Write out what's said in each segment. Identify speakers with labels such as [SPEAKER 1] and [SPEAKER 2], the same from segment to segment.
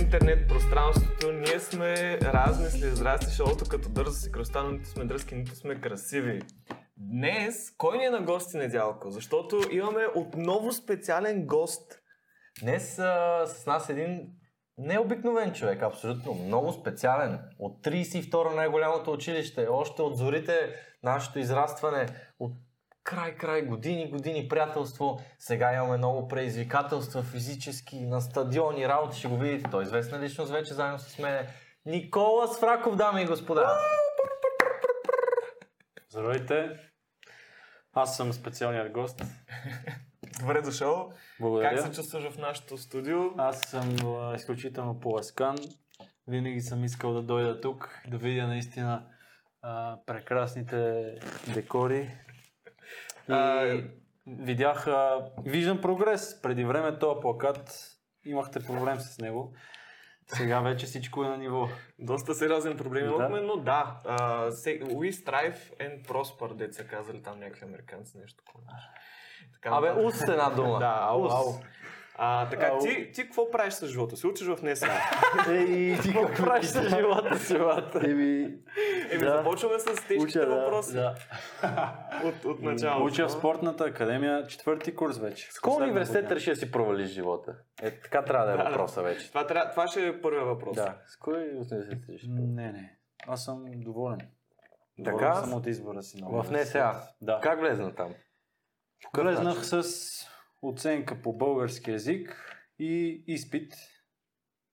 [SPEAKER 1] интернет пространството ние сме размисли здрасти шоуто като дързо си кръста, но нито сме дръзки, нито сме красиви. Днес, кой ни е на гости, Недялко? Защото имаме отново специален гост.
[SPEAKER 2] Днес а, с нас един необикновен човек, абсолютно много специален. От 32-ра най-голямото училище, още от зорите нашето израстване, от край-край години, години приятелство. Сега имаме много предизвикателства физически, на стадиони, работи, ще го видите. Той е известна личност вече заедно с мен. Никола Свраков, дами и господа.
[SPEAKER 3] Здравейте! Аз съм специалният гост.
[SPEAKER 1] Добре дошъл. Как
[SPEAKER 3] Благодаря.
[SPEAKER 1] се чувстваш в нашото студио?
[SPEAKER 3] Аз съм а, изключително поласкан. Винаги съм искал да дойда тук, да видя наистина а, прекрасните декори. И
[SPEAKER 1] А,
[SPEAKER 3] видях, а, виждам прогрес. Преди време този плакат имахте проблем с него. Сега вече всичко е на ниво.
[SPEAKER 1] Доста сериозен проблем
[SPEAKER 3] Да.
[SPEAKER 1] имахме, но да. а, се- we strive and prosper, деца казали там някакви американци, нещо такова. Така,
[SPEAKER 2] Абе,
[SPEAKER 1] нататък.
[SPEAKER 2] уст с една дума.
[SPEAKER 1] Да, ау,
[SPEAKER 2] Уст.
[SPEAKER 1] ау. А, така,
[SPEAKER 3] Ау.
[SPEAKER 1] ти, ти какво правиш с живота си? Учиш в НСА.
[SPEAKER 3] Ей, ти какво правиш с живота си, бата? Еми,
[SPEAKER 1] Еми,
[SPEAKER 3] Да.
[SPEAKER 1] започваме с тежките въпроси
[SPEAKER 3] Да.
[SPEAKER 1] от, от начало.
[SPEAKER 3] Уча в спортната академия, четвърти курс вече.
[SPEAKER 2] С кой
[SPEAKER 3] Последна
[SPEAKER 2] университет
[SPEAKER 3] година.
[SPEAKER 2] реши да си провалиш живота? Е, така трябва да
[SPEAKER 1] Да, да.
[SPEAKER 2] е въпроса вече.
[SPEAKER 1] Това, трябва, това ще е първия въпрос.
[SPEAKER 2] Да. С кой университет реши?
[SPEAKER 3] Не, не. Аз съм доволен. Доволен
[SPEAKER 2] Така?
[SPEAKER 3] съм от избора си. на
[SPEAKER 2] В
[SPEAKER 3] университет.
[SPEAKER 2] НСА.
[SPEAKER 3] Да.
[SPEAKER 2] Как влезна там?
[SPEAKER 3] Влезнах с оценка по български язик и изпит,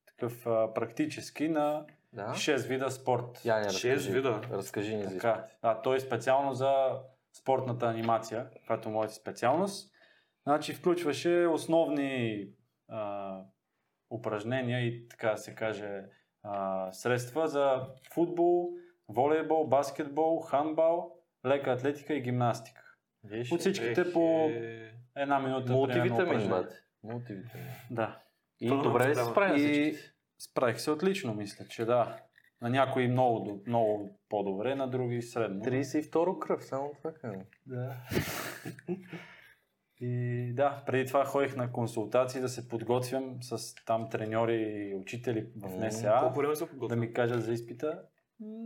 [SPEAKER 3] такъв а, практически, на
[SPEAKER 2] Да.
[SPEAKER 3] 6 вида спорт.
[SPEAKER 2] Я ни
[SPEAKER 1] Шест
[SPEAKER 2] разкажи.
[SPEAKER 1] вида.
[SPEAKER 2] Разкажи ни за изпит.
[SPEAKER 3] Така. А, той е специално за спортната анимация, която е моята специалност. Значи включваше основни а, упражнения и така да се каже а, средства за футбол, волейбол, баскетбол, хандбал, лека атлетика и гимнастика.
[SPEAKER 2] Виж.
[SPEAKER 3] От всичките по
[SPEAKER 1] Е,
[SPEAKER 3] една минута. примерно,
[SPEAKER 2] Мултивитамин,
[SPEAKER 3] упражнение.
[SPEAKER 2] брат. Мултивитамин.
[SPEAKER 3] Да.
[SPEAKER 2] И
[SPEAKER 1] Пълна
[SPEAKER 2] добре ли се
[SPEAKER 1] програма.
[SPEAKER 2] справи на
[SPEAKER 3] И
[SPEAKER 2] всичките?
[SPEAKER 3] справих се отлично, мисля, че да. На някои много, до- много по-добре, на други средно.
[SPEAKER 2] 32 кръв, само това казвам.
[SPEAKER 3] Да. И да, преди това ходих на консултации да се подготвям с там треньори и учители в
[SPEAKER 2] М,
[SPEAKER 3] НСА,
[SPEAKER 1] Колко време се
[SPEAKER 3] да
[SPEAKER 1] подготвя?
[SPEAKER 3] ми кажат за изпита.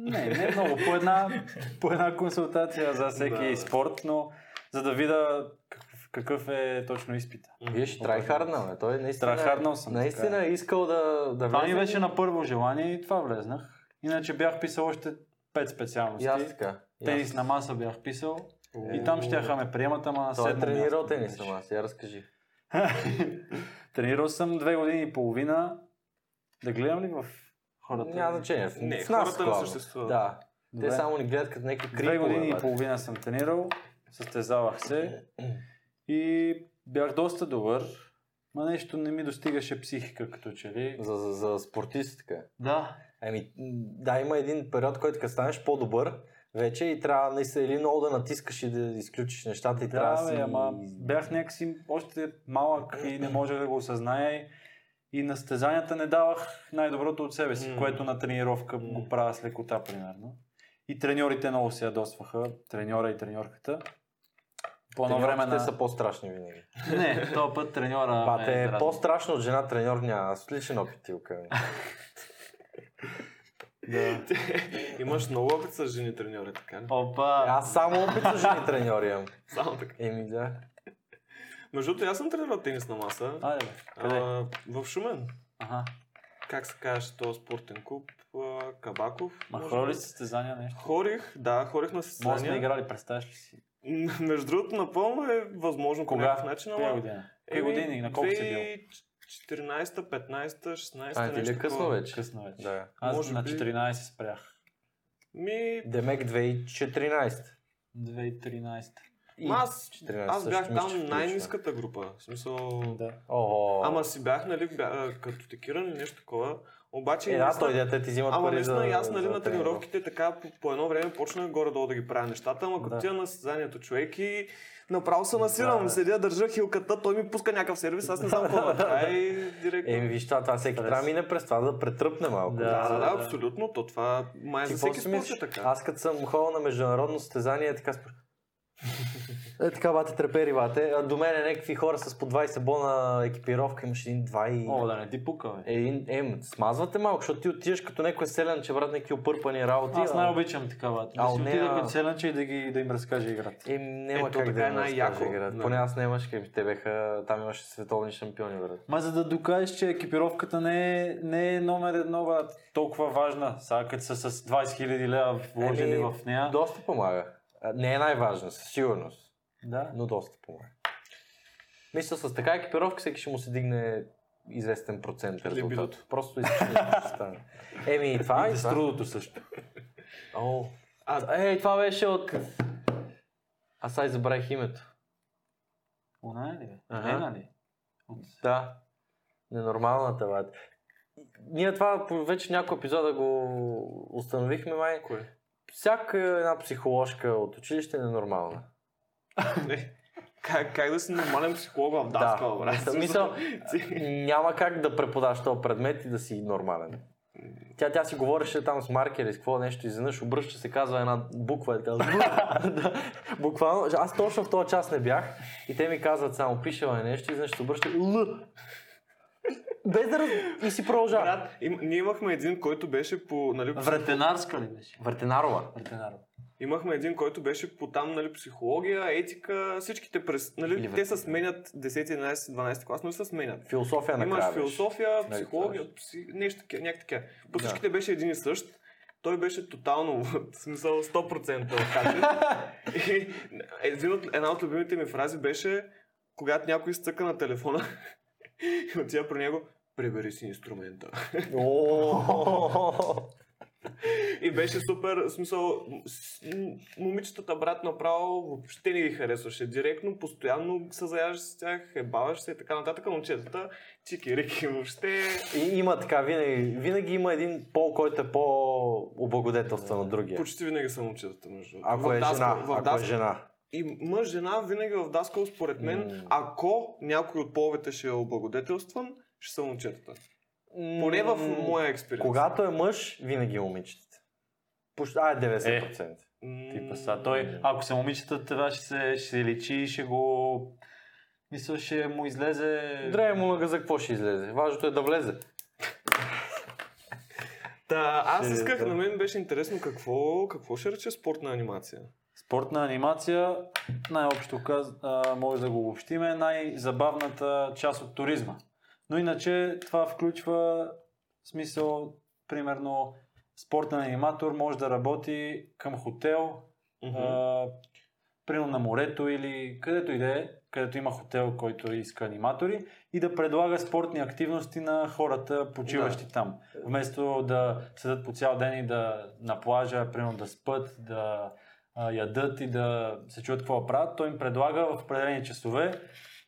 [SPEAKER 3] Не, не много, по една, по една консултация за всеки
[SPEAKER 1] Да.
[SPEAKER 3] спорт, но за да видя какъв, какъв е точно изпита.
[SPEAKER 2] Вие ще
[SPEAKER 3] Определено.
[SPEAKER 2] трайхарднал, бе. Той наистина, е-
[SPEAKER 3] Трайхарднал съм,
[SPEAKER 2] наистина
[SPEAKER 3] така
[SPEAKER 2] е искал да, да
[SPEAKER 3] Това ми
[SPEAKER 2] влезе.
[SPEAKER 3] беше на първо желание и това влезнах. Иначе бях писал още пет специалности.
[SPEAKER 2] И аз така. И аз.
[SPEAKER 3] Тенис на маса бях писал и там щяха ме приемат, ама на
[SPEAKER 2] Е. Той е
[SPEAKER 3] седмо
[SPEAKER 2] тренирал
[SPEAKER 3] място
[SPEAKER 2] тенис,
[SPEAKER 3] беше.
[SPEAKER 2] ама сега разкажи.
[SPEAKER 3] Тренирал съм две години и половина. Да гледам ли в хората?
[SPEAKER 2] Няма значение. в-
[SPEAKER 1] Не,
[SPEAKER 2] в нас
[SPEAKER 1] хората не
[SPEAKER 2] главно.
[SPEAKER 1] съществуват.
[SPEAKER 2] Да.
[SPEAKER 3] Добре.
[SPEAKER 2] Те само ни гледат като някакви крипове.
[SPEAKER 3] Две години и
[SPEAKER 2] брат.
[SPEAKER 3] половина съм тренирал, състезавах се и бях доста добър, но нещо не ми достигаше психика като че ли.
[SPEAKER 2] За, за, за спортист така.
[SPEAKER 3] Да.
[SPEAKER 2] Ами, м, да, има един период, който като станеш по-добър вече и трябва наистина или много да натискаш и да изключиш нещата и трябва
[SPEAKER 3] Да,
[SPEAKER 2] да
[SPEAKER 3] бе,
[SPEAKER 2] си...
[SPEAKER 3] ама бях някакси още малък и не можех да го осъзная и на стезанията не давах най-доброто от себе си,
[SPEAKER 1] М.
[SPEAKER 3] което на тренировка
[SPEAKER 1] М.
[SPEAKER 3] го правя с лекота, примерно. И треньорите много се ядосваха, треньора и треньорката. По едно време на...
[SPEAKER 2] Тренировките са по-страшни винаги.
[SPEAKER 3] Не, този път треньора...
[SPEAKER 2] Ба,
[SPEAKER 3] ме
[SPEAKER 2] те е
[SPEAKER 3] дразни.
[SPEAKER 2] по-страшно от жена треньор няма. Аз от личен опит ти го казвам.
[SPEAKER 3] Да.
[SPEAKER 1] Имаш много опит с жени треньори, така ли?
[SPEAKER 3] Опа!
[SPEAKER 2] Аз само опит с жени треньори имам.
[SPEAKER 1] Само така.
[SPEAKER 2] Еми да.
[SPEAKER 1] Между другото, и аз съм тренирал тенис на маса.
[SPEAKER 3] Айде, бе, къде?
[SPEAKER 1] А, в Шумен.
[SPEAKER 3] Аха.
[SPEAKER 1] Как се казваше този спортен клуб? А, Кабаков.
[SPEAKER 3] Ма
[SPEAKER 1] може
[SPEAKER 3] хора ли
[SPEAKER 1] би?
[SPEAKER 3] състезания нещо?
[SPEAKER 1] Хорих, да, хорих на
[SPEAKER 3] Може сме
[SPEAKER 1] състезания.
[SPEAKER 3] играли, представяш ли си?
[SPEAKER 1] Между другото, напълно е възможно по
[SPEAKER 3] Кога?
[SPEAKER 1] някакъв начин,
[SPEAKER 3] Коя
[SPEAKER 1] ама...
[SPEAKER 3] година? Коя години? На колко си бил?
[SPEAKER 1] 14, 15, 16,
[SPEAKER 2] А, ти ли е късно
[SPEAKER 1] такова.
[SPEAKER 2] вече?
[SPEAKER 3] Късно вече.
[SPEAKER 2] Да.
[SPEAKER 3] Аз
[SPEAKER 1] Може
[SPEAKER 3] на
[SPEAKER 1] би.
[SPEAKER 3] 14 спрях.
[SPEAKER 1] Ми,
[SPEAKER 2] Демек 2014.
[SPEAKER 3] 2013.
[SPEAKER 2] И
[SPEAKER 1] ма аз,
[SPEAKER 2] 14
[SPEAKER 1] аз бях
[SPEAKER 2] също мисля, че
[SPEAKER 1] там
[SPEAKER 2] включва.
[SPEAKER 1] най-низката група. В смисъл...
[SPEAKER 3] Да.
[SPEAKER 2] Ого.
[SPEAKER 1] Ама си бях, нали, бя, а, като текиран или нещо такова. Обаче,
[SPEAKER 2] Е, да,
[SPEAKER 1] наистина-
[SPEAKER 2] той дете ти взимат
[SPEAKER 1] Ама
[SPEAKER 2] пари за...
[SPEAKER 1] наистина, и аз нали
[SPEAKER 2] за
[SPEAKER 1] на тренировките така по, по едно време почнах горе-долу да ги правя нещата, ама като
[SPEAKER 3] Да.
[SPEAKER 1] тя на състезанието човек и направо се насирам,
[SPEAKER 2] Да.
[SPEAKER 1] седя, държа хилката, той ми пуска някакъв сервис, аз не знам какво да правя и директно.
[SPEAKER 2] Еми виж това, това всеки
[SPEAKER 3] Стрес.
[SPEAKER 2] трябва да мине през това да претръпне малко.
[SPEAKER 3] Да.
[SPEAKER 1] да, да, да,
[SPEAKER 3] да.
[SPEAKER 1] абсолютно, то това май
[SPEAKER 2] Ти
[SPEAKER 1] за
[SPEAKER 2] какво
[SPEAKER 1] всеки
[SPEAKER 2] си
[SPEAKER 1] спорт е
[SPEAKER 2] мислиш?
[SPEAKER 1] така.
[SPEAKER 2] Аз като съм ходил на международно състезание, така спр... Е, така, бате, трепери, бате. А До мен е някакви хора с по 20 бона екипировка, имаш един 2 и...
[SPEAKER 3] О, да не ти пука, бе.
[SPEAKER 2] Един, е, смазвате малко, защото ти отиваш като някой селен, че брат някакви опърпани работи.
[SPEAKER 3] Аз
[SPEAKER 2] а-
[SPEAKER 3] най-обичам такава. Да
[SPEAKER 2] Ау,
[SPEAKER 3] си
[SPEAKER 2] не,
[SPEAKER 3] отида
[SPEAKER 2] а-
[SPEAKER 3] като селенче и да, ги, да им разкаже играта.
[SPEAKER 2] Е, няма
[SPEAKER 1] Ето,
[SPEAKER 2] как
[SPEAKER 1] така
[SPEAKER 2] да
[SPEAKER 1] е
[SPEAKER 2] им разкажа
[SPEAKER 1] най-яко.
[SPEAKER 2] играта.
[SPEAKER 1] Да.
[SPEAKER 2] Поне аз нямаше, те беха, там имаше световни шампиони, брат.
[SPEAKER 3] Ма за да докажеш, че екипировката не е, не е номер едно, брат, толкова важна. Сега като са с 20 000 лева вложили
[SPEAKER 2] Еми,
[SPEAKER 3] в нея.
[SPEAKER 2] Доста помага. А, Не е най-важна, със сигурност,
[SPEAKER 3] Да.
[SPEAKER 2] но доста помага. Мисля, с така екипировка всеки ще му се дигне известен процент резултат.
[SPEAKER 1] Либидото.
[SPEAKER 2] Просто изключително ще стане. Еми, и това
[SPEAKER 3] и
[SPEAKER 2] и
[SPEAKER 3] да с
[SPEAKER 2] това.
[SPEAKER 3] трудото също.
[SPEAKER 2] О,
[SPEAKER 1] А,
[SPEAKER 2] Ей, това беше от... Аз сега забравих името.
[SPEAKER 3] Она е ли? бе?
[SPEAKER 2] Аха.
[SPEAKER 3] Лена ли? От-
[SPEAKER 2] Да. Ненормалната, бат. Ние това по- вече в някои епизода го установихме, май.
[SPEAKER 1] кое?
[SPEAKER 2] Всяка една психоложка от училище е ненормална.
[SPEAKER 1] Не. Как, как да си нормален психолог в Даскал, брат?
[SPEAKER 2] Мисъл, мисъл,
[SPEAKER 1] Ти-
[SPEAKER 2] няма как да преподаш този предмет и да си нормален. Тя, тя си говореше там с маркер и с какво нещо, изведнъж обръща се, казва една буква и така. да, буквално, аз точно в този час не бях и те ми казват само, пишела е нещо, изведнъж се обръща Л. И- Без да раз... И си продължава.
[SPEAKER 1] Брат, им, ние имахме един, който беше по, нали, псих-
[SPEAKER 3] Вратенарска ли беше?
[SPEAKER 2] Въртенарова.
[SPEAKER 3] Вратенарова.
[SPEAKER 1] имахме един, който беше по там, нали, психология, етика, всичките през,
[SPEAKER 2] Или
[SPEAKER 1] нали, те
[SPEAKER 2] въртен.
[SPEAKER 1] се сменят 10, 11, 12 клас, но не се сменят.
[SPEAKER 2] Философия на
[SPEAKER 1] Имаш философия,
[SPEAKER 2] Нали,
[SPEAKER 1] психология, пси... нещо такива, някак такива. По всичките беше един и същ. Той беше тотално, в смисъл 100% откачен. и един от, една от любимите ми фрази беше, когато някой стъка на телефона и отива при него, прибери си инструмента. И беше супер, в смисъл, м- с- м- момичетата брат направо въобще не ги харесваше. Директно, постоянно се заяждаш с тях, ебаваш се и така нататък. Момчетата, чики, рики, въобще...
[SPEAKER 2] И има така, винаги, винаги има един пол, който е по-облагодетелстван от другия.
[SPEAKER 1] Почти винаги са момчетата, между другото.
[SPEAKER 2] Ако
[SPEAKER 1] В
[SPEAKER 2] е
[SPEAKER 1] Даскал-
[SPEAKER 2] жена,
[SPEAKER 1] в
[SPEAKER 2] ако е
[SPEAKER 1] Даскал-
[SPEAKER 2] жена.
[SPEAKER 1] И мъж, жена винаги в Даскал, според мен,
[SPEAKER 2] М.
[SPEAKER 1] ако някой от половете ще е облагодетелстван, ще са момчетата. Поне в
[SPEAKER 2] М,
[SPEAKER 1] моя експеримент.
[SPEAKER 2] Когато е мъж, винаги е момичетата. Пуш... А, е 90%.
[SPEAKER 3] Типа са. Той, ако са момичетата, това ще се, ще се лечи и ще го... Мисля, ще му излезе...
[SPEAKER 2] Е. Дрея му нога за какво ще излезе? Важното е да влезе.
[SPEAKER 1] Та, аз
[SPEAKER 3] Ще-
[SPEAKER 1] исках,
[SPEAKER 3] да.
[SPEAKER 1] на мен беше интересно какво, какво ще рече спортна анимация.
[SPEAKER 3] Спортна анимация, най-общо каз... а, може да го обобщиме, е най-забавната част от туризма. Но иначе това включва в смисъл, примерно, спортен аниматор може да работи към хотел, а, примерно на морето или където и да е, където има хотел, който иска аниматори и да предлага спортни активности на хората, почиващи там. Вместо да седат по цял ден и да на плажа, примерно да спът, да а, ядат и да се чуят какво да правят, той им предлага в определени часове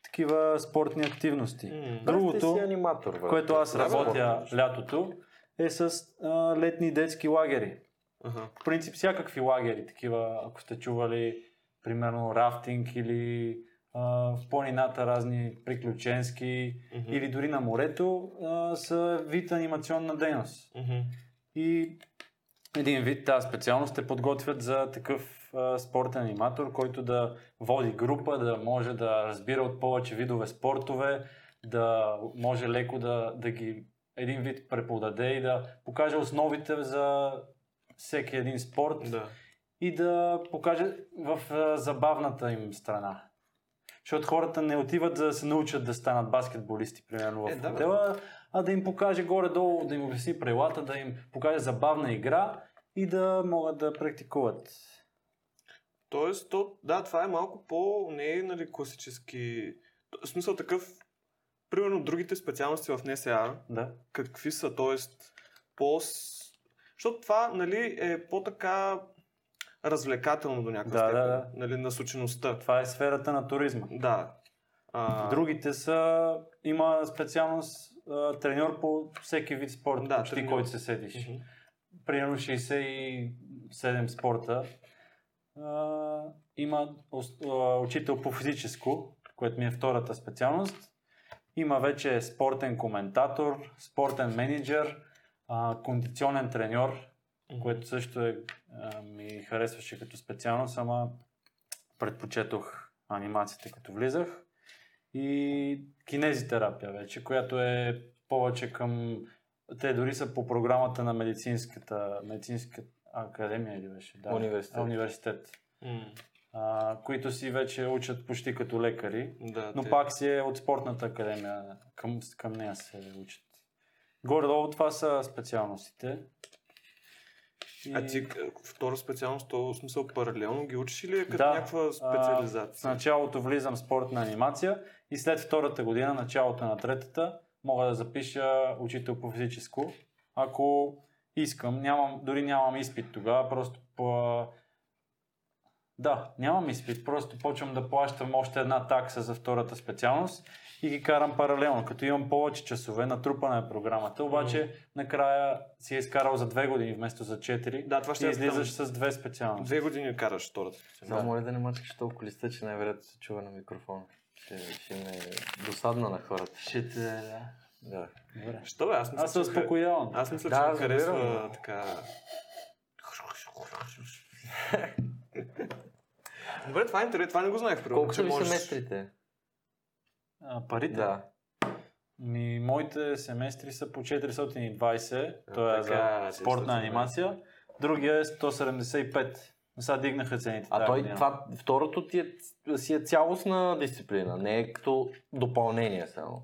[SPEAKER 3] такива спортни активности.
[SPEAKER 1] М.
[SPEAKER 3] Другото,
[SPEAKER 2] Аз ти си аниматор, брат.
[SPEAKER 3] Което аз
[SPEAKER 2] Да, бе,
[SPEAKER 3] работя
[SPEAKER 2] брат.
[SPEAKER 3] лятото е с а, летни детски лагери
[SPEAKER 1] Аха.
[SPEAKER 3] в принцип всякакви лагери, такива, ако сте чували, примерно рафтинг или а, в планината разни приключенски
[SPEAKER 1] Мгм.
[SPEAKER 3] или дори на морето, а, са вид анимационна дейност.
[SPEAKER 1] Мгм.
[SPEAKER 3] И един вид тази специалност те подготвят за такъв а, спортен аниматор, който да води група, да може да разбира от повече видове спортове, да може леко да, да ги един вид преподаде и да покаже основите за всеки един спорт
[SPEAKER 1] Да.
[SPEAKER 3] и да покаже в а, забавната им страна. Защото хората не отиват за да се научат да станат баскетболисти, примерно в
[SPEAKER 1] Е, да, бе.
[SPEAKER 3] хотела, а да им покаже горе-долу, да им обясни правилата, да им покаже забавна игра и да могат да практикуват.
[SPEAKER 1] Тоест, то, да, това е малко по... не е нали, класически... Т- В смисъл такъв... Примерно другите специалности в НСА,
[SPEAKER 3] Да.
[SPEAKER 1] какви са, т.е. по... с- Защото това, нали, е по-така развлекателно до някаква
[SPEAKER 3] Да, да,
[SPEAKER 1] степен.
[SPEAKER 3] да.
[SPEAKER 1] Нали, насочеността.
[SPEAKER 3] Това е сферата на туризма.
[SPEAKER 1] Да. А,
[SPEAKER 3] Другите са, има специалност а, треньор по всеки вид спорт,
[SPEAKER 1] Да,
[SPEAKER 3] почти
[SPEAKER 1] треньор.
[SPEAKER 3] който се седиш.
[SPEAKER 1] Мгм.
[SPEAKER 3] примерно 67 спорта, а, има ос- а, учител по физическо, което ми е втората специалност. Има вече спортен коментатор, спортен менеджер, а, кондиционен треньор,
[SPEAKER 1] Мгм.
[SPEAKER 3] което също е, а, ми харесваше като специалност, ама предпочетох анимацията като влизах. И кинезитерапия вече, която е повече към... Те дори са по програмата на медицинската, медицинската академия или беше? Да.
[SPEAKER 2] Университет.
[SPEAKER 3] А, университет.
[SPEAKER 1] М,
[SPEAKER 3] А, които си вече учат почти като лекари.
[SPEAKER 1] Да,
[SPEAKER 3] Но
[SPEAKER 1] те-
[SPEAKER 3] пак си е от спортната академия. Към, към нея се учат. Горе-долу това са специалностите. И-
[SPEAKER 1] А ти к- втора специалност, то в смисъл паралелно ги учиш ли е като
[SPEAKER 3] Да, значи,
[SPEAKER 1] някаква
[SPEAKER 3] В
[SPEAKER 1] специализация?
[SPEAKER 3] началото влизам в спортна анимация и след втората година, началото на третата, мога да запиша учител по физическо, ако искам. Нямам, дори нямам изпит тогава, просто по... Да, нямам изпит, просто почвам да плащам още една такса за втората специалност и ги карам паралелно. Като имам повече часове, натрупана е програмата, обаче накрая си е изкарал за две години вместо за четири.
[SPEAKER 1] да, това ще
[SPEAKER 3] и
[SPEAKER 1] е
[SPEAKER 3] излизаш
[SPEAKER 1] излизаш.
[SPEAKER 3] с две специалности.
[SPEAKER 1] Две години караш втората
[SPEAKER 2] Само
[SPEAKER 1] специалност.
[SPEAKER 2] моля да не мачкаш толкова листа, че най-вероятно се чува на микрофона. Ще, ще ме е досадна на хората.
[SPEAKER 3] Ще те... да.
[SPEAKER 2] Да.
[SPEAKER 3] Добре.
[SPEAKER 1] Що бе, аз мисля,
[SPEAKER 3] Аз се
[SPEAKER 1] че ха-
[SPEAKER 3] успокоявам.
[SPEAKER 1] Аз мисля,
[SPEAKER 2] Да,
[SPEAKER 1] че ми
[SPEAKER 2] разбирам.
[SPEAKER 1] харесва така... Добре, това е интервю, това не го знаех. примерно,
[SPEAKER 2] Колко
[SPEAKER 1] че
[SPEAKER 2] са ви
[SPEAKER 1] можеш-
[SPEAKER 2] семестрите?
[SPEAKER 3] А, парите?
[SPEAKER 2] Да.
[SPEAKER 3] Ми, моите семестри са по 420, той е
[SPEAKER 1] така,
[SPEAKER 3] за спортна
[SPEAKER 1] 420.
[SPEAKER 3] анимация. Другия е 175. Но Сега дигнаха цените.
[SPEAKER 2] А
[SPEAKER 3] тая
[SPEAKER 2] той,
[SPEAKER 3] година.
[SPEAKER 2] това, второто ти е, си е цялостна дисциплина, не е като допълнение само.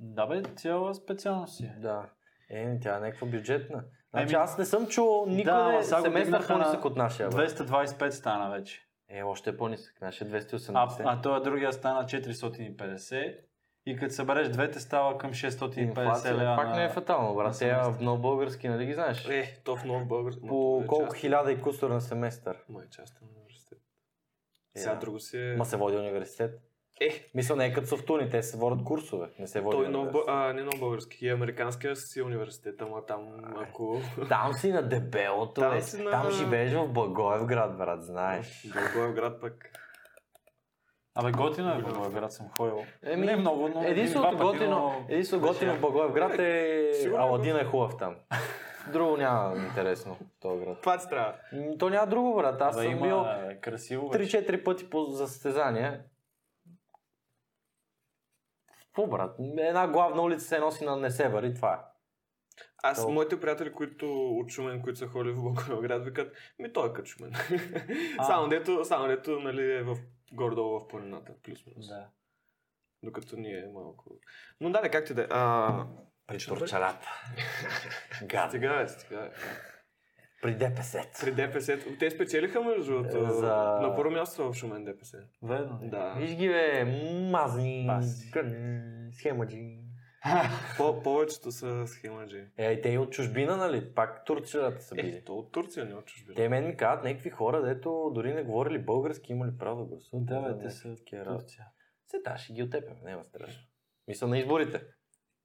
[SPEAKER 3] Да бе, цяла специалност си. е.
[SPEAKER 2] Да. Е, тя е някаква бюджетна. Значи
[SPEAKER 3] Еми-
[SPEAKER 2] аз не съм чувал никъде
[SPEAKER 3] ама Ами-
[SPEAKER 2] да,
[SPEAKER 3] сега
[SPEAKER 2] е
[SPEAKER 3] го
[SPEAKER 2] семестър
[SPEAKER 3] дигнаха на
[SPEAKER 2] по-нисък от нашия. бе.
[SPEAKER 3] 225 стана вече.
[SPEAKER 2] Е, още е по-нисък. Нашия е 280.
[SPEAKER 3] А, а той другия стана 450. И като събереш двете става към 650
[SPEAKER 2] Инфлация
[SPEAKER 3] лева.
[SPEAKER 2] пак
[SPEAKER 3] на-
[SPEAKER 2] не е фатално,
[SPEAKER 3] на
[SPEAKER 2] брат. Сега
[SPEAKER 3] семестър. е
[SPEAKER 2] много български, нали ги знаеш?
[SPEAKER 1] Е, то в нов българ. е
[SPEAKER 2] По колко хиляда и кусор на семестър.
[SPEAKER 1] Мой частен университет.
[SPEAKER 2] Е,
[SPEAKER 1] Сега
[SPEAKER 2] да.
[SPEAKER 1] друго си е...
[SPEAKER 2] Ма се води университет.
[SPEAKER 1] Е,
[SPEAKER 2] Мисля, не е като софтуни, те се водят курсове. Не се води
[SPEAKER 3] е
[SPEAKER 1] той е нов, бъ-
[SPEAKER 2] университет.
[SPEAKER 1] а, не нов български, е американския си университет, ама там ако...
[SPEAKER 2] Там си на дебелото,
[SPEAKER 1] Там
[SPEAKER 2] там,
[SPEAKER 1] си на-
[SPEAKER 2] там живееш в Благоевград, брат, знаеш.
[SPEAKER 1] Благоевград пък.
[SPEAKER 3] Абе, готино е в Благоевград съм ходил.
[SPEAKER 2] Еми,
[SPEAKER 3] не е много, но
[SPEAKER 2] Единственото
[SPEAKER 3] един-два пъти,
[SPEAKER 2] готино, Е,
[SPEAKER 3] но-
[SPEAKER 2] единственото готино в Благоевград е
[SPEAKER 1] Сигурно е
[SPEAKER 2] Аладин е хубав там. Друго няма интересно в този град.
[SPEAKER 1] Това ти трябва.
[SPEAKER 2] М, То няма друго, брат. Аз
[SPEAKER 3] Абе,
[SPEAKER 2] съм
[SPEAKER 3] има,
[SPEAKER 2] бил
[SPEAKER 3] е, красиво. бе.
[SPEAKER 2] 3-4 пъти по за състезание. Какво, брат? Една главна улица се носи на Несебър и това е.
[SPEAKER 1] Аз,
[SPEAKER 2] Толкова.
[SPEAKER 1] моите приятели, които от Шумен, които са ходили в Благоевград, викат, ми той е като Шумен.
[SPEAKER 3] А.
[SPEAKER 1] само дето, само дето, нали, е в гордо в планината, плюс минус.
[SPEAKER 3] Да.
[SPEAKER 1] Докато ние е малко... Но да, не, както и да е. А,
[SPEAKER 2] При
[SPEAKER 1] Чудо.
[SPEAKER 2] турчарата. Е, Гад.
[SPEAKER 1] Стига е, стига е.
[SPEAKER 2] При ДПС.
[SPEAKER 1] При ДПС, -то. те спечелиха между другото.
[SPEAKER 2] За-
[SPEAKER 1] На първо място в Шумен ДПС.
[SPEAKER 3] Верно. ли?
[SPEAKER 1] Да.
[SPEAKER 2] Виж ги, бе, мазни,
[SPEAKER 3] Паси.
[SPEAKER 2] гън, схемаджи.
[SPEAKER 1] По- повечето са схемаджи.
[SPEAKER 2] Е, и те и от чужбина, нали? Пак турчарата са били.
[SPEAKER 1] Е, то от Турция, не от чужбина.
[SPEAKER 2] Те мен ми казват някакви хора, дето дори не говорили български, имали право да гласуват.
[SPEAKER 3] Да,
[SPEAKER 2] за
[SPEAKER 3] бе, те
[SPEAKER 2] някакви
[SPEAKER 3] са
[SPEAKER 2] такива работи.
[SPEAKER 3] Турция.
[SPEAKER 2] Се, да, ще ги отепем, няма страшно. Мисля на изборите.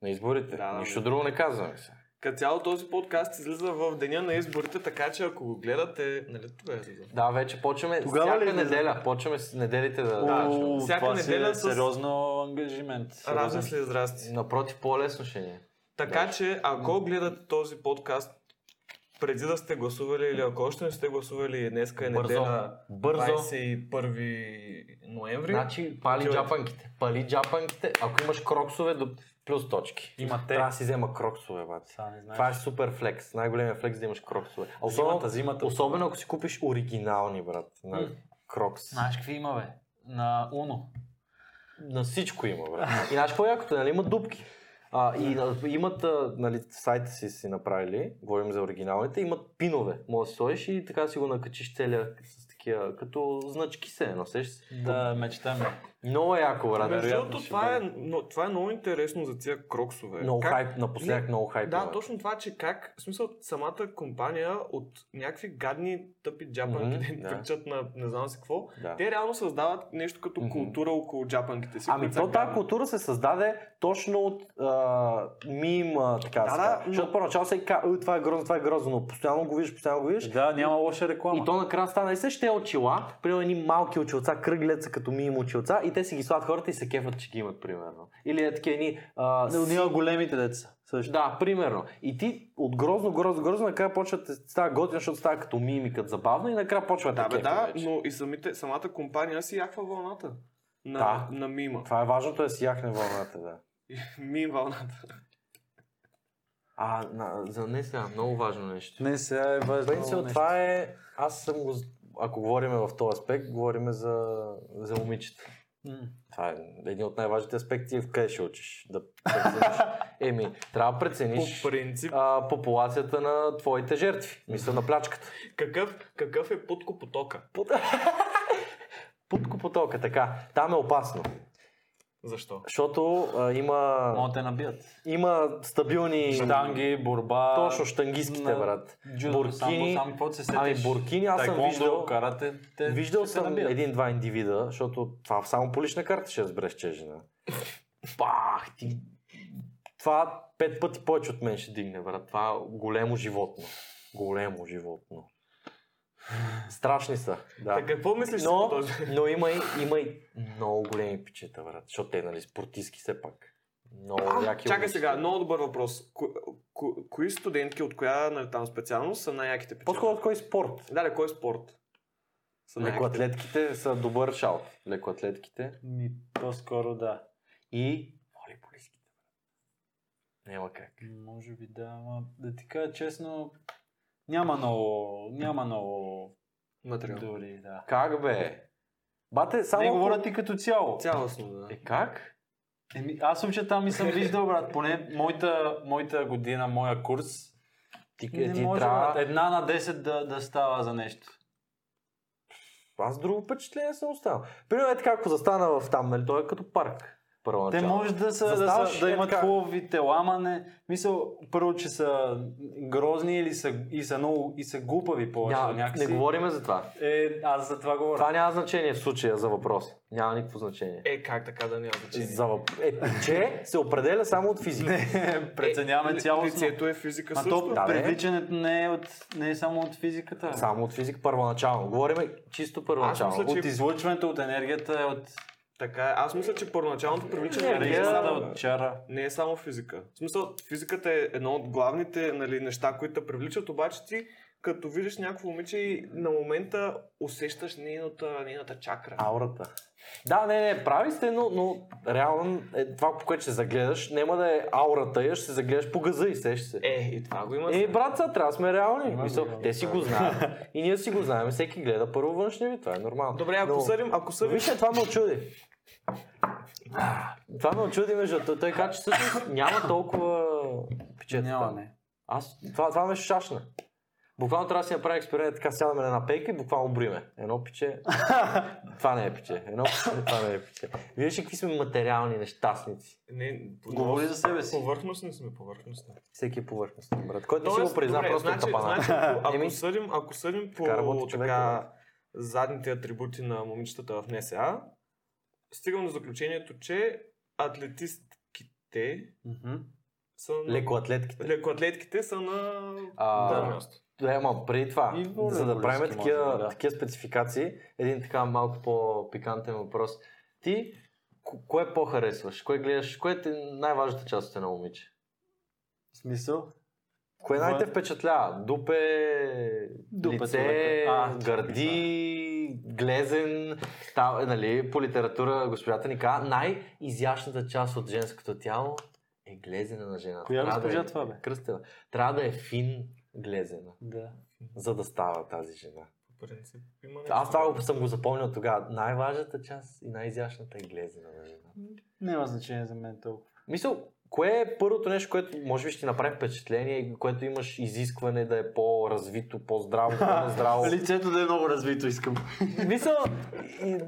[SPEAKER 2] На изборите.
[SPEAKER 1] Да, да,
[SPEAKER 2] Нищо
[SPEAKER 1] да.
[SPEAKER 2] друго не казваме се.
[SPEAKER 1] Като цяло този подкаст излиза в деня на изборите, така че ако го гледате, нали това е за
[SPEAKER 2] Да, вече почваме
[SPEAKER 3] Тогава
[SPEAKER 2] всяка
[SPEAKER 3] ли е излиза?
[SPEAKER 2] неделя. Почваме с неделите да...
[SPEAKER 1] О,
[SPEAKER 2] да,
[SPEAKER 1] О, всяка
[SPEAKER 3] това си
[SPEAKER 1] неделя
[SPEAKER 3] е
[SPEAKER 1] с-
[SPEAKER 3] сериозно ангажимент.
[SPEAKER 1] Разни
[SPEAKER 3] Сериозен.
[SPEAKER 1] след здрасти.
[SPEAKER 2] Напротив, по-лесно ще ни е.
[SPEAKER 1] Така
[SPEAKER 2] Да.
[SPEAKER 1] че, ако гледате този подкаст преди да сте гласували или ако още не сте гласували, днеска е неделя
[SPEAKER 2] Бързо.
[SPEAKER 1] 21 ноември.
[SPEAKER 2] Значи, пали
[SPEAKER 1] Отивайте.
[SPEAKER 2] джапанките. Пали джапанките. Ако имаш кроксове, до плюс точки.
[SPEAKER 3] Има те.
[SPEAKER 2] Трябва да си взема кроксове, бате.
[SPEAKER 3] Сега не знаеш.
[SPEAKER 2] Това е супер флекс. Най-големия флекс е да имаш кроксове. А
[SPEAKER 3] Зимата,
[SPEAKER 2] Особено,
[SPEAKER 3] зимата.
[SPEAKER 2] особено ако си купиш оригинални, брат, на
[SPEAKER 3] М.
[SPEAKER 2] крокс.
[SPEAKER 3] Знаеш какви има, бе? На Уно.
[SPEAKER 2] На всичко има, брат. И знаеш какво е якото, нали? Имат дупки. А, и на- имат, а, нали, в сайта си си направили, говорим за оригиналните, имат пинове. Може да си сложиш и така си го накачиш целия с такива, като значки се носеш.
[SPEAKER 3] Да, мечтаме.
[SPEAKER 2] Много е яко, брат.
[SPEAKER 1] Между
[SPEAKER 2] Вероятно
[SPEAKER 1] другото,
[SPEAKER 2] ще
[SPEAKER 1] това е,
[SPEAKER 2] бъде.
[SPEAKER 1] но, това е много интересно за тия кроксове.
[SPEAKER 2] Много
[SPEAKER 1] Как-
[SPEAKER 2] хайп, е напоследък
[SPEAKER 1] Не,
[SPEAKER 2] много хайп.
[SPEAKER 1] Да,
[SPEAKER 2] има.
[SPEAKER 1] точно това, че как, в смисъл, самата компания от някакви гадни тъпи джапанки,
[SPEAKER 2] Мгм,
[SPEAKER 1] mm-hmm,
[SPEAKER 2] да.
[SPEAKER 1] да. причат на не знам си какво,
[SPEAKER 2] Да.
[SPEAKER 1] те реално създават нещо като
[SPEAKER 2] Мгм.
[SPEAKER 1] култура около джапанките си.
[SPEAKER 2] Ами
[SPEAKER 1] които са
[SPEAKER 2] то тази
[SPEAKER 1] гадни.
[SPEAKER 2] култура се създаде точно от а, мим, а, така да,
[SPEAKER 1] Да,
[SPEAKER 2] да,
[SPEAKER 1] да,
[SPEAKER 2] но...
[SPEAKER 1] но-
[SPEAKER 2] Защото първоначално се казва, «Ой, това е грозно, това е грозно, но постоянно го виждаш, постоянно го виждаш.
[SPEAKER 3] Да, няма лоша реклама.
[SPEAKER 2] И то накрая стана и се ще е очила, примерно едни малки очилца, кръглеца като минимум очилца и те си ги слагат хората и се кефат, че ги имат, примерно. Или е такива едни... А,
[SPEAKER 4] Не,
[SPEAKER 2] си-
[SPEAKER 4] Уния големите деца. Също.
[SPEAKER 2] да, примерно. И ти от грозно, грозно, грозно, накрая почва да става готино, защото става като мими, като забавно и накрая почва
[SPEAKER 1] Да, бе,
[SPEAKER 2] кефи
[SPEAKER 1] да,
[SPEAKER 2] вече.
[SPEAKER 1] но и самите, самата компания си яхва вълната. На,
[SPEAKER 2] Да.
[SPEAKER 1] на мима.
[SPEAKER 2] Това е важното да си яхне вълната, да.
[SPEAKER 1] Мим вълната.
[SPEAKER 2] А, на, за не сега, много важно нещо.
[SPEAKER 4] Не, сега е важно.
[SPEAKER 2] Принцип,
[SPEAKER 4] нещо.
[SPEAKER 2] това е, аз съм го, ако говорим в този аспект, говорим за, за момичета.
[SPEAKER 4] М.
[SPEAKER 2] Това е един от най-важните аспекти, в къде ще учиш. Да прецениш. Еми, трябва да прецениш
[SPEAKER 1] По принцип,
[SPEAKER 2] а, популацията на твоите жертви. Мисля на плячката.
[SPEAKER 1] какъв, какъв е путко потока?
[SPEAKER 2] Пут... Путко потока, така. Там е опасно,
[SPEAKER 1] Защо?
[SPEAKER 2] защото а, има,
[SPEAKER 4] Могат да те набият.
[SPEAKER 2] има стабилни...
[SPEAKER 3] Штанги, борба,
[SPEAKER 2] Точно, штангистките,
[SPEAKER 4] на-
[SPEAKER 2] брат.
[SPEAKER 4] Джудо,
[SPEAKER 2] Буркини,
[SPEAKER 4] само, само какво се сетиш.
[SPEAKER 2] Ами буркини, аз съм
[SPEAKER 3] Тайкондо,
[SPEAKER 2] виждал...
[SPEAKER 3] карате,
[SPEAKER 1] Е,
[SPEAKER 3] те
[SPEAKER 2] Виждал
[SPEAKER 3] ще те
[SPEAKER 2] съм
[SPEAKER 3] набият.
[SPEAKER 2] един-два индивида, защото това само по лична карта ще разбереш, че е жена. Бах, ти... Това пет пъти повече от мен ще дигне, брат. Това големо животно. Големо животно. Страшни са, да.
[SPEAKER 1] Така, какво мислиш
[SPEAKER 2] Но-
[SPEAKER 1] за този?
[SPEAKER 2] Но има и, има и много големи пичета, брат. Защото те, нали, спортистки все пак. Много
[SPEAKER 1] А,
[SPEAKER 2] яки
[SPEAKER 1] чакай
[SPEAKER 2] момичета.
[SPEAKER 1] сега, много добър въпрос. Ко, ко, кои студентки от коя нали, там специалност са най-яките печатки?
[SPEAKER 2] По-скоро от кой спорт?
[SPEAKER 1] Да, да, кой е спорт? Са най-яките?
[SPEAKER 2] Лекоатлетките са добър шаут. Лекоатлетките.
[SPEAKER 3] Ми, по-скоро да.
[SPEAKER 2] и волейболистките. Няма как.
[SPEAKER 3] Може би да, ама да ти кажа честно, няма много, няма много
[SPEAKER 1] Материал.
[SPEAKER 3] дори, да.
[SPEAKER 2] Как бе? Бате, само...
[SPEAKER 3] Не
[SPEAKER 2] ако-
[SPEAKER 3] говоря ти като цяло.
[SPEAKER 1] Цялостно, да.
[SPEAKER 2] Е, как?
[SPEAKER 3] Еми, аз съм, че там и съм виждал, брат, поне моята, моята година, моя курс.
[SPEAKER 2] Ти,
[SPEAKER 3] Не
[SPEAKER 2] ти
[SPEAKER 3] може, брат,
[SPEAKER 2] трябва... Е,
[SPEAKER 3] една на 10 да, да става за нещо.
[SPEAKER 2] Аз друго впечатление съм оставил. Примерно е така, ако застана в там, нали, той е като парк. Първо
[SPEAKER 3] Те може да, са, да,
[SPEAKER 2] Заставаш
[SPEAKER 3] са, да
[SPEAKER 2] е
[SPEAKER 3] имат
[SPEAKER 2] така.
[SPEAKER 3] хубави тела, ама не. Мисъл, първо, че са грозни или са, и са много, и са глупави повече
[SPEAKER 2] Няма,
[SPEAKER 3] някакси.
[SPEAKER 2] не говориме за това.
[SPEAKER 3] Е, аз за това говоря.
[SPEAKER 2] Това няма значение в случая за въпрос. Няма никакво значение.
[SPEAKER 1] Е, как така да няма значение?
[SPEAKER 2] За въп... е, че се определя само от физика.
[SPEAKER 3] Не, преценяваме
[SPEAKER 1] ли-
[SPEAKER 3] цялостно.
[SPEAKER 1] Лицето е физика
[SPEAKER 3] Ма
[SPEAKER 1] също.
[SPEAKER 3] то
[SPEAKER 2] Да, бе.
[SPEAKER 3] привличането не е, от, не е само от физиката.
[SPEAKER 2] Само от физика първоначално. Говориме чисто първоначално.
[SPEAKER 1] мисля, че
[SPEAKER 3] От излъчването, от енергията, е от
[SPEAKER 1] Така, е. аз мисля, че първоначалното привличане не, е
[SPEAKER 2] Енергия-
[SPEAKER 3] енергията,
[SPEAKER 1] само-
[SPEAKER 3] от чара.
[SPEAKER 1] не е само физика. В смисъл, физиката е едно от главните нали, неща, които те привличат, обаче ти като видиш някакво момиче и на момента усещаш нейната, нейната чакра.
[SPEAKER 2] Аурата. Да, не, не, прави сте, но, но реално е, това, по което ще се загледаш, няма да е аурата, я ще се загледаш по газа и сещаш се.
[SPEAKER 1] Е, и това го има.
[SPEAKER 2] Е, брат, сега трябва да сме реални.
[SPEAKER 3] Има
[SPEAKER 2] Мисъл,
[SPEAKER 3] го,
[SPEAKER 2] те си го знаят. И ние си го знаем. Всеки гледа първо външния вид. Това е нормално.
[SPEAKER 1] Добре, ако
[SPEAKER 2] Но-
[SPEAKER 1] съдим, ако
[SPEAKER 2] но
[SPEAKER 1] съдим,
[SPEAKER 2] Вижте, това ме очуди. Това ме очуди, между другото. Той каза, че всъщност няма толкова печет.
[SPEAKER 3] Няма, не.
[SPEAKER 2] Аз, това, това ме шашна. Буквално трябва да си направя експеримент, така сядаме на една пейка и буквално бриме. Едно пиче, това не е пиче. Едно пиче, това не е пиче. Виждаш ли какви сме материални нещастници.
[SPEAKER 1] Не,
[SPEAKER 3] Говори за себе си.
[SPEAKER 1] Повърхностни сме, повърхностни.
[SPEAKER 2] Всеки е повърхностен, брат. Който не си го призна, просто е
[SPEAKER 1] значи,
[SPEAKER 2] капана.
[SPEAKER 1] значи, ако, ако,
[SPEAKER 2] Еми.
[SPEAKER 1] съдим, ако съдим по
[SPEAKER 2] Така работи човек,
[SPEAKER 1] така,
[SPEAKER 2] брат.
[SPEAKER 1] задните атрибути на момичетата в НСА, стигам до заключението, че атлетистките
[SPEAKER 3] Мгм.
[SPEAKER 1] са на...
[SPEAKER 2] Лекоатлетките.
[SPEAKER 1] Лекоатлетките са на
[SPEAKER 2] А,
[SPEAKER 1] първо място.
[SPEAKER 2] Да, ама преди това,
[SPEAKER 3] И волейболистки
[SPEAKER 2] за да правим
[SPEAKER 3] може
[SPEAKER 2] такива,
[SPEAKER 3] би, да.
[SPEAKER 2] такива спецификации, един така малко по-пикантен въпрос. Ти ко- кое по-харесваш? Кое гледаш? Кое е най-важната част от едно момиче?
[SPEAKER 3] В смисъл?
[SPEAKER 2] Кое
[SPEAKER 3] Това е-
[SPEAKER 2] най-те впечатлява? Дупе,
[SPEAKER 3] Дупе,
[SPEAKER 2] лице,
[SPEAKER 3] човека. А,
[SPEAKER 2] гърди, глезен, та, е, нали, по литература госпожата ни казва, най-изящната част от женското тяло е глезена на жената.
[SPEAKER 3] Коя
[SPEAKER 2] Трябва да
[SPEAKER 3] госпожа
[SPEAKER 2] е-
[SPEAKER 3] това бе?
[SPEAKER 2] Кръстева. Трябва да е фин глезена,
[SPEAKER 3] Да.
[SPEAKER 2] за да става тази жена.
[SPEAKER 1] По принцип, има
[SPEAKER 2] Аз това го съм го запомнил тогава. Най-важната част и най-изящната е глезена на жена.
[SPEAKER 3] Няма значение за мен толкова.
[SPEAKER 2] Мисъл, кое е първото нещо, което може би ще ти направи впечатление и което имаш изискване да е по-развито, по-здраво, по-нездраво?
[SPEAKER 3] Лицето да е много развито, искам.
[SPEAKER 2] Мисъл, и-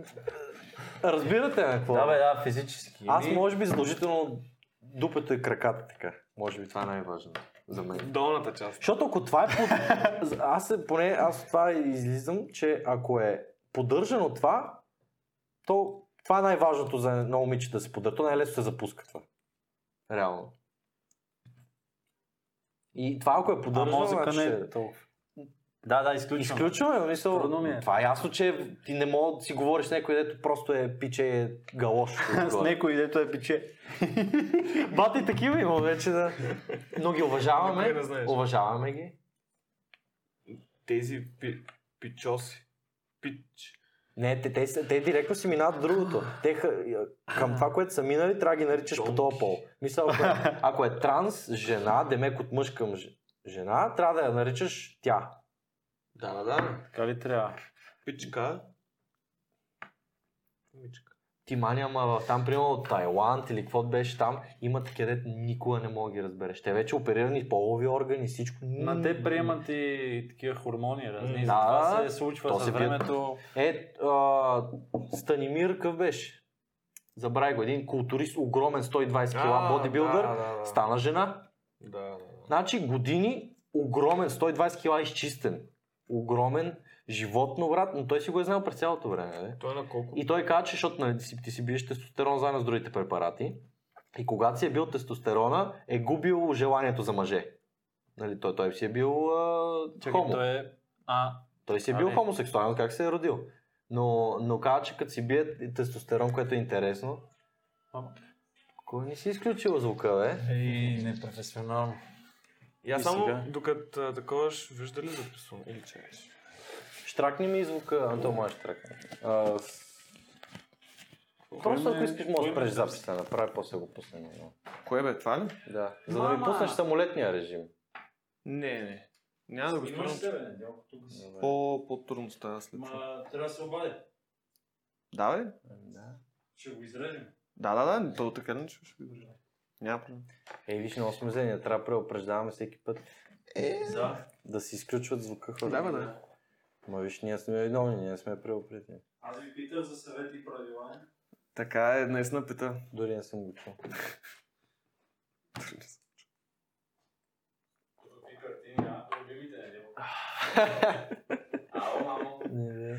[SPEAKER 2] разбирате ме какво?
[SPEAKER 3] Да, бе, да, физически. Ами,
[SPEAKER 2] Аз може би задължително дупето и краката така. Може би това е най-важно за мен.
[SPEAKER 1] Долната част.
[SPEAKER 2] Защото ако това е... Под... аз е- поне аз от това излизам, че ако е поддържано това, то това е най-важното за едно момиче да се поддържа. То най-лесно се запуска това. Реално. И това ако е
[SPEAKER 3] А
[SPEAKER 2] поддържано,
[SPEAKER 3] мозъка
[SPEAKER 2] значи...
[SPEAKER 4] е
[SPEAKER 3] не
[SPEAKER 2] ще-
[SPEAKER 3] е толкова. Да, да, изключвам.
[SPEAKER 2] Изключваме, в мисъл,
[SPEAKER 3] Трудно ми е.
[SPEAKER 2] това е ясно, че ти не мога да си говориш с някой, дето просто е пиче е галош.
[SPEAKER 4] С някой, дето е пиче. Бати такива има вече да...
[SPEAKER 2] Но ги
[SPEAKER 1] Никой
[SPEAKER 2] уважаваме,
[SPEAKER 1] не знаеш.
[SPEAKER 2] уважаваме ги.
[SPEAKER 1] Тези пи, пичоси. Пич.
[SPEAKER 2] Не, те, те, те, те директно си минават другото. Те ха- към това, което са минали, трябва да ги наричаш по този пол. Мисля, ако е, ако е транс жена, демек от мъж към ж- жена, трябва да я наричаш тя.
[SPEAKER 1] Да, да, да.
[SPEAKER 3] Така ли трябва?
[SPEAKER 1] Пичка. Мичка.
[SPEAKER 2] Ти мани, ама в- там, примерно, от Тайланд или какво беше там, има такива, дето никога не мога да ги разбереш. Те вече оперирани полови органи, всичко.
[SPEAKER 3] Ма те приемат и такива хормони разни.
[SPEAKER 1] Да,
[SPEAKER 3] Да, това
[SPEAKER 2] то
[SPEAKER 3] се случва
[SPEAKER 2] се
[SPEAKER 3] с
[SPEAKER 2] бие.
[SPEAKER 3] времето.
[SPEAKER 2] Е, а, Станимир какъв беше? Забравя го, един културист, огромен 120 кг бодибилдър,
[SPEAKER 1] Да, да, да.
[SPEAKER 2] стана жена.
[SPEAKER 1] Да, да, да.
[SPEAKER 2] Значи години, огромен, 120 кг изчистен. Огромен, животно, брат, но той си го е знал през цялото време. Не?
[SPEAKER 1] Той на колко?
[SPEAKER 2] И той каза, че защото нали, ти, си, ти си биеш тестостерон заедно с другите препарати. И когато си е бил тестостерона, е губил желанието за мъже. Нали, той, той си е бил а,
[SPEAKER 3] Чакай,
[SPEAKER 2] хомо. Той...
[SPEAKER 3] той е... А,
[SPEAKER 2] си е
[SPEAKER 3] А,
[SPEAKER 2] бил
[SPEAKER 3] не.
[SPEAKER 2] хомосексуален, как се е родил. Но, но каза, че като си бие тестостерон, което е интересно,
[SPEAKER 3] Ама.
[SPEAKER 2] кой не си изключила звука, бе?
[SPEAKER 4] Ей, непрофесионално.
[SPEAKER 1] И аз
[SPEAKER 3] и
[SPEAKER 1] само
[SPEAKER 3] сега?
[SPEAKER 1] докато а, такова ще вижда ли записвам или чакаш?
[SPEAKER 2] Штракни ми звука, Антон, може штракне. А, Просто
[SPEAKER 3] Кой
[SPEAKER 2] ако
[SPEAKER 3] ме-
[SPEAKER 2] искаш, може
[SPEAKER 3] кой
[SPEAKER 2] да
[SPEAKER 3] ме-
[SPEAKER 2] спреш записа, направи, после го пуснем. но-
[SPEAKER 1] Кое бе, това ли?
[SPEAKER 2] Да. За да ми
[SPEAKER 3] Мама!
[SPEAKER 2] пуснеш самолетния режим.
[SPEAKER 1] Не, не. Няма да го
[SPEAKER 3] Снимаш
[SPEAKER 1] спирам.
[SPEAKER 3] се, бе, Недялко, тук си.
[SPEAKER 1] По, по-трудно става след това.
[SPEAKER 3] Ма, трябва да се обадя.
[SPEAKER 1] Да, бе?
[SPEAKER 3] Ще го изрежем.
[SPEAKER 1] Да, да, да. То така не чуш. Няма проблем.
[SPEAKER 2] Ей, виж, много сме зелени, трябва да преупреждаваме всеки път Е.
[SPEAKER 3] За.
[SPEAKER 2] да си изключват звука
[SPEAKER 1] Да,
[SPEAKER 2] хората.
[SPEAKER 1] бе, да.
[SPEAKER 2] Ма виж, ние сме виновни, ние сме преупредени.
[SPEAKER 3] Аз ви питах за съвети и правила.
[SPEAKER 1] Така е, днес напита.
[SPEAKER 2] Дори не съм го чул.
[SPEAKER 3] Какви картини, а? Любимите Недялко. Ало, мамо.
[SPEAKER 2] Не, не.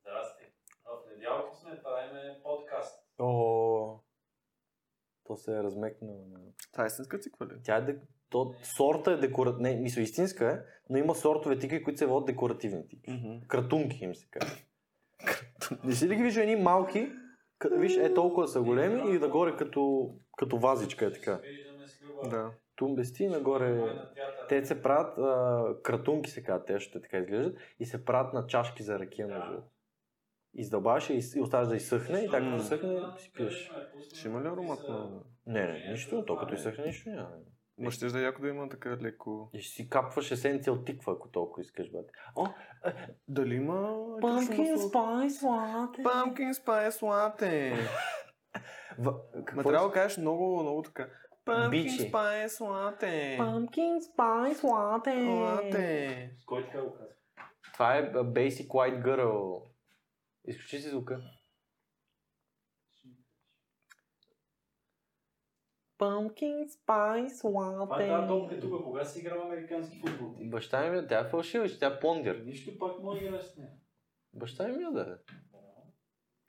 [SPEAKER 3] Здрасти. В Недялко сме, правиме подкаст.
[SPEAKER 2] О, то се е размекнало.
[SPEAKER 1] Това е истинска циква ли?
[SPEAKER 2] Тя е дек... То, сорта е декоративна. Не, мисля, истинска е, но има сортове тикви, които се водят декоративни тикви. Кратунки им се казва. Не си ли ги виждал едни малки, като виж е толкова са големи и нагоре като, като вазичка е така.
[SPEAKER 3] Виждаме с Люба.
[SPEAKER 1] Да.
[SPEAKER 2] Тумбести и нагоре.
[SPEAKER 3] Ходим на театър.
[SPEAKER 2] Те се правят, а, кратунки се казват, те защото така изглеждат, и се правят на чашки за ракия на жълт. Издълбаваш я и, и оставяш да изсъхне и така като
[SPEAKER 1] М.
[SPEAKER 2] изсъхне си
[SPEAKER 3] Къде
[SPEAKER 2] пиеш.
[SPEAKER 3] ще ме пуснат?
[SPEAKER 1] Ще има ли аромат
[SPEAKER 3] Какви са-
[SPEAKER 1] на...
[SPEAKER 2] Не, не, нищо, то като изсъхне нищо няма.
[SPEAKER 1] Ма ще да е яко да има така леко...
[SPEAKER 2] И ще си капваш есенция от тиква, ако толкова искаш, бате.
[SPEAKER 1] Дали има...
[SPEAKER 2] spice latte.
[SPEAKER 1] Pumpkin Spice Latte. Ма трябва да кажеш много, много така. Pumpkin
[SPEAKER 2] Бичи.
[SPEAKER 1] Spice Latte.
[SPEAKER 2] Pumpkin spice latte.
[SPEAKER 1] Latte.
[SPEAKER 3] Кой така го казва?
[SPEAKER 2] Това е а, Basic White Girl. Изключи си звука. Pumpkin spice
[SPEAKER 3] Това е тази
[SPEAKER 2] latte.
[SPEAKER 3] топка тук, кога си играл американски футбол? Ти?
[SPEAKER 2] Баща ми, тя е фалшива, че тя е пондир.
[SPEAKER 3] Нищо пак мога играш с нея.
[SPEAKER 2] Баща ми да е.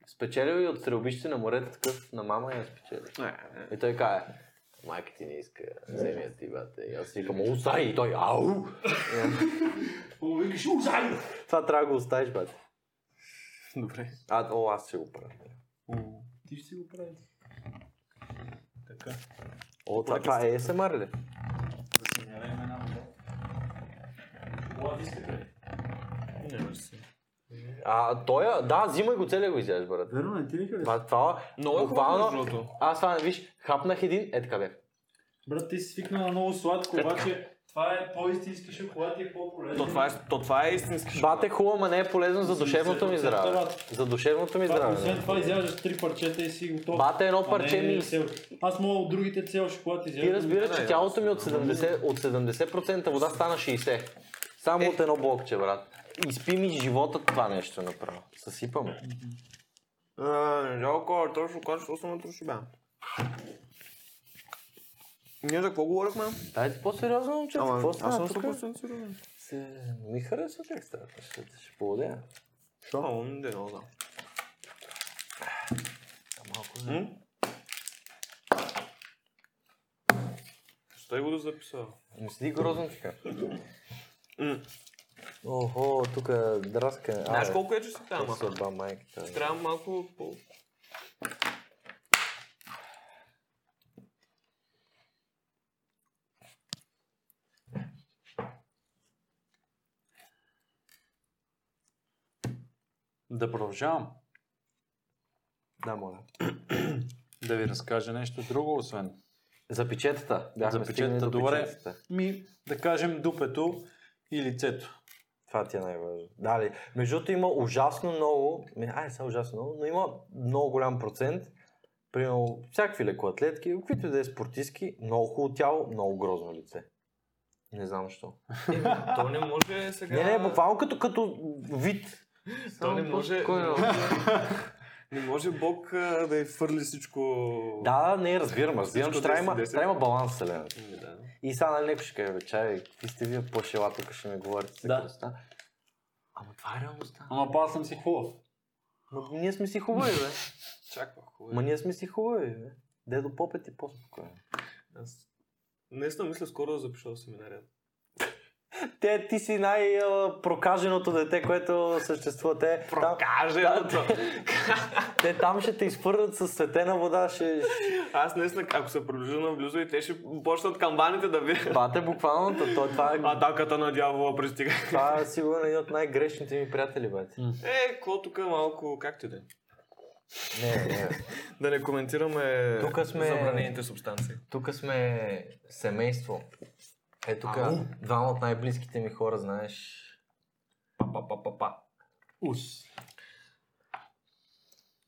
[SPEAKER 2] Спечелил и от стрелбище на морето такъв на мама я спечелил. И той кае, майка ти не иска, вземи я ти, бате. И аз си викам, усай! И той, ау!
[SPEAKER 3] О, викаш, узай!
[SPEAKER 2] Това трябва да го оставиш, бате.
[SPEAKER 1] Добре.
[SPEAKER 2] А, о, аз ще го правя.
[SPEAKER 3] Ти ще си го правиш. Така.
[SPEAKER 2] О, това, това е ASMR ли?
[SPEAKER 3] Да си не време една вода. Вода искате ли?
[SPEAKER 1] Не, мерси.
[SPEAKER 2] А, той, е, да, взимай го целия го изядеш, брат.
[SPEAKER 3] Верно, не ти ли хареса?
[SPEAKER 2] Това, това,
[SPEAKER 1] Много е хубаво, между
[SPEAKER 2] буквално,
[SPEAKER 1] другото.
[SPEAKER 2] аз това, виж, хапнах един, е така бях.
[SPEAKER 3] Брат, ти си свикнал на много сладко, обаче това е по-истински шоколад и е по-полезно.
[SPEAKER 1] То това е, то това е истински шоколад.
[SPEAKER 2] Бате хубаво, ма не е полезно за душевното ми здраве. За душевното ми
[SPEAKER 3] Това,
[SPEAKER 2] здраве.
[SPEAKER 3] освен
[SPEAKER 2] не.
[SPEAKER 3] това изяждаш три парчета и си готов.
[SPEAKER 2] Бате едно
[SPEAKER 3] А
[SPEAKER 2] парче
[SPEAKER 3] не
[SPEAKER 2] ми
[SPEAKER 3] цел. Аз мога от другите цел шоколад изяждам.
[SPEAKER 2] Ти разбираш,
[SPEAKER 1] Да,
[SPEAKER 3] е
[SPEAKER 2] че
[SPEAKER 1] да,
[SPEAKER 2] тялото ми от 70%, от 70% вода стана 60%. Само
[SPEAKER 3] Е.
[SPEAKER 2] от едно блокче, брат. Изпи ми живота това нещо направо. Съсипаме.
[SPEAKER 1] А, не жалко, точно кажа, защото съм натруши бе. Ние за какво говорихме?
[SPEAKER 2] Дайте по-сериозно, момчета. Какво
[SPEAKER 1] аз
[SPEAKER 2] стана
[SPEAKER 1] съм
[SPEAKER 2] тук?
[SPEAKER 1] супер сенсиран.
[SPEAKER 2] Се... Не ми харесва как става. Ще, ще поводя.
[SPEAKER 1] Що? А, он не знам.
[SPEAKER 2] Малко
[SPEAKER 1] М? Стой го да записа.
[SPEAKER 2] Не седи грозно така. Охо, тук драска.
[SPEAKER 1] Знаеш колко е, че си там?
[SPEAKER 2] е ба майката. бе.
[SPEAKER 1] Трябва малко по...
[SPEAKER 3] Да продължавам.
[SPEAKER 2] Да, моля.
[SPEAKER 3] Да ви разкажа нещо друго, освен.
[SPEAKER 2] За печетата. Бяхме
[SPEAKER 3] За
[SPEAKER 2] стигнали
[SPEAKER 3] печетата,
[SPEAKER 2] до
[SPEAKER 3] добре.
[SPEAKER 2] печетата.
[SPEAKER 3] Ми, да кажем, дупето и лицето.
[SPEAKER 2] Това ти е най-важно. Дали. Между другото има ужасно много, ми, ай, сега ужасно много, но има много голям процент, примерно всякакви лекоатлетки, каквито и да е спортистки, много хубаво тяло, много грозно лице. Не знам защо.
[SPEAKER 1] Еми, то не може сега...
[SPEAKER 2] Не, не, буквално като, като вид.
[SPEAKER 1] То не
[SPEAKER 2] Само
[SPEAKER 1] може...
[SPEAKER 2] по-
[SPEAKER 1] не може- Не може Бог а, да изхвърли всичко...
[SPEAKER 2] Да, да, не, разбирам, разбирам, че
[SPEAKER 1] Всичко
[SPEAKER 2] трябва има-
[SPEAKER 1] 10.
[SPEAKER 2] трябва има баланс в вселената.
[SPEAKER 1] М, Ами да.
[SPEAKER 2] И сега нали някой ще каже, бе, чай, бе, какви сте вие пошела, тук ще ми говорите за
[SPEAKER 3] Да.
[SPEAKER 2] красота. Ама това е реалността.
[SPEAKER 3] Ама па аз съм си хубав.
[SPEAKER 2] Ма ние сме си хубави, бе.
[SPEAKER 1] Чаква, хубаво. е.
[SPEAKER 2] Ма ние сме си хубави, бе. Дедо Попет е по-спокоен.
[SPEAKER 1] Аз наистина мисля скоро да запиша в семинария.
[SPEAKER 2] Те, ти си най-прокаженото дете, което съществува. Те, там,
[SPEAKER 1] Прокаже да,
[SPEAKER 2] те там ще те изпърнат с светена вода. Ще...
[SPEAKER 1] Аз наистина, ако се приближа на близо и те ще почнат камбаните да видят.
[SPEAKER 2] Бате, буквално, то, то, това, е,
[SPEAKER 1] Атаката на дявола пристига.
[SPEAKER 2] това е сигурно един от най-грешните ми приятели, бате.
[SPEAKER 1] Е, ко тук малко, как ти да е?
[SPEAKER 2] Не, не.
[SPEAKER 1] Да не коментираме
[SPEAKER 2] Тука сме-
[SPEAKER 1] забранените субстанции.
[SPEAKER 2] Тук сме семейство. Е, тук
[SPEAKER 1] Ау.
[SPEAKER 2] двама от най-близките ми хора, знаеш.
[SPEAKER 1] Па-па-па-па-па.
[SPEAKER 3] Ус.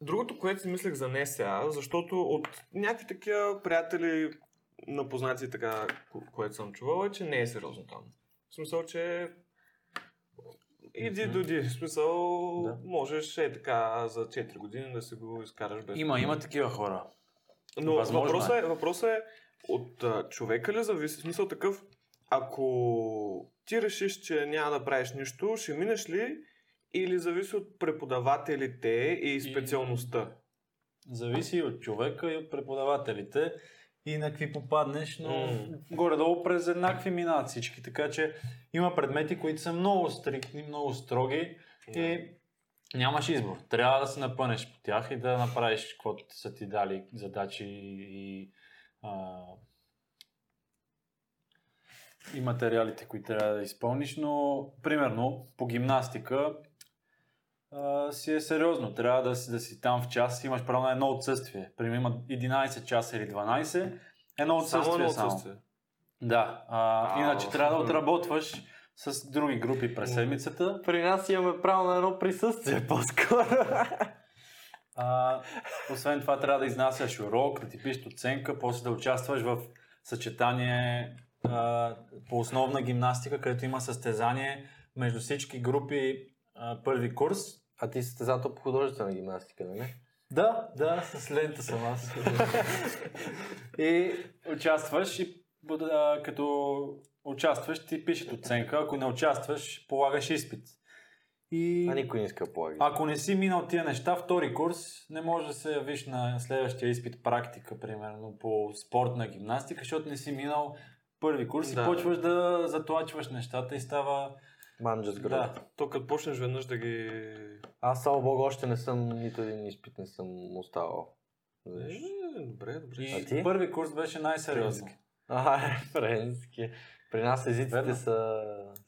[SPEAKER 1] Другото, което си мислех за не сега, защото от някакви такива приятели, напознати и така, ко- което съм чувал, е, че не е сериозно там. В смисъл, че иди
[SPEAKER 2] Мгм.
[SPEAKER 1] доди. В смисъл,
[SPEAKER 3] Да.
[SPEAKER 1] можеш е така за 4 години да си го изкараш без
[SPEAKER 3] Има, има такива хора.
[SPEAKER 1] но
[SPEAKER 3] Възможно
[SPEAKER 1] въпросът е, въпросът е от а, човека ли зависи? В Смисъл такъв, ако ти решиш, че няма да правиш нищо, ще минеш ли или зависи от преподавателите и специалността?
[SPEAKER 3] Зависи и от човека и от преподавателите и на какви попаднеш, но
[SPEAKER 1] М.
[SPEAKER 3] горе-долу през еднакви минават всички. Така че има предмети, които са много стриктни, много строги и нямаш избор. Трябва да се напънеш по тях и да направиш каквото са ти дали задачи и, а, и материалите, които трябва да изпълниш, но примерно по гимнастика а, си е сериозно. Трябва да си, да си там в час, имаш право на едно отсъствие. Примерно има 11 часа или 12, едно отсъствие
[SPEAKER 1] Само
[SPEAKER 3] само.
[SPEAKER 1] едно отсъствие.
[SPEAKER 3] Да, а,
[SPEAKER 1] Ау.
[SPEAKER 3] иначе трябва да отработваш с други групи през седмицата.
[SPEAKER 2] При нас имаме право на едно присъствие по-скоро.
[SPEAKER 3] А, освен това трябва да изнасяш урок, да ти пишеш оценка, после да участваш в съчетание а, по основна гимнастика, където има състезание между всички групи а, първи курс.
[SPEAKER 2] а ти си състезател по художествена гимнастика, нали?
[SPEAKER 3] Да, да, с лента съм аз. и участваш и а, като участваш ти пишат оценка, ако не участваш полагаш изпит. И
[SPEAKER 2] А никой не иска да полага.
[SPEAKER 3] ако не си минал тия неща, втори курс, не можеш да се явиш на следващия изпит практика, примерно по спортна гимнастика, защото не си минал първи курс
[SPEAKER 1] Да.
[SPEAKER 3] и почваш да затлачваш нещата и става...
[SPEAKER 2] Манджа с гръб.
[SPEAKER 3] Да.
[SPEAKER 1] То като почнеш веднъж да ги...
[SPEAKER 2] Аз, слава богу, още не съм нито един изпит, не съм оставал. Знаеш?
[SPEAKER 1] Е, добре, добре.
[SPEAKER 3] И
[SPEAKER 2] А ти?
[SPEAKER 3] първи курс беше най-сериозно.
[SPEAKER 2] А, е, френски. При нас езиците
[SPEAKER 3] Верно.
[SPEAKER 2] са...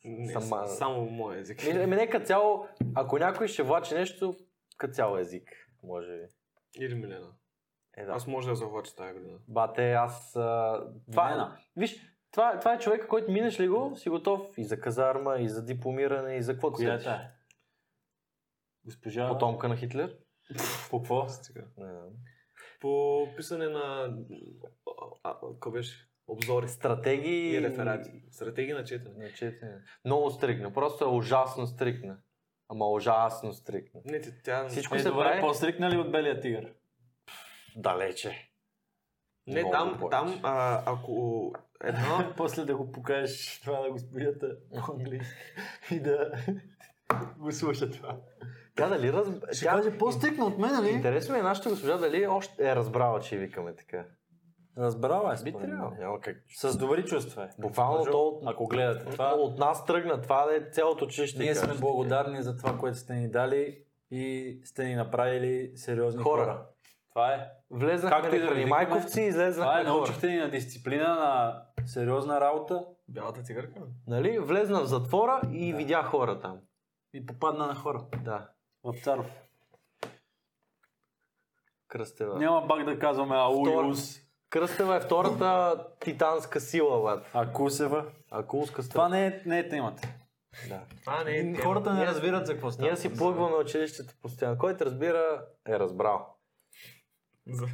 [SPEAKER 1] Не,
[SPEAKER 2] са
[SPEAKER 1] Сама...
[SPEAKER 2] мал-
[SPEAKER 1] само моят език.
[SPEAKER 2] Ми, ми, нека цяло, ако някой ще влачи нещо, като цял език, може би.
[SPEAKER 1] Или Милена.
[SPEAKER 2] Е, да.
[SPEAKER 1] Аз може да я завлача тази година.
[SPEAKER 2] Бате, аз... А... Това, е
[SPEAKER 3] Милена.
[SPEAKER 2] Виж, това, това е човека, който минеш ли го, си готов и за казарма, и за дипломиране, и за каквото
[SPEAKER 3] Коя е
[SPEAKER 2] сетиш.
[SPEAKER 3] тая? Госпожа...
[SPEAKER 2] Потомка на Хитлер?
[SPEAKER 3] По какво?
[SPEAKER 1] Стига.
[SPEAKER 2] Не, знам.
[SPEAKER 1] По писане на... А, какво беше? Обзори.
[SPEAKER 2] Стратегии...
[SPEAKER 1] И реферати. Стратегии на четене.
[SPEAKER 2] Не, четене. Много стрикна. Просто е ужасно стрикна. Ама ужасно стрикна.
[SPEAKER 1] Не, ти- тя...
[SPEAKER 2] Всичко
[SPEAKER 3] Е,
[SPEAKER 2] се
[SPEAKER 3] добре,
[SPEAKER 2] прави
[SPEAKER 3] по-стрикна ли от белия тигър?
[SPEAKER 2] далече.
[SPEAKER 1] Не,
[SPEAKER 2] Много
[SPEAKER 1] там,
[SPEAKER 2] повече.
[SPEAKER 1] там а, ако едно...
[SPEAKER 3] После да го покажеш това на господията на английски и да го слуша това.
[SPEAKER 2] Тя дали раз... Тя...
[SPEAKER 3] по-стрикна от мен,
[SPEAKER 2] нали? Интересно ми е нашата госпожа дали още е разбрала, че викаме така.
[SPEAKER 3] Разбрала е
[SPEAKER 2] Би
[SPEAKER 3] според
[SPEAKER 2] трябвало.
[SPEAKER 3] мен.
[SPEAKER 2] Няма как.
[SPEAKER 3] С добри чувства е.
[SPEAKER 2] Буквално
[SPEAKER 3] Мъжо,
[SPEAKER 2] то-
[SPEAKER 3] Ако гледате това,
[SPEAKER 2] От нас тръгна. Това е цялото училище.
[SPEAKER 3] ние сме
[SPEAKER 2] кажеш.
[SPEAKER 3] благодарни за това, което сте ни дали и сте ни направили сериозни
[SPEAKER 2] Хора.
[SPEAKER 3] хора. Това е.
[SPEAKER 2] Влезнахме
[SPEAKER 3] Както и да
[SPEAKER 2] на храни
[SPEAKER 3] викаме,
[SPEAKER 2] майковци и
[SPEAKER 3] Това е.
[SPEAKER 2] излезнахме хора.
[SPEAKER 3] Научихте ни на дисциплина, на сериозна работа
[SPEAKER 1] Бялата цигарка? ли?
[SPEAKER 2] Нали? Влезна в затвора и
[SPEAKER 3] Да.
[SPEAKER 2] видя хора там.
[SPEAKER 3] и попадна на хора.
[SPEAKER 2] Да.
[SPEAKER 3] В Царов.
[SPEAKER 2] Кръстева.
[SPEAKER 3] Няма пак да казваме
[SPEAKER 2] Втора.
[SPEAKER 3] ауюс,
[SPEAKER 2] Кръстева е втората титанска сила, брат.
[SPEAKER 3] акусева.
[SPEAKER 2] Акулска
[SPEAKER 3] Това
[SPEAKER 2] страна.
[SPEAKER 3] не е, не е темата.
[SPEAKER 2] Да.
[SPEAKER 1] Това не е тема.
[SPEAKER 3] Хората не
[SPEAKER 2] Ние-
[SPEAKER 3] разбират за какво става.
[SPEAKER 2] Ние си плъгваме училището постоянно. Който разбира, е разбрал.
[SPEAKER 1] За-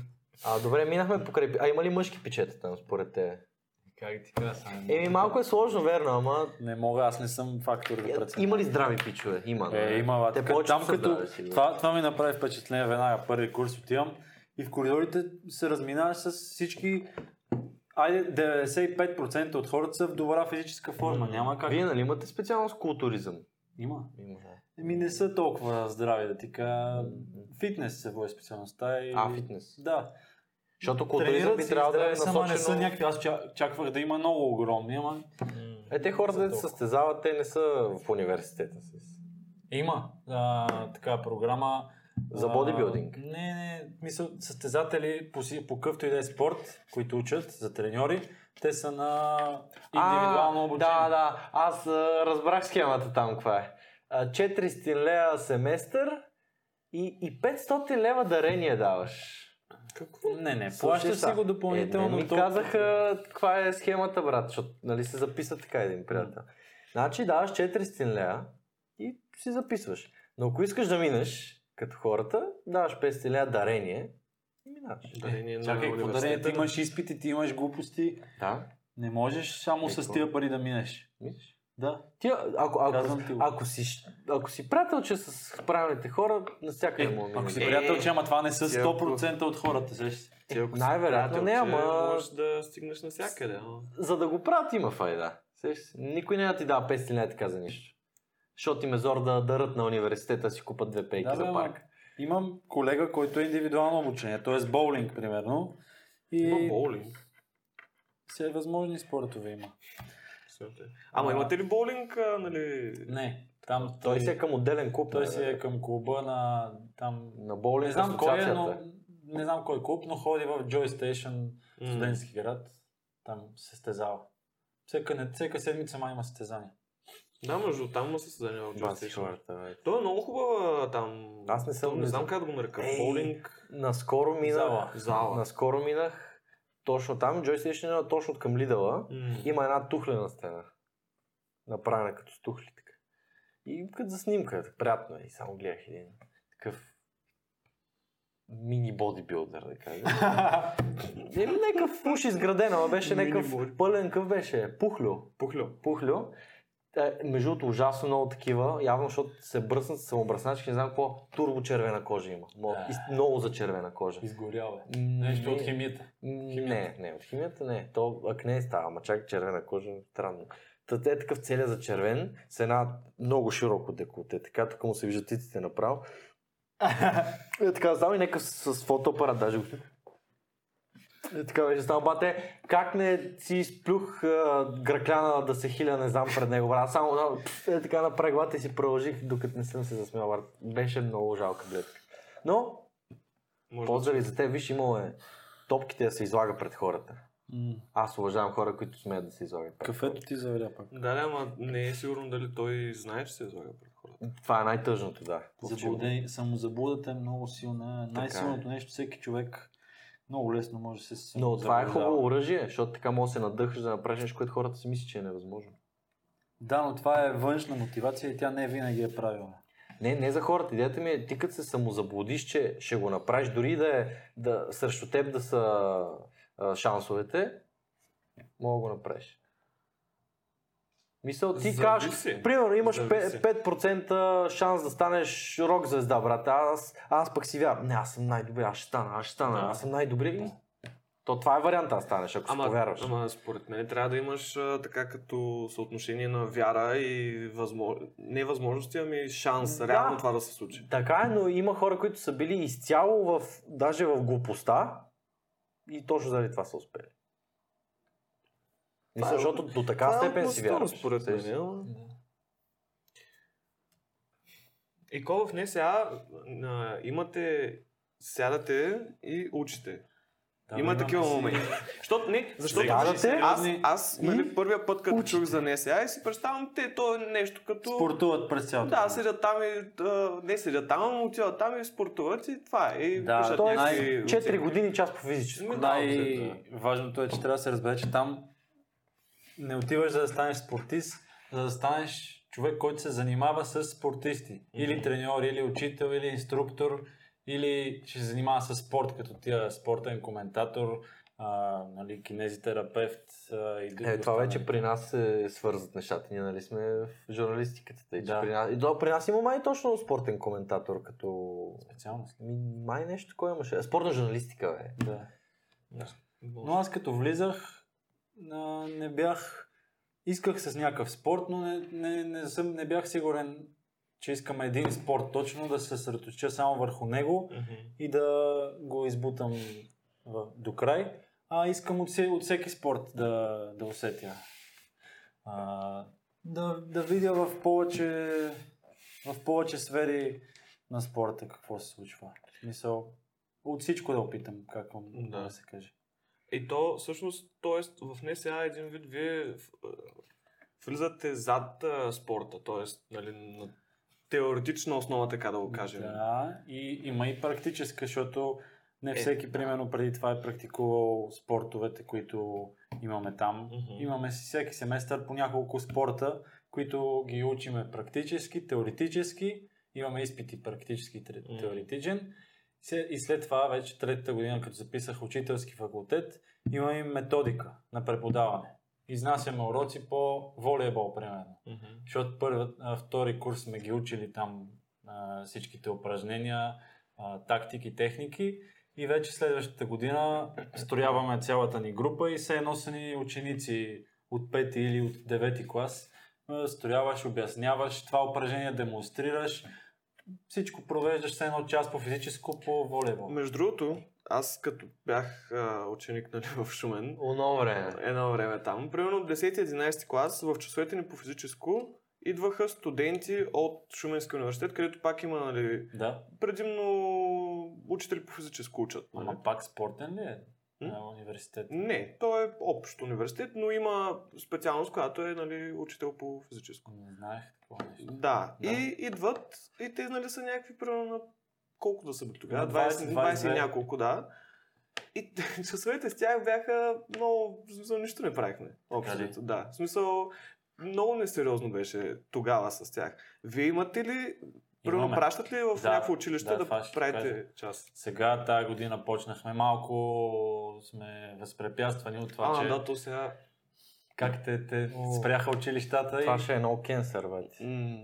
[SPEAKER 2] А, добре, минахме покрай... А има ли мъжки печета там, според те?
[SPEAKER 1] Как ти кажа само?
[SPEAKER 2] Еми, малко е сложно, верно, ама... е,
[SPEAKER 3] Не мога, аз не съм фактор да преценя.
[SPEAKER 2] Има ли здрави пичове? Има. да.
[SPEAKER 3] Е, има, бе.
[SPEAKER 2] Те
[SPEAKER 3] Те
[SPEAKER 2] повече
[SPEAKER 3] там
[SPEAKER 2] са
[SPEAKER 3] като...
[SPEAKER 2] здрави, сигурно.
[SPEAKER 3] Това, това ми направи впечатление веднага. Първи курс отивам и в коридорите се разминаваш с всички... Айде, 95% от хората са в добра физическа форма. Няма как.
[SPEAKER 2] Вие нали имате специалност културизъм?
[SPEAKER 3] Има.
[SPEAKER 2] Има, да.
[SPEAKER 3] Еми не са толкова здрави, да ти кажа. Фитнес се води специалността и...
[SPEAKER 2] А, фитнес.
[SPEAKER 3] Да.
[SPEAKER 2] Защото културизъм
[SPEAKER 3] Е, Тренират
[SPEAKER 2] би
[SPEAKER 3] се
[SPEAKER 2] трябвало да е
[SPEAKER 3] здрави, само не са
[SPEAKER 2] насочено...
[SPEAKER 3] някакви. Аз ча- чаквах да има много огромни, ама...
[SPEAKER 2] Е, те хората,
[SPEAKER 3] За
[SPEAKER 2] дето
[SPEAKER 3] толкова.
[SPEAKER 2] състезават, те не са в университета си.
[SPEAKER 3] Има а, така програма.
[SPEAKER 2] За
[SPEAKER 3] а,
[SPEAKER 2] бодибилдинг?
[SPEAKER 3] Не, не, мисля, състезатели по, си- по къвто и да е спорт, които учат за треньори, те са на индивидуално
[SPEAKER 2] А,
[SPEAKER 3] обучение.
[SPEAKER 2] Да, да. Аз а, разбрах схемата там каква е. А, 400 лева семестър и, и 500 лева дарение даваш.
[SPEAKER 3] Какво? Не, не,
[SPEAKER 2] Слушай
[SPEAKER 3] плащаш си
[SPEAKER 2] са.
[SPEAKER 3] го допълнително.
[SPEAKER 2] Е, не ми
[SPEAKER 3] толкова.
[SPEAKER 2] казаха каква е схемата, брат, защото нали се записва така един приятел. Значи даваш 400 лева и си записваш. Но ако искаш да минеш, като хората, даваш 500 лева дарение и минаваш.
[SPEAKER 3] Е,
[SPEAKER 2] Е,
[SPEAKER 1] Дарение на
[SPEAKER 3] Чакай, какво да не, ти
[SPEAKER 1] университета.
[SPEAKER 3] имаш изпити, ти имаш глупости.
[SPEAKER 2] Да,
[SPEAKER 3] Не можеш само с
[SPEAKER 2] Е, Какво?
[SPEAKER 3] тия пари да минеш.
[SPEAKER 2] мислиш?
[SPEAKER 3] Да.
[SPEAKER 2] Ти, ако, ако,
[SPEAKER 3] Казвам ти го.
[SPEAKER 2] ако, си, щ- ако си приятелче с правилните хора,
[SPEAKER 3] Е,
[SPEAKER 2] навсякъде му
[SPEAKER 3] ако си
[SPEAKER 1] Е,
[SPEAKER 3] приятел, че ама това не са
[SPEAKER 1] ти ако-
[SPEAKER 3] 100% от хората, сещаш се.
[SPEAKER 1] Ти ако си
[SPEAKER 2] е, най-вероятно не,
[SPEAKER 1] приятелче,
[SPEAKER 2] ама-
[SPEAKER 1] Можеш да стигнеш навсякъде. ама.
[SPEAKER 2] За да го правят има файда. Сещаш се? Никой няма да ти дава 500 лева така за нищо. Защото им е зор да дарат на университета си купат две пейки
[SPEAKER 3] Да, бе,
[SPEAKER 2] за
[SPEAKER 3] ама
[SPEAKER 2] парк.
[SPEAKER 3] Имам колега, който е индивидуално обучение, т.е. боулинг, примерно.
[SPEAKER 1] Има
[SPEAKER 3] И
[SPEAKER 1] боулинг.
[SPEAKER 3] все възможни спортове има.
[SPEAKER 1] Всъщност. Ама
[SPEAKER 3] Да.
[SPEAKER 1] имате ли боулинг, а, нали?
[SPEAKER 3] Не, там той,
[SPEAKER 2] Той си е към отделен клуб.
[SPEAKER 3] той
[SPEAKER 2] бе,
[SPEAKER 3] си е към клуба на там...
[SPEAKER 2] На боулинг
[SPEAKER 3] Не знам кой е,
[SPEAKER 2] асоциацията.
[SPEAKER 3] но... Не знам кой клуб, но ходи в Joy Station,
[SPEAKER 1] М.
[SPEAKER 3] студентски град. Там се стезава. Всека, не, всека седмица май има състезание.
[SPEAKER 1] Да, между там му се съдания в
[SPEAKER 2] Баси
[SPEAKER 1] PlayStation.
[SPEAKER 2] хората, бе.
[SPEAKER 1] Той е много хубава там.
[SPEAKER 2] Аз не съм
[SPEAKER 1] Не знам
[SPEAKER 2] влизал.
[SPEAKER 1] как да го нарека.
[SPEAKER 2] Ей.
[SPEAKER 1] Боулинг
[SPEAKER 2] Наскоро
[SPEAKER 3] Зала.
[SPEAKER 2] минах.
[SPEAKER 1] зала.
[SPEAKER 2] Наскоро минах точно там. Джой Сейшн е точно към Лидъла.
[SPEAKER 1] М.
[SPEAKER 2] Има една тухлена стена. Направена като с тухли така. И като за снимка, приятно е. И само гледах един такъв мини бодибилдър, да кажа. Еми, някакъв уж изграден, ама беше
[SPEAKER 1] Мини
[SPEAKER 2] някакъв
[SPEAKER 1] бор.
[SPEAKER 2] пълен какъв беше. Пухлю.
[SPEAKER 1] Пухлю.
[SPEAKER 2] Пухлю. Е, между другото, ужасно много такива, явно, защото се бръснат с самобръсначки, не знам какво, турбо червена кожа има. Много,
[SPEAKER 3] Да.
[SPEAKER 2] из- много за червена кожа.
[SPEAKER 3] Изгорял е.
[SPEAKER 2] М,
[SPEAKER 3] Нещо от
[SPEAKER 2] не.
[SPEAKER 3] химията.
[SPEAKER 2] Не, не, от химията не. То акне става, ама чак червена кожа, странно. Та те е такъв целия за червен, с една много широко деколте, така, тук му се виждат тиците направо. Е така, само и някакъв с, с фотоапарат, даже го е, така беше става, бате, как не си изплюх а, гракляна да се хиля, не знам пред него, брат. Само да, пф, е, така направи главата и си продължих, докато не съм се засмял, брат. Беше много жалка гледка. Но,
[SPEAKER 1] Може да
[SPEAKER 2] поздрави за те, виж, имало е топките да се излага пред хората.
[SPEAKER 3] М,
[SPEAKER 2] Аз уважавам хора, които смеят да се излагат. пред
[SPEAKER 3] Кафето ти завря пак.
[SPEAKER 1] Да, да, ама не е сигурно дали той знае, че се излага пред хората.
[SPEAKER 2] хората. Това е най-тъжното, да.
[SPEAKER 3] Заблудени, самозаблудата е много силна. Най-силното нещо всеки човек много лесно може да се
[SPEAKER 2] Но
[SPEAKER 3] самозаблудава.
[SPEAKER 2] това е хубаво оръжие, защото така може да се надъхаш да направиш нещо, което хората си мислят, че е невъзможно.
[SPEAKER 3] Да, но това е външна мотивация и тя не винаги е правилна.
[SPEAKER 2] Не, не за хората. Идеята ми е, ти като се самозаблудиш, че ще го направиш, дори да е да, срещу теб да са а, шансовете, мога да го направиш. Мисъл, ти
[SPEAKER 1] Зависи.
[SPEAKER 2] кажеш, примерно имаш
[SPEAKER 1] Зависи.
[SPEAKER 2] пе- 5% шанс да станеш рок звезда, брат. Аз, аз пък си вярвам, не, аз съм най-добри, аз ще стана, аз ще стана,
[SPEAKER 1] Да.
[SPEAKER 2] аз съм най-добри. То това е варианта да станеш, ако си повярваш.
[SPEAKER 1] ама според мен трябва да имаш а, така като съотношение на вяра и възмо... не възможности, ами шанс
[SPEAKER 2] Да.
[SPEAKER 1] реално това да се случи.
[SPEAKER 2] Така е, но има хора, които са били изцяло в, даже в глупостта
[SPEAKER 3] И точно заради това са успели.
[SPEAKER 2] Мисля, защото до така
[SPEAKER 1] Това е
[SPEAKER 2] степен си
[SPEAKER 1] относително,
[SPEAKER 2] вярваш.
[SPEAKER 1] Според мен. ама. И кой в не сега а, имате, сядате и учите.
[SPEAKER 3] Там
[SPEAKER 1] Има
[SPEAKER 3] имаме
[SPEAKER 1] такива
[SPEAKER 3] си-
[SPEAKER 1] моменти. Защото не, защото
[SPEAKER 4] Сядате,
[SPEAKER 1] аз, аз
[SPEAKER 4] и
[SPEAKER 1] нали, първия път, като чух за НСА и си представям, те то е нещо като...
[SPEAKER 3] Спортуват през цялото.
[SPEAKER 1] Да,
[SPEAKER 3] време.
[SPEAKER 1] седят там и... А, не седят там, но отиват там и спортуват и това е. И
[SPEAKER 3] Да,
[SPEAKER 1] пишат
[SPEAKER 3] т.е.
[SPEAKER 1] някакви
[SPEAKER 2] 4
[SPEAKER 1] оценки.
[SPEAKER 2] години час по физическо.
[SPEAKER 1] Ми,
[SPEAKER 3] Да,
[SPEAKER 1] да,
[SPEAKER 3] и
[SPEAKER 1] общо,
[SPEAKER 3] важното е, че трябва да се разбере, че там не отиваш за да станеш спортист, за да станеш човек, който се занимава с спортисти. Или треньор, или учител, или инструктор, или ще се занимава с спорт, като тия спортен коментар, а, нали, кинезитерапевт а, и други.
[SPEAKER 2] Е, това вече
[SPEAKER 3] останали.
[SPEAKER 2] при нас се свързват нещата. Ние нали сме в журналистиката. Тъй, че
[SPEAKER 3] Да.
[SPEAKER 2] при, нас, и, до, при нас има май точно спортен коментатор, като...
[SPEAKER 3] Специалност.
[SPEAKER 2] Ми, май нещо такова имаше. Е, Спортна журналистика, бе.
[SPEAKER 3] Да.
[SPEAKER 1] да.
[SPEAKER 3] Но аз като влизах, а, не бях... Исках с някакъв спорт, но не, не, не, съм, не бях сигурен, че искам един спорт точно, да се съсредоточа само върху него
[SPEAKER 1] Мгм.
[SPEAKER 3] и да го избутам в, до край. А искам от, все- от всеки спорт да, да усетя. А, да, да видя в повече, в повече сфери на спорта какво се случва. В смисъл, от всичко да опитам, как да,
[SPEAKER 1] Да.
[SPEAKER 3] да се каже.
[SPEAKER 1] И то всъщност, т.е. в не сега един вид вие в- а, влизате зад а, спорта, т.е. Нали, на теоретична основа, така да го кажем.
[SPEAKER 3] Да, и има и практическа, защото не
[SPEAKER 1] Е,
[SPEAKER 3] всеки, примерно, преди това е практикувал спортовете, които имаме там.
[SPEAKER 1] Мгм.
[SPEAKER 3] Имаме си всеки семестър по няколко спорта, които ги учиме практически, теоретически. Имаме изпити практически, тре-
[SPEAKER 1] Мгм.
[SPEAKER 3] теоретичен. Се- И след това, вече третата година, като записах учителски факултет, имаме и методика на преподаване. Изнасяме уроци по волейбол, примерно.
[SPEAKER 1] Мгм.
[SPEAKER 3] Защото първи, а, втори курс сме ги учили там а, всичките упражнения, а, тактики, техники. И вече следващата година строяваме цялата ни група и все едно са ни ученици от пети или от девети клас. А, Строяваш, обясняваш, това упражнение демонстрираш, всичко провеждаш все едно част по физическо, по волейбол.
[SPEAKER 1] Между другото, аз като бях а, ученик нали, в Шумен,
[SPEAKER 2] Оно време.
[SPEAKER 1] едно време там, примерно 10-11 клас, в часовете ни по физическо, идваха студенти от Шуменския университет, където пак има, нали,
[SPEAKER 3] Да,
[SPEAKER 1] предимно учители по физическо учат. Нали?
[SPEAKER 3] ама пак спортен ли е?
[SPEAKER 1] М?
[SPEAKER 3] На университет.
[SPEAKER 1] Не, то е общ университет, но има специалност, която е, нали, учител по физическо.
[SPEAKER 3] Не знаех такова нещо.
[SPEAKER 1] Да,
[SPEAKER 3] Да.
[SPEAKER 1] и идват, и те нали са някакви, примерно, на колко да са бе тогава?
[SPEAKER 3] На
[SPEAKER 1] 20,
[SPEAKER 3] 20,
[SPEAKER 1] 20 и
[SPEAKER 3] 22.
[SPEAKER 1] няколко, да. И часовете с тях бяха много, в смисъл нищо не правихме. Общо,
[SPEAKER 3] Така ли?
[SPEAKER 1] взето, да. В смисъл, много несериозно беше тогава с тях. Вие имате ли, примерно,
[SPEAKER 3] Имаме.
[SPEAKER 1] пращат ли в
[SPEAKER 3] Да,
[SPEAKER 1] някакво училище
[SPEAKER 3] да,
[SPEAKER 1] да,
[SPEAKER 3] това ще
[SPEAKER 1] правите
[SPEAKER 3] кажа.
[SPEAKER 1] част?
[SPEAKER 3] Сега тази година почнахме малко, сме възпрепятствани от това,
[SPEAKER 1] а,
[SPEAKER 3] че
[SPEAKER 1] да, то сега...
[SPEAKER 3] как те, те
[SPEAKER 2] О.
[SPEAKER 3] спряха училищата
[SPEAKER 2] Това
[SPEAKER 3] и...
[SPEAKER 2] ще е едно кенсър, бе.
[SPEAKER 1] М,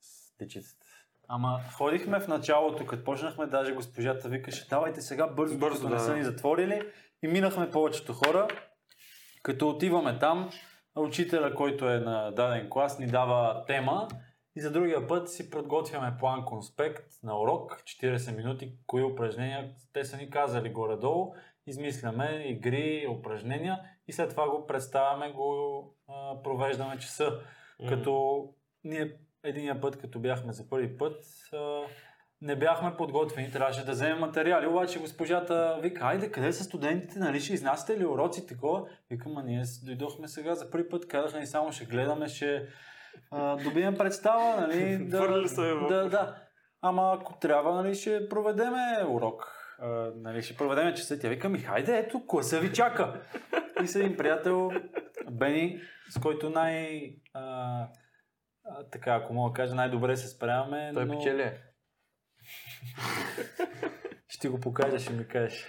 [SPEAKER 2] С дечицата.
[SPEAKER 3] Ама ходихме в началото, като почнахме, даже госпожата викаше, давайте сега
[SPEAKER 1] Бързо,
[SPEAKER 3] бързо, бързо като
[SPEAKER 1] да.
[SPEAKER 3] не са ни затворили. И минахме повечето хора. Като отиваме там, учителя, който е на даден клас, ни дава тема и за другия път си подготвяме план конспект на урок, 40 минути, кои упражнения те са ни казали горе-долу. Измисляме игри, упражнения и след това го представяме, го а, провеждаме часа.
[SPEAKER 1] м.
[SPEAKER 3] Като ние единия път, като бяхме за първи път, а, не бяхме подготвени, трябваше да вземем материали, обаче госпожата вика, айде къде са студентите, нали ще изнасяте ли уроци, такова? Викам, а ние с- дойдохме сега за първи път, казаха ни само ще гледаме, ще а, добием представа, нали?
[SPEAKER 1] Хвърли се в-
[SPEAKER 3] да, да. Ама ако трябва, нали ще проведеме урок. А, нали, ще проведеме часа. Тя вика ми, хайде, ето, класа ви чака. И с един приятел, Бени, с който най... А, а, така, ако мога да кажа, най-добре се справяме.
[SPEAKER 2] Той
[SPEAKER 3] но...
[SPEAKER 2] печели.
[SPEAKER 3] Ще ти го покажа, ще ми кажеш.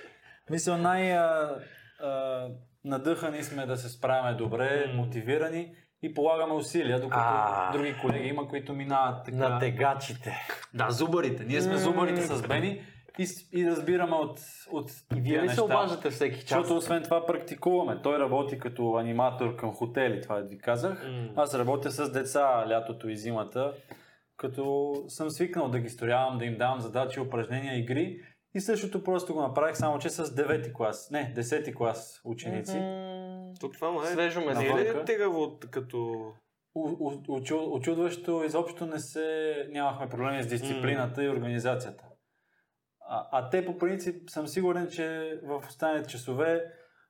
[SPEAKER 3] Мисля, най- а, а, надъхани сме да се справяме добре,
[SPEAKER 1] М.
[SPEAKER 3] мотивирани и полагаме усилия, докато
[SPEAKER 2] А.
[SPEAKER 3] други колеги има, които минават така.
[SPEAKER 2] На тегачите.
[SPEAKER 3] Да, зубарите. Ние сме
[SPEAKER 2] М.
[SPEAKER 3] зубарите с Бени и, с- и разбираме от, от
[SPEAKER 2] И вие
[SPEAKER 3] тия
[SPEAKER 2] ли се
[SPEAKER 3] неща.
[SPEAKER 2] обаждате всеки час?
[SPEAKER 3] Защото освен това практикуваме. Той работи като аниматор към хотели, това ви казах.
[SPEAKER 1] М.
[SPEAKER 3] Аз работя с деца лятото и зимата, като съм свикнал да ги сторявам, да им давам задачи, упражнения, игри И същото просто го направих, само че с 9 клас, не, 10 клас ученици.
[SPEAKER 1] То това му е.
[SPEAKER 2] Свежо
[SPEAKER 1] Не
[SPEAKER 2] месо.
[SPEAKER 1] е ли
[SPEAKER 3] навънка.
[SPEAKER 1] тегаво от- като...
[SPEAKER 3] У- у- учу- Очудващо изобщо не се... нямахме проблеми с дисциплината и организацията. А, а те по принцип съм сигурен, че в останалите часове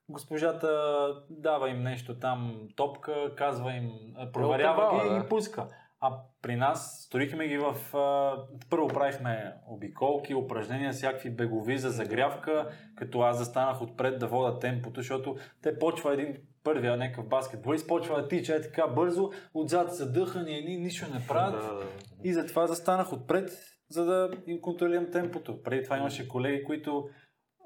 [SPEAKER 3] госпожата дава им нещо там, топка, казва им, а, проверява
[SPEAKER 2] отървала,
[SPEAKER 3] ги и
[SPEAKER 2] да.
[SPEAKER 3] ги пуска. А при нас сторихме ги в... а, Първо правихме обиколки, упражнения, всякакви бегови за загрявка, като аз застанах отпред да вода темпото, защото те почва един първия някакъв баскетболист, почва да тича е така бързо, отзад са дъхани, едни нищо не правят.
[SPEAKER 1] Да, да, да.
[SPEAKER 3] И затова застанах отпред, за да им контролирам темпото. Преди това имаше колеги, които,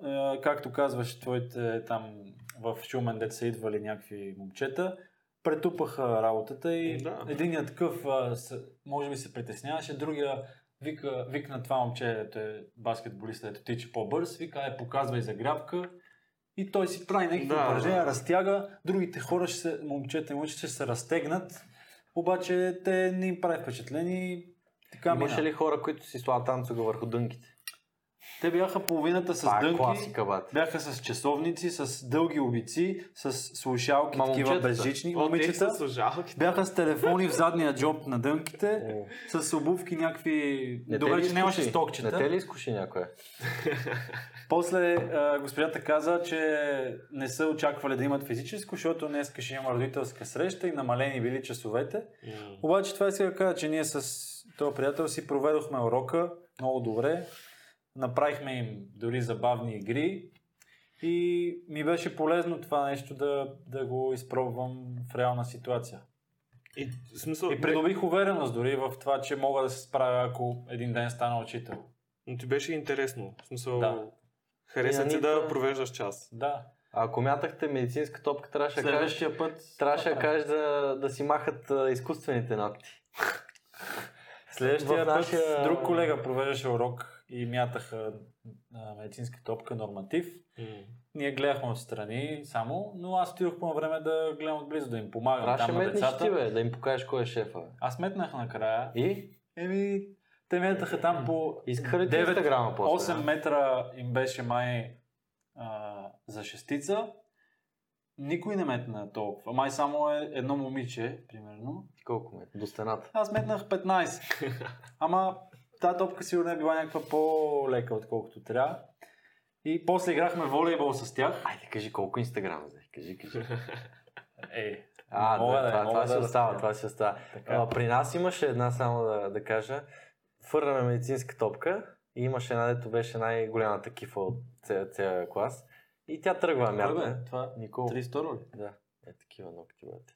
[SPEAKER 3] е, както казваш, твоите е, там в Шумен дет са идвали някакви момчета, претупаха работата и
[SPEAKER 1] Да.
[SPEAKER 3] да. единият такъв е, с- може би се притесняваше, другия вика, викна това момче, ето е баскетболиста, ето тича по-бърз, вика, е, показва и загрявка. И той си прави някакви
[SPEAKER 1] Да,
[SPEAKER 3] да, упражнения,
[SPEAKER 1] да.
[SPEAKER 3] разтяга, другите хора, ще се, момчета и момичета ще се разтегнат, обаче те не им прави впечатление и така
[SPEAKER 2] Имаше
[SPEAKER 3] мина.
[SPEAKER 2] ли хора, които си слагат танцуга върху дънките?
[SPEAKER 3] Те бяха половината с
[SPEAKER 2] Това е
[SPEAKER 3] дънки,
[SPEAKER 2] класика, бат.
[SPEAKER 3] бяха с часовници, с дълги обици, с слушалки,
[SPEAKER 2] Ма,
[SPEAKER 3] такива
[SPEAKER 2] момчетата.
[SPEAKER 3] безжични.
[SPEAKER 1] О, те
[SPEAKER 3] Момичета
[SPEAKER 1] са служалки.
[SPEAKER 3] бяха с телефони в задния джоб на дънките, с обувки някакви...
[SPEAKER 2] Не те ли
[SPEAKER 3] Добре, че нямаше
[SPEAKER 2] изкуши?
[SPEAKER 3] стокчета.
[SPEAKER 2] Не те ли изкуши някоя?
[SPEAKER 3] После а, госпожата каза, че не са очаквали да имат физическо, защото днес ще има родителска среща и намалени били часовете. Обаче това иска да кажа, че ние с този приятел си проведохме урока много добре. Направихме им дори забавни игри. И ми беше полезно това нещо да, да го изпробвам в реална ситуация.
[SPEAKER 1] И, в смисъл,
[SPEAKER 3] И придобих увереност дори в това, че мога да се справя, ако един ден стана учител.
[SPEAKER 1] но ти беше интересно. В смисъл,
[SPEAKER 3] Да.
[SPEAKER 1] хареса ти
[SPEAKER 2] Янита-
[SPEAKER 1] да провеждаш час.
[SPEAKER 3] Да.
[SPEAKER 2] А Ако мятахте медицинска топка, трябваше да кажеш,
[SPEAKER 4] Следващия път.
[SPEAKER 2] трябваше да, кажеш да, да си махат а, изкуствените ногти.
[SPEAKER 3] Следващия
[SPEAKER 2] В
[SPEAKER 3] път
[SPEAKER 2] нашия-
[SPEAKER 3] друг колега провеждаше урок и мятаха а, медицинска топка норматив. Ние гледахме отстрани само, но аз отидох по време да гледам отблизо, да им помагам
[SPEAKER 2] Трябваше
[SPEAKER 3] там на
[SPEAKER 2] метнеш ти,
[SPEAKER 3] децата.
[SPEAKER 2] бе, да им покажеш кой е шефа. бе.
[SPEAKER 3] Аз метнах накрая.
[SPEAKER 2] И?
[SPEAKER 3] Еми, те метаха там по
[SPEAKER 2] Искаха ли ти
[SPEAKER 3] 9,
[SPEAKER 2] инстаграма после?
[SPEAKER 3] 8 метра им беше май а, за шестица. Никой не метна толкова. Май само е едно момиче, примерно.
[SPEAKER 2] Колко ме? До стената.
[SPEAKER 3] Аз метнах 15. Ама тази топка сигурно е била някаква по-лека, отколкото трябва. И после играхме волейбол с тях.
[SPEAKER 2] Айде, кажи колко инстаграма взех. Кажи, кажи.
[SPEAKER 3] Е,
[SPEAKER 2] А,
[SPEAKER 3] Мога
[SPEAKER 2] да,
[SPEAKER 3] да е,
[SPEAKER 2] това,
[SPEAKER 3] мога
[SPEAKER 2] това
[SPEAKER 3] да
[SPEAKER 2] си
[SPEAKER 3] да
[SPEAKER 2] остава,
[SPEAKER 3] спомня.
[SPEAKER 2] това си остава.
[SPEAKER 3] така.
[SPEAKER 2] А, при нас имаше една, само да, да кажа. Фърляме медицинска топка и имаше една, дето беше най-голямата кифа от целия, целия клас. И тя тръгва
[SPEAKER 3] Кой бе?
[SPEAKER 2] мята.
[SPEAKER 3] Това
[SPEAKER 2] Никол.
[SPEAKER 3] 32 ли?
[SPEAKER 2] Да, е такива ногти, бъдете.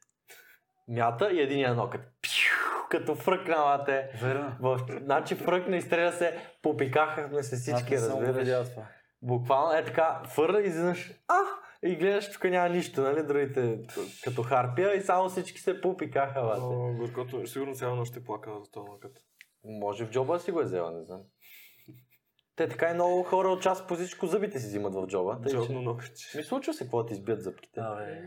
[SPEAKER 2] Мята и единия нокът. Пиу, като фръкнала те.
[SPEAKER 3] Верно.
[SPEAKER 2] В... Значи фръкна и стреля се, попикахме се
[SPEAKER 3] Значи
[SPEAKER 2] всички, разбираш.
[SPEAKER 3] това.
[SPEAKER 2] Буквално е така, фърля и изведнъж, а, и гледаш, тук няма нищо, нали, другите т- като харпия и само всички се попикаха, бате.
[SPEAKER 1] О, горкото, сигурно цяла нощ ще плака за това лъкът.
[SPEAKER 2] Може в джоба си го е взела, не знам. Те така и много хора от час по всичко зъбите си взимат в джоба. Тъй, че...
[SPEAKER 1] Джобно ногче.
[SPEAKER 2] Ми случва се, какво ти избият зъбките.
[SPEAKER 3] Да, бе.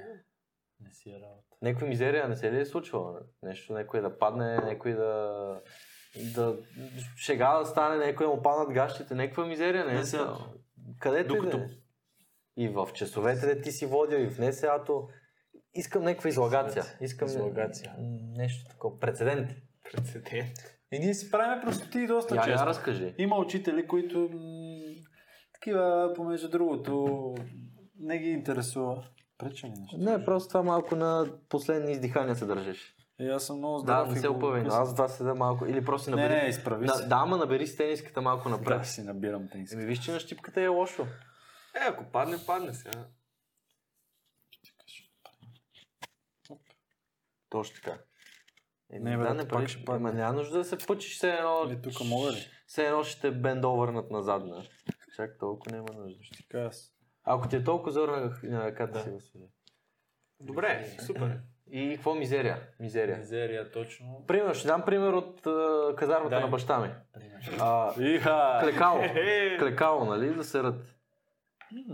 [SPEAKER 3] Не си е работа.
[SPEAKER 2] Някаква мизерия не се ли е случвала? Нещо, някой да падне, някой да... да шега да стане, някой му паднат гащите, някаква мизерия не е.
[SPEAKER 3] Не се-
[SPEAKER 2] ставала. Където Докато...
[SPEAKER 3] Докато-
[SPEAKER 2] и, да е. и в часовете де ти си водил, и в НСА-то. Искам някаква излагация. Искам
[SPEAKER 3] Излагация.
[SPEAKER 2] м, нещо такова. Прецедент.
[SPEAKER 1] Прецедент.
[SPEAKER 3] И ние си правиме простоти доста
[SPEAKER 2] Я, я
[SPEAKER 3] често.
[SPEAKER 2] разкажи.
[SPEAKER 3] Има учители, които м, такива, помежду другото, не ги интересува. Преча ли нещо?
[SPEAKER 2] Не, просто това малко на последни издихания се държиш.
[SPEAKER 3] И аз съм много
[SPEAKER 2] Да,
[SPEAKER 3] здрав.
[SPEAKER 2] не
[SPEAKER 3] и
[SPEAKER 2] се
[SPEAKER 3] го
[SPEAKER 2] опъвай. но
[SPEAKER 3] късам.
[SPEAKER 2] Аз това седа малко. Или просто си
[SPEAKER 3] Не,
[SPEAKER 2] набери.
[SPEAKER 3] не, изправи
[SPEAKER 2] да,
[SPEAKER 3] се.
[SPEAKER 2] да, ама набери с тениската малко
[SPEAKER 3] Да,
[SPEAKER 2] напред.
[SPEAKER 3] си набирам тениска.
[SPEAKER 2] Еми, виж, че на щипката е лошо.
[SPEAKER 1] Е, ако падне, падне сега.
[SPEAKER 2] Точно така. Е,
[SPEAKER 3] Не, бе,
[SPEAKER 2] да,
[SPEAKER 3] брат,
[SPEAKER 2] не
[SPEAKER 3] пак
[SPEAKER 2] прави,
[SPEAKER 3] ще
[SPEAKER 2] ама
[SPEAKER 3] падне.
[SPEAKER 2] няма нужда да се пъчиш, все едно,
[SPEAKER 3] Е, тук мога ли?
[SPEAKER 2] все едно ще те бендовърнат назадна. Чак толкова няма нужда.
[SPEAKER 3] Ще ти кажа. аз.
[SPEAKER 2] Ако ти е толкова зорна ръката да. си го сложи.
[SPEAKER 3] Е.
[SPEAKER 1] Добре, супер.
[SPEAKER 2] И какво мизерия? Мизерия.
[SPEAKER 3] Мизерия, точно.
[SPEAKER 2] Пример, ще дам пример от а, казармата
[SPEAKER 3] Дай.
[SPEAKER 2] на баща ми. А,
[SPEAKER 3] Иха!
[SPEAKER 2] клекало.
[SPEAKER 1] Е,
[SPEAKER 2] Клекало, нали, да се ръд.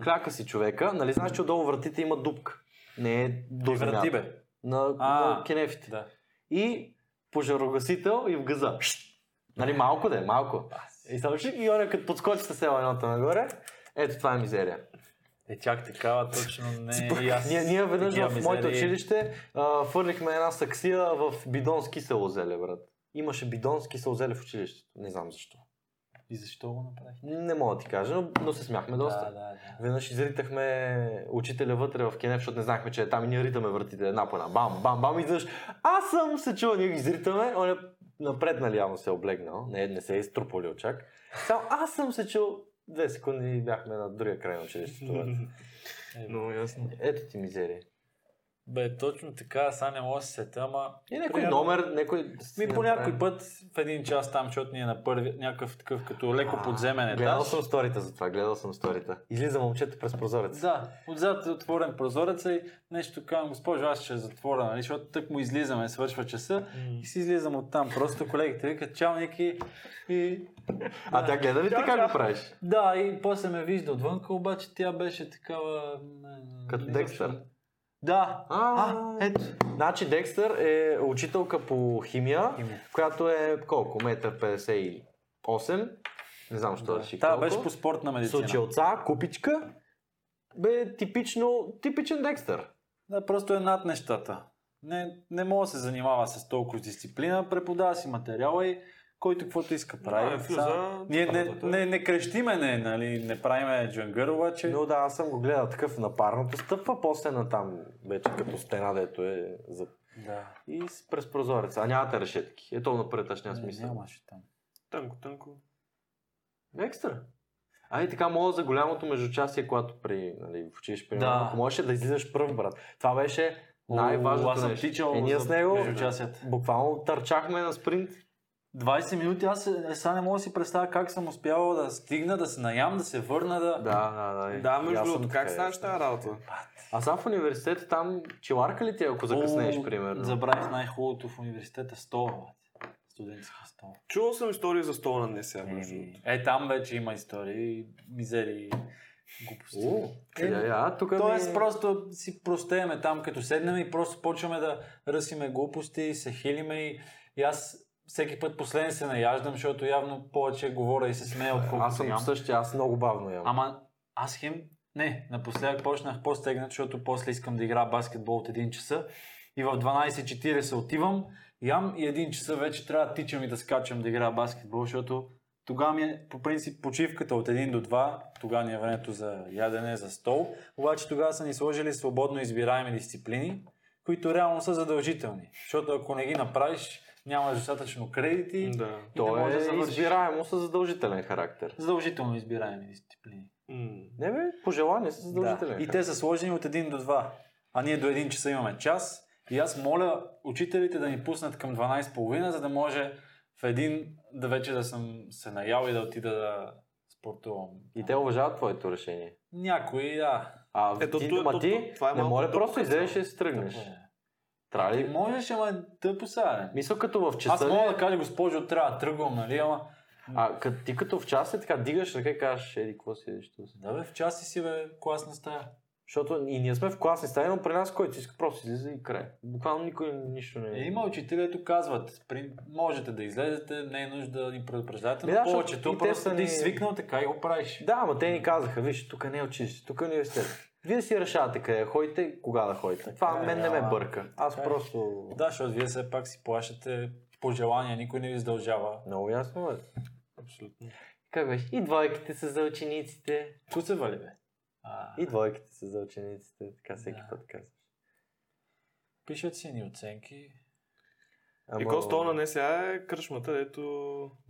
[SPEAKER 2] Кляка си човека, нали знаеш, че отдолу вратите има дупка. Не е до земята.
[SPEAKER 3] Врати, бе.
[SPEAKER 2] На,
[SPEAKER 3] А,
[SPEAKER 2] на кенефите.
[SPEAKER 3] Да.
[SPEAKER 2] и пожарогасител и в газа. Нали, малко да е, малко. Източник и оня като подскочи с ела едното нагоре. Ето това е мизерия.
[SPEAKER 3] Е, чак такава точно не. и аз
[SPEAKER 2] Ние, ние веднъж
[SPEAKER 3] такива
[SPEAKER 2] в моето
[SPEAKER 3] мизерии.
[SPEAKER 2] училище а, фърлихме една саксия в бидон с кисело зеле, брат. Имаше бидон с кисело зеле в училището. Не знам защо.
[SPEAKER 3] И защо го направих?
[SPEAKER 2] Не мога да ти кажа, но, но се смяхме доста.
[SPEAKER 3] Да, да, да.
[SPEAKER 2] Веднъж изритахме учителя вътре в кенеф, защото не знахме, че е там и ние ритаме вратите една по една. Бам, бам, бам, изведнъж. Аз съм се чува, ние ги изритаме. Он е напреднал явно се е облегнал. Не, не се е изтруполил чак. Само аз съм се чул. Две секунди и бяхме на другия край на училището. брат.
[SPEAKER 3] Е.
[SPEAKER 1] Много ясно.
[SPEAKER 2] Ето ти мизерия.
[SPEAKER 3] Бе, точно така, сега не мога да се сета, ама...
[SPEAKER 2] И някой
[SPEAKER 3] Примерно-
[SPEAKER 2] номер, някой...
[SPEAKER 3] Ми по някой път в един час там, защото ние на първи, някакъв такъв като леко подземен е,
[SPEAKER 2] Гледал
[SPEAKER 3] етаж.
[SPEAKER 2] съм сторите за това, гледал съм сторите. Излиза момчето през прозореца.
[SPEAKER 3] Да, отзад е отворен прозорец и нещо казвам, госпожо, аз ще затворя, нали, защото тък му излизаме, свършва часа и си излизам оттам. Просто колегите викат чао, Ники, и
[SPEAKER 2] А тя гледа ли ти
[SPEAKER 1] Тя
[SPEAKER 2] как го
[SPEAKER 1] гледа.
[SPEAKER 2] правиш?
[SPEAKER 3] Да, и после ме вижда отвънка, обаче тя беше такава... м,
[SPEAKER 2] Като
[SPEAKER 3] изобщо-
[SPEAKER 2] Декстър?
[SPEAKER 3] Да.
[SPEAKER 2] А, ето. Значи Декстър е учителка по химия, която е колко? 1,58 м. Не знам, що реши
[SPEAKER 3] Та
[SPEAKER 2] колко.
[SPEAKER 3] беше по спортна
[SPEAKER 2] С
[SPEAKER 3] медицина.
[SPEAKER 2] очилца, купичка. Бе, типично, типичен Декстър.
[SPEAKER 3] Да, просто е над нещата. Не, не мога да се занимава с толкова дисциплина, преподава си материала и който каквото иска прави.
[SPEAKER 1] Да, е фил
[SPEAKER 3] Сега-
[SPEAKER 1] за-
[SPEAKER 3] Ние не,
[SPEAKER 1] Да, да, да.
[SPEAKER 3] не, не крещиме, не, нали, не правиме джангър, обаче.
[SPEAKER 2] Но да, аз съм го гледал такъв на парното стъпва, после на там вече като стена, дето е за
[SPEAKER 3] Да.
[SPEAKER 2] И с- през прозореца. А нямате решетки. Ето на претъчния
[SPEAKER 3] Не,
[SPEAKER 2] смисъл.
[SPEAKER 3] нямаше там.
[SPEAKER 1] Тънко, тънко.
[SPEAKER 2] Екстра. А и така мога за голямото междучасие, когато при, нали, в училище, примерно,
[SPEAKER 3] Да.
[SPEAKER 2] ако можеше да излизаш пръв, брат. Това беше най-важното
[SPEAKER 3] О, Аз съм
[SPEAKER 2] нещо.
[SPEAKER 3] тичал
[SPEAKER 2] Е, ние с
[SPEAKER 3] за
[SPEAKER 2] него
[SPEAKER 3] междучасията.
[SPEAKER 2] буквално търчахме на спринт.
[SPEAKER 3] 20 минути, аз се- сега не мога да си представя как съм успявал да стигна, да се наям, да се върна, да... е.
[SPEAKER 2] Да, да, да.
[SPEAKER 1] Да,
[SPEAKER 2] И
[SPEAKER 1] между
[SPEAKER 2] аз съм
[SPEAKER 1] другото,
[SPEAKER 2] така,
[SPEAKER 1] как ставаш
[SPEAKER 2] ясно.
[SPEAKER 1] тази работа?
[SPEAKER 2] А сам в университета там чиларка ли ти, е, ако закъснееш,
[SPEAKER 3] О,
[SPEAKER 2] примерно?
[SPEAKER 3] Забравих най-хубавото в университета, стол, бе. студентски стол.
[SPEAKER 1] Чувал съм истории за стола на днес сега, между
[SPEAKER 3] Еми,
[SPEAKER 1] другото.
[SPEAKER 3] Е, там вече има истории, мизери, глупости.
[SPEAKER 2] О,
[SPEAKER 3] Е,
[SPEAKER 2] я, я, тук
[SPEAKER 3] Тоест,
[SPEAKER 2] ми...
[SPEAKER 3] просто си простееме там, като седнем и просто почваме да ръсиме глупости, се хилиме и, и аз всеки път последен се наяждам, защото явно повече говоря и се смея, отколкото
[SPEAKER 2] Аз съм
[SPEAKER 3] ям.
[SPEAKER 2] същия, аз много бавно ям.
[SPEAKER 3] Ама аз хем... Не, напоследък почнах по-стегнат, защото после искам да игра баскетбол от 1 часа. И в 12.40 отивам, ям и 1 часа вече трябва да тичам и да скачам да игра баскетбол, защото тогава ми е, по принцип, почивката от 1 до 2, тогава ни е времето за ядене, за стол. Обаче тогава са ни сложили свободно избираеми дисциплини, които реално са задължителни. Защото ако не ги направиш, нямаш достатъчно кредити. Да.
[SPEAKER 1] Да.
[SPEAKER 2] То
[SPEAKER 3] може да
[SPEAKER 2] е
[SPEAKER 3] завършиш.
[SPEAKER 2] избираемо със задължителен характер.
[SPEAKER 3] Задължително избираеми дисциплини.
[SPEAKER 1] М.
[SPEAKER 2] Не бе, пожелание са задължителен.
[SPEAKER 3] Да. И
[SPEAKER 2] характер.
[SPEAKER 3] те са сложени от 1 до 2. А ние до 1 часа имаме час. И аз моля учителите да ни пуснат към 12.30, за да може в един да вече да съм се наял и да отида да спортувам.
[SPEAKER 2] И те уважават твоето решение.
[SPEAKER 3] Някои, да.
[SPEAKER 2] А
[SPEAKER 1] Ето,
[SPEAKER 2] ти,
[SPEAKER 1] ту-
[SPEAKER 2] ама
[SPEAKER 1] ту-
[SPEAKER 2] ти
[SPEAKER 1] ту- това е
[SPEAKER 2] не
[SPEAKER 1] малко
[SPEAKER 2] може
[SPEAKER 1] друг
[SPEAKER 2] просто
[SPEAKER 1] концепт.
[SPEAKER 2] излезеш и се тръгнеш.
[SPEAKER 3] Така е.
[SPEAKER 2] Трябва
[SPEAKER 3] Ти
[SPEAKER 2] ли?
[SPEAKER 3] можеш, ама тъпо сега. бе.
[SPEAKER 2] Мисъл като в часа
[SPEAKER 3] Аз мога
[SPEAKER 2] ли?
[SPEAKER 3] да кажа, госпожо, трябва да тръгвам, нали, ама...
[SPEAKER 2] А като, ти като в час ли така дигаш ръка и кажеш, еди, какво си едеш тук?
[SPEAKER 3] Да бе, в часи си бе, класна стая.
[SPEAKER 2] Защото и ние сме в класни стаи, но при нас който иска просто излиза и край. Буквално никой нищо не
[SPEAKER 3] Е, има учители, които казват, при... можете да излезете, не е нужда да ни предупреждавате,
[SPEAKER 2] Ми
[SPEAKER 3] но
[SPEAKER 2] да, защото и
[SPEAKER 3] повечето
[SPEAKER 2] те
[SPEAKER 3] просто
[SPEAKER 2] са
[SPEAKER 3] ти
[SPEAKER 2] ни-
[SPEAKER 3] свикнал така и го правиш.
[SPEAKER 2] Да, ама те ни казаха, виж, тук не е училище, тук е университет. Вие си решавате къде ходите, кога да ходите. Това
[SPEAKER 3] е,
[SPEAKER 2] мен не ме
[SPEAKER 3] ама-
[SPEAKER 2] бърка. Аз
[SPEAKER 3] така е.
[SPEAKER 2] просто...
[SPEAKER 3] Да, защото вие все пак си плащате пожелания, никой не ви задължава.
[SPEAKER 2] Много ясно е.
[SPEAKER 1] Абсолютно.
[SPEAKER 2] Как беше? И двойките са за учениците.
[SPEAKER 3] Куцева ли бе? А,
[SPEAKER 2] И двойките са за учениците. Така всеки
[SPEAKER 3] Да.
[SPEAKER 2] път казваш.
[SPEAKER 3] Пишат си ни оценки.
[SPEAKER 1] И какво стола на днес сега е кръшмата, дето...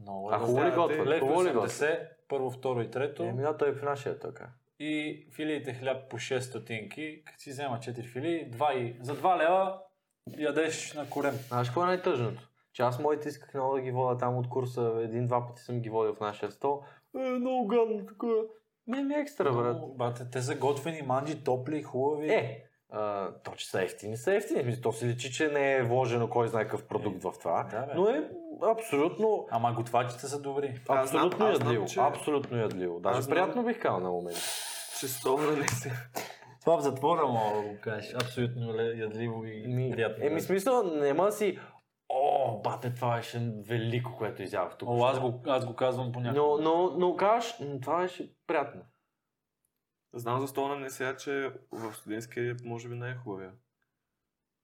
[SPEAKER 3] Много е
[SPEAKER 2] А хубаво ли
[SPEAKER 1] Представяте,
[SPEAKER 2] готвят?
[SPEAKER 3] Лев
[SPEAKER 2] Хубаво ли готвят?
[SPEAKER 3] 80, първо, второ и трето.
[SPEAKER 2] Еми да, той е в нашия тока.
[SPEAKER 3] И филиите хляб по 6 стотинки. Като си взема 4 филии, два и... за 2 лева ядеш на корем.
[SPEAKER 2] Знаеш какво е най-тъжното? Че аз моите исках много да ги водя там от курса. Един-два пъти съм ги водил в нашия стол. Е, много гадно, така. Ме ми е екстра, брат.
[SPEAKER 3] Но, Бате, те са готвени манджи, топли, хубави.
[SPEAKER 2] Е, а, то, че са ефтини, са ефтини. Мисля, То си личи, че не е вложено кой знае какъв продукт в това.
[SPEAKER 3] Да, бе.
[SPEAKER 2] Но е абсолютно,
[SPEAKER 3] Ама готвачите са добри.
[SPEAKER 1] Аз знам-
[SPEAKER 2] абсолютно
[SPEAKER 1] аз знам,
[SPEAKER 2] ядливо.
[SPEAKER 1] че-
[SPEAKER 2] Абсолютно ядливо. Даже
[SPEAKER 1] Аз знам-
[SPEAKER 2] приятно бих казал на момент.
[SPEAKER 1] Че стола на днес е...
[SPEAKER 3] Това в затвора мога да го кажеш. Абсолютно ле- ядливо и
[SPEAKER 2] Ми,
[SPEAKER 3] приятно.
[SPEAKER 2] Еми, смисъл, няма да си. О,
[SPEAKER 3] О,
[SPEAKER 2] Бате, това беше велико, което изявах тук.
[SPEAKER 3] О, аз го, аз го казвам понякога.
[SPEAKER 2] Но, но, но кажеш, м, това беше приятно.
[SPEAKER 1] Знам за стона не сега, че в студентския е, може би най-хубавия.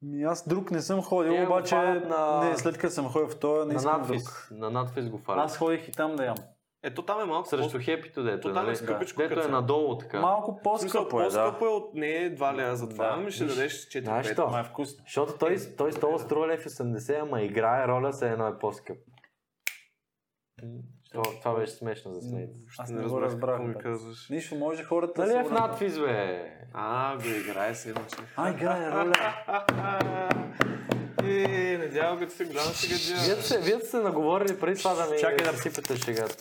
[SPEAKER 4] Ми аз друг не съм ходил,
[SPEAKER 2] Те го
[SPEAKER 4] обаче
[SPEAKER 2] фанат на-
[SPEAKER 4] не, след като съм ходил в този, не
[SPEAKER 2] На
[SPEAKER 4] искам
[SPEAKER 2] надфис.
[SPEAKER 4] друг.
[SPEAKER 2] На надфис го фара.
[SPEAKER 4] Аз ходих и там да ям.
[SPEAKER 1] Ето там е малко
[SPEAKER 2] Срещу хепито, дето,
[SPEAKER 1] То
[SPEAKER 2] е,
[SPEAKER 1] там е
[SPEAKER 2] нали?
[SPEAKER 1] скъпичко
[SPEAKER 2] Дето е
[SPEAKER 1] като-
[SPEAKER 2] надолу така.
[SPEAKER 4] Малко
[SPEAKER 1] по- в смисъл,
[SPEAKER 4] по-скъпо е, да.
[SPEAKER 1] по-скъпо е от не е 2 лева за това,
[SPEAKER 2] Да.
[SPEAKER 1] ами ще
[SPEAKER 2] Виж,
[SPEAKER 1] дадеш 4-5.
[SPEAKER 2] знаеш що?
[SPEAKER 3] Ма е вкусно.
[SPEAKER 2] Защото той, той стола струва лев 80, ама играе роля, се едно е по-скъп. Това, това беше смешно за смейте.
[SPEAKER 4] Аз не го разбрах.
[SPEAKER 1] какво ми
[SPEAKER 4] бе.
[SPEAKER 1] казваш.
[SPEAKER 4] Нищо, може хората...
[SPEAKER 2] Нали е в
[SPEAKER 4] сигурно-
[SPEAKER 2] надфиз, бе?
[SPEAKER 1] А, бе, играе се едно, че.
[SPEAKER 4] Ай, грае, роля.
[SPEAKER 1] Е, надявам се, гледам се гаджа.
[SPEAKER 2] Вие сте, се- вие сте се наговорили преди това да ми
[SPEAKER 4] Чакай да
[SPEAKER 2] сипете шегата.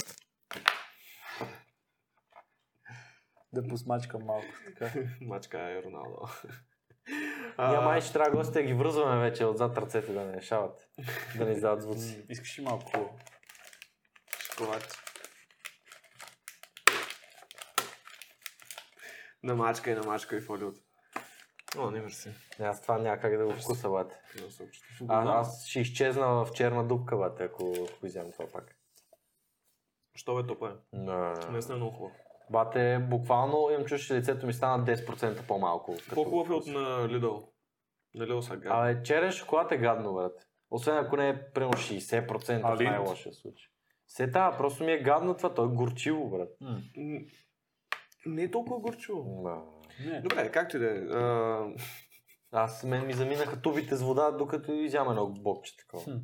[SPEAKER 4] Да посмачкам малко. Така.
[SPEAKER 1] Мачка е Роналдо.
[SPEAKER 2] А... Ние
[SPEAKER 1] А,
[SPEAKER 2] май ще трябва гостите да ги връзваме вече отзад ръцете да не решават. да не издават звуци.
[SPEAKER 3] Искаш ли малко?
[SPEAKER 1] шоколад. Намачкай, намачкай фолиото. О, не мерси.
[SPEAKER 2] Не, аз това няма как да го вкуса, бате.
[SPEAKER 1] Да, супчето.
[SPEAKER 2] А, аз ще изчезна в черна дупка, бате, ако, ако изям това пак.
[SPEAKER 1] Що бе топа е?
[SPEAKER 2] Не.
[SPEAKER 1] Наистина е много хубаво.
[SPEAKER 2] Бате, буквално имам чуш, че лицето ми стана 10% по-малко. като
[SPEAKER 1] По-хубав е от
[SPEAKER 2] вкус.
[SPEAKER 1] на Лидъл. На Лидъл са гадни.
[SPEAKER 2] Абе, черен шоколад е гадно, брат. Освен ако не е примерно 60%
[SPEAKER 3] А
[SPEAKER 2] в
[SPEAKER 3] Линд?
[SPEAKER 2] най-лошия е случай. Се тая, просто ми е гадно това, той е горчиво, брат.
[SPEAKER 1] М, Не е толкова горчо.
[SPEAKER 2] М,
[SPEAKER 3] Не.
[SPEAKER 1] Добре, както и да е. А,
[SPEAKER 2] Аз мен ми заминаха тубите с вода, докато изям едно бокче такова.
[SPEAKER 4] Хм.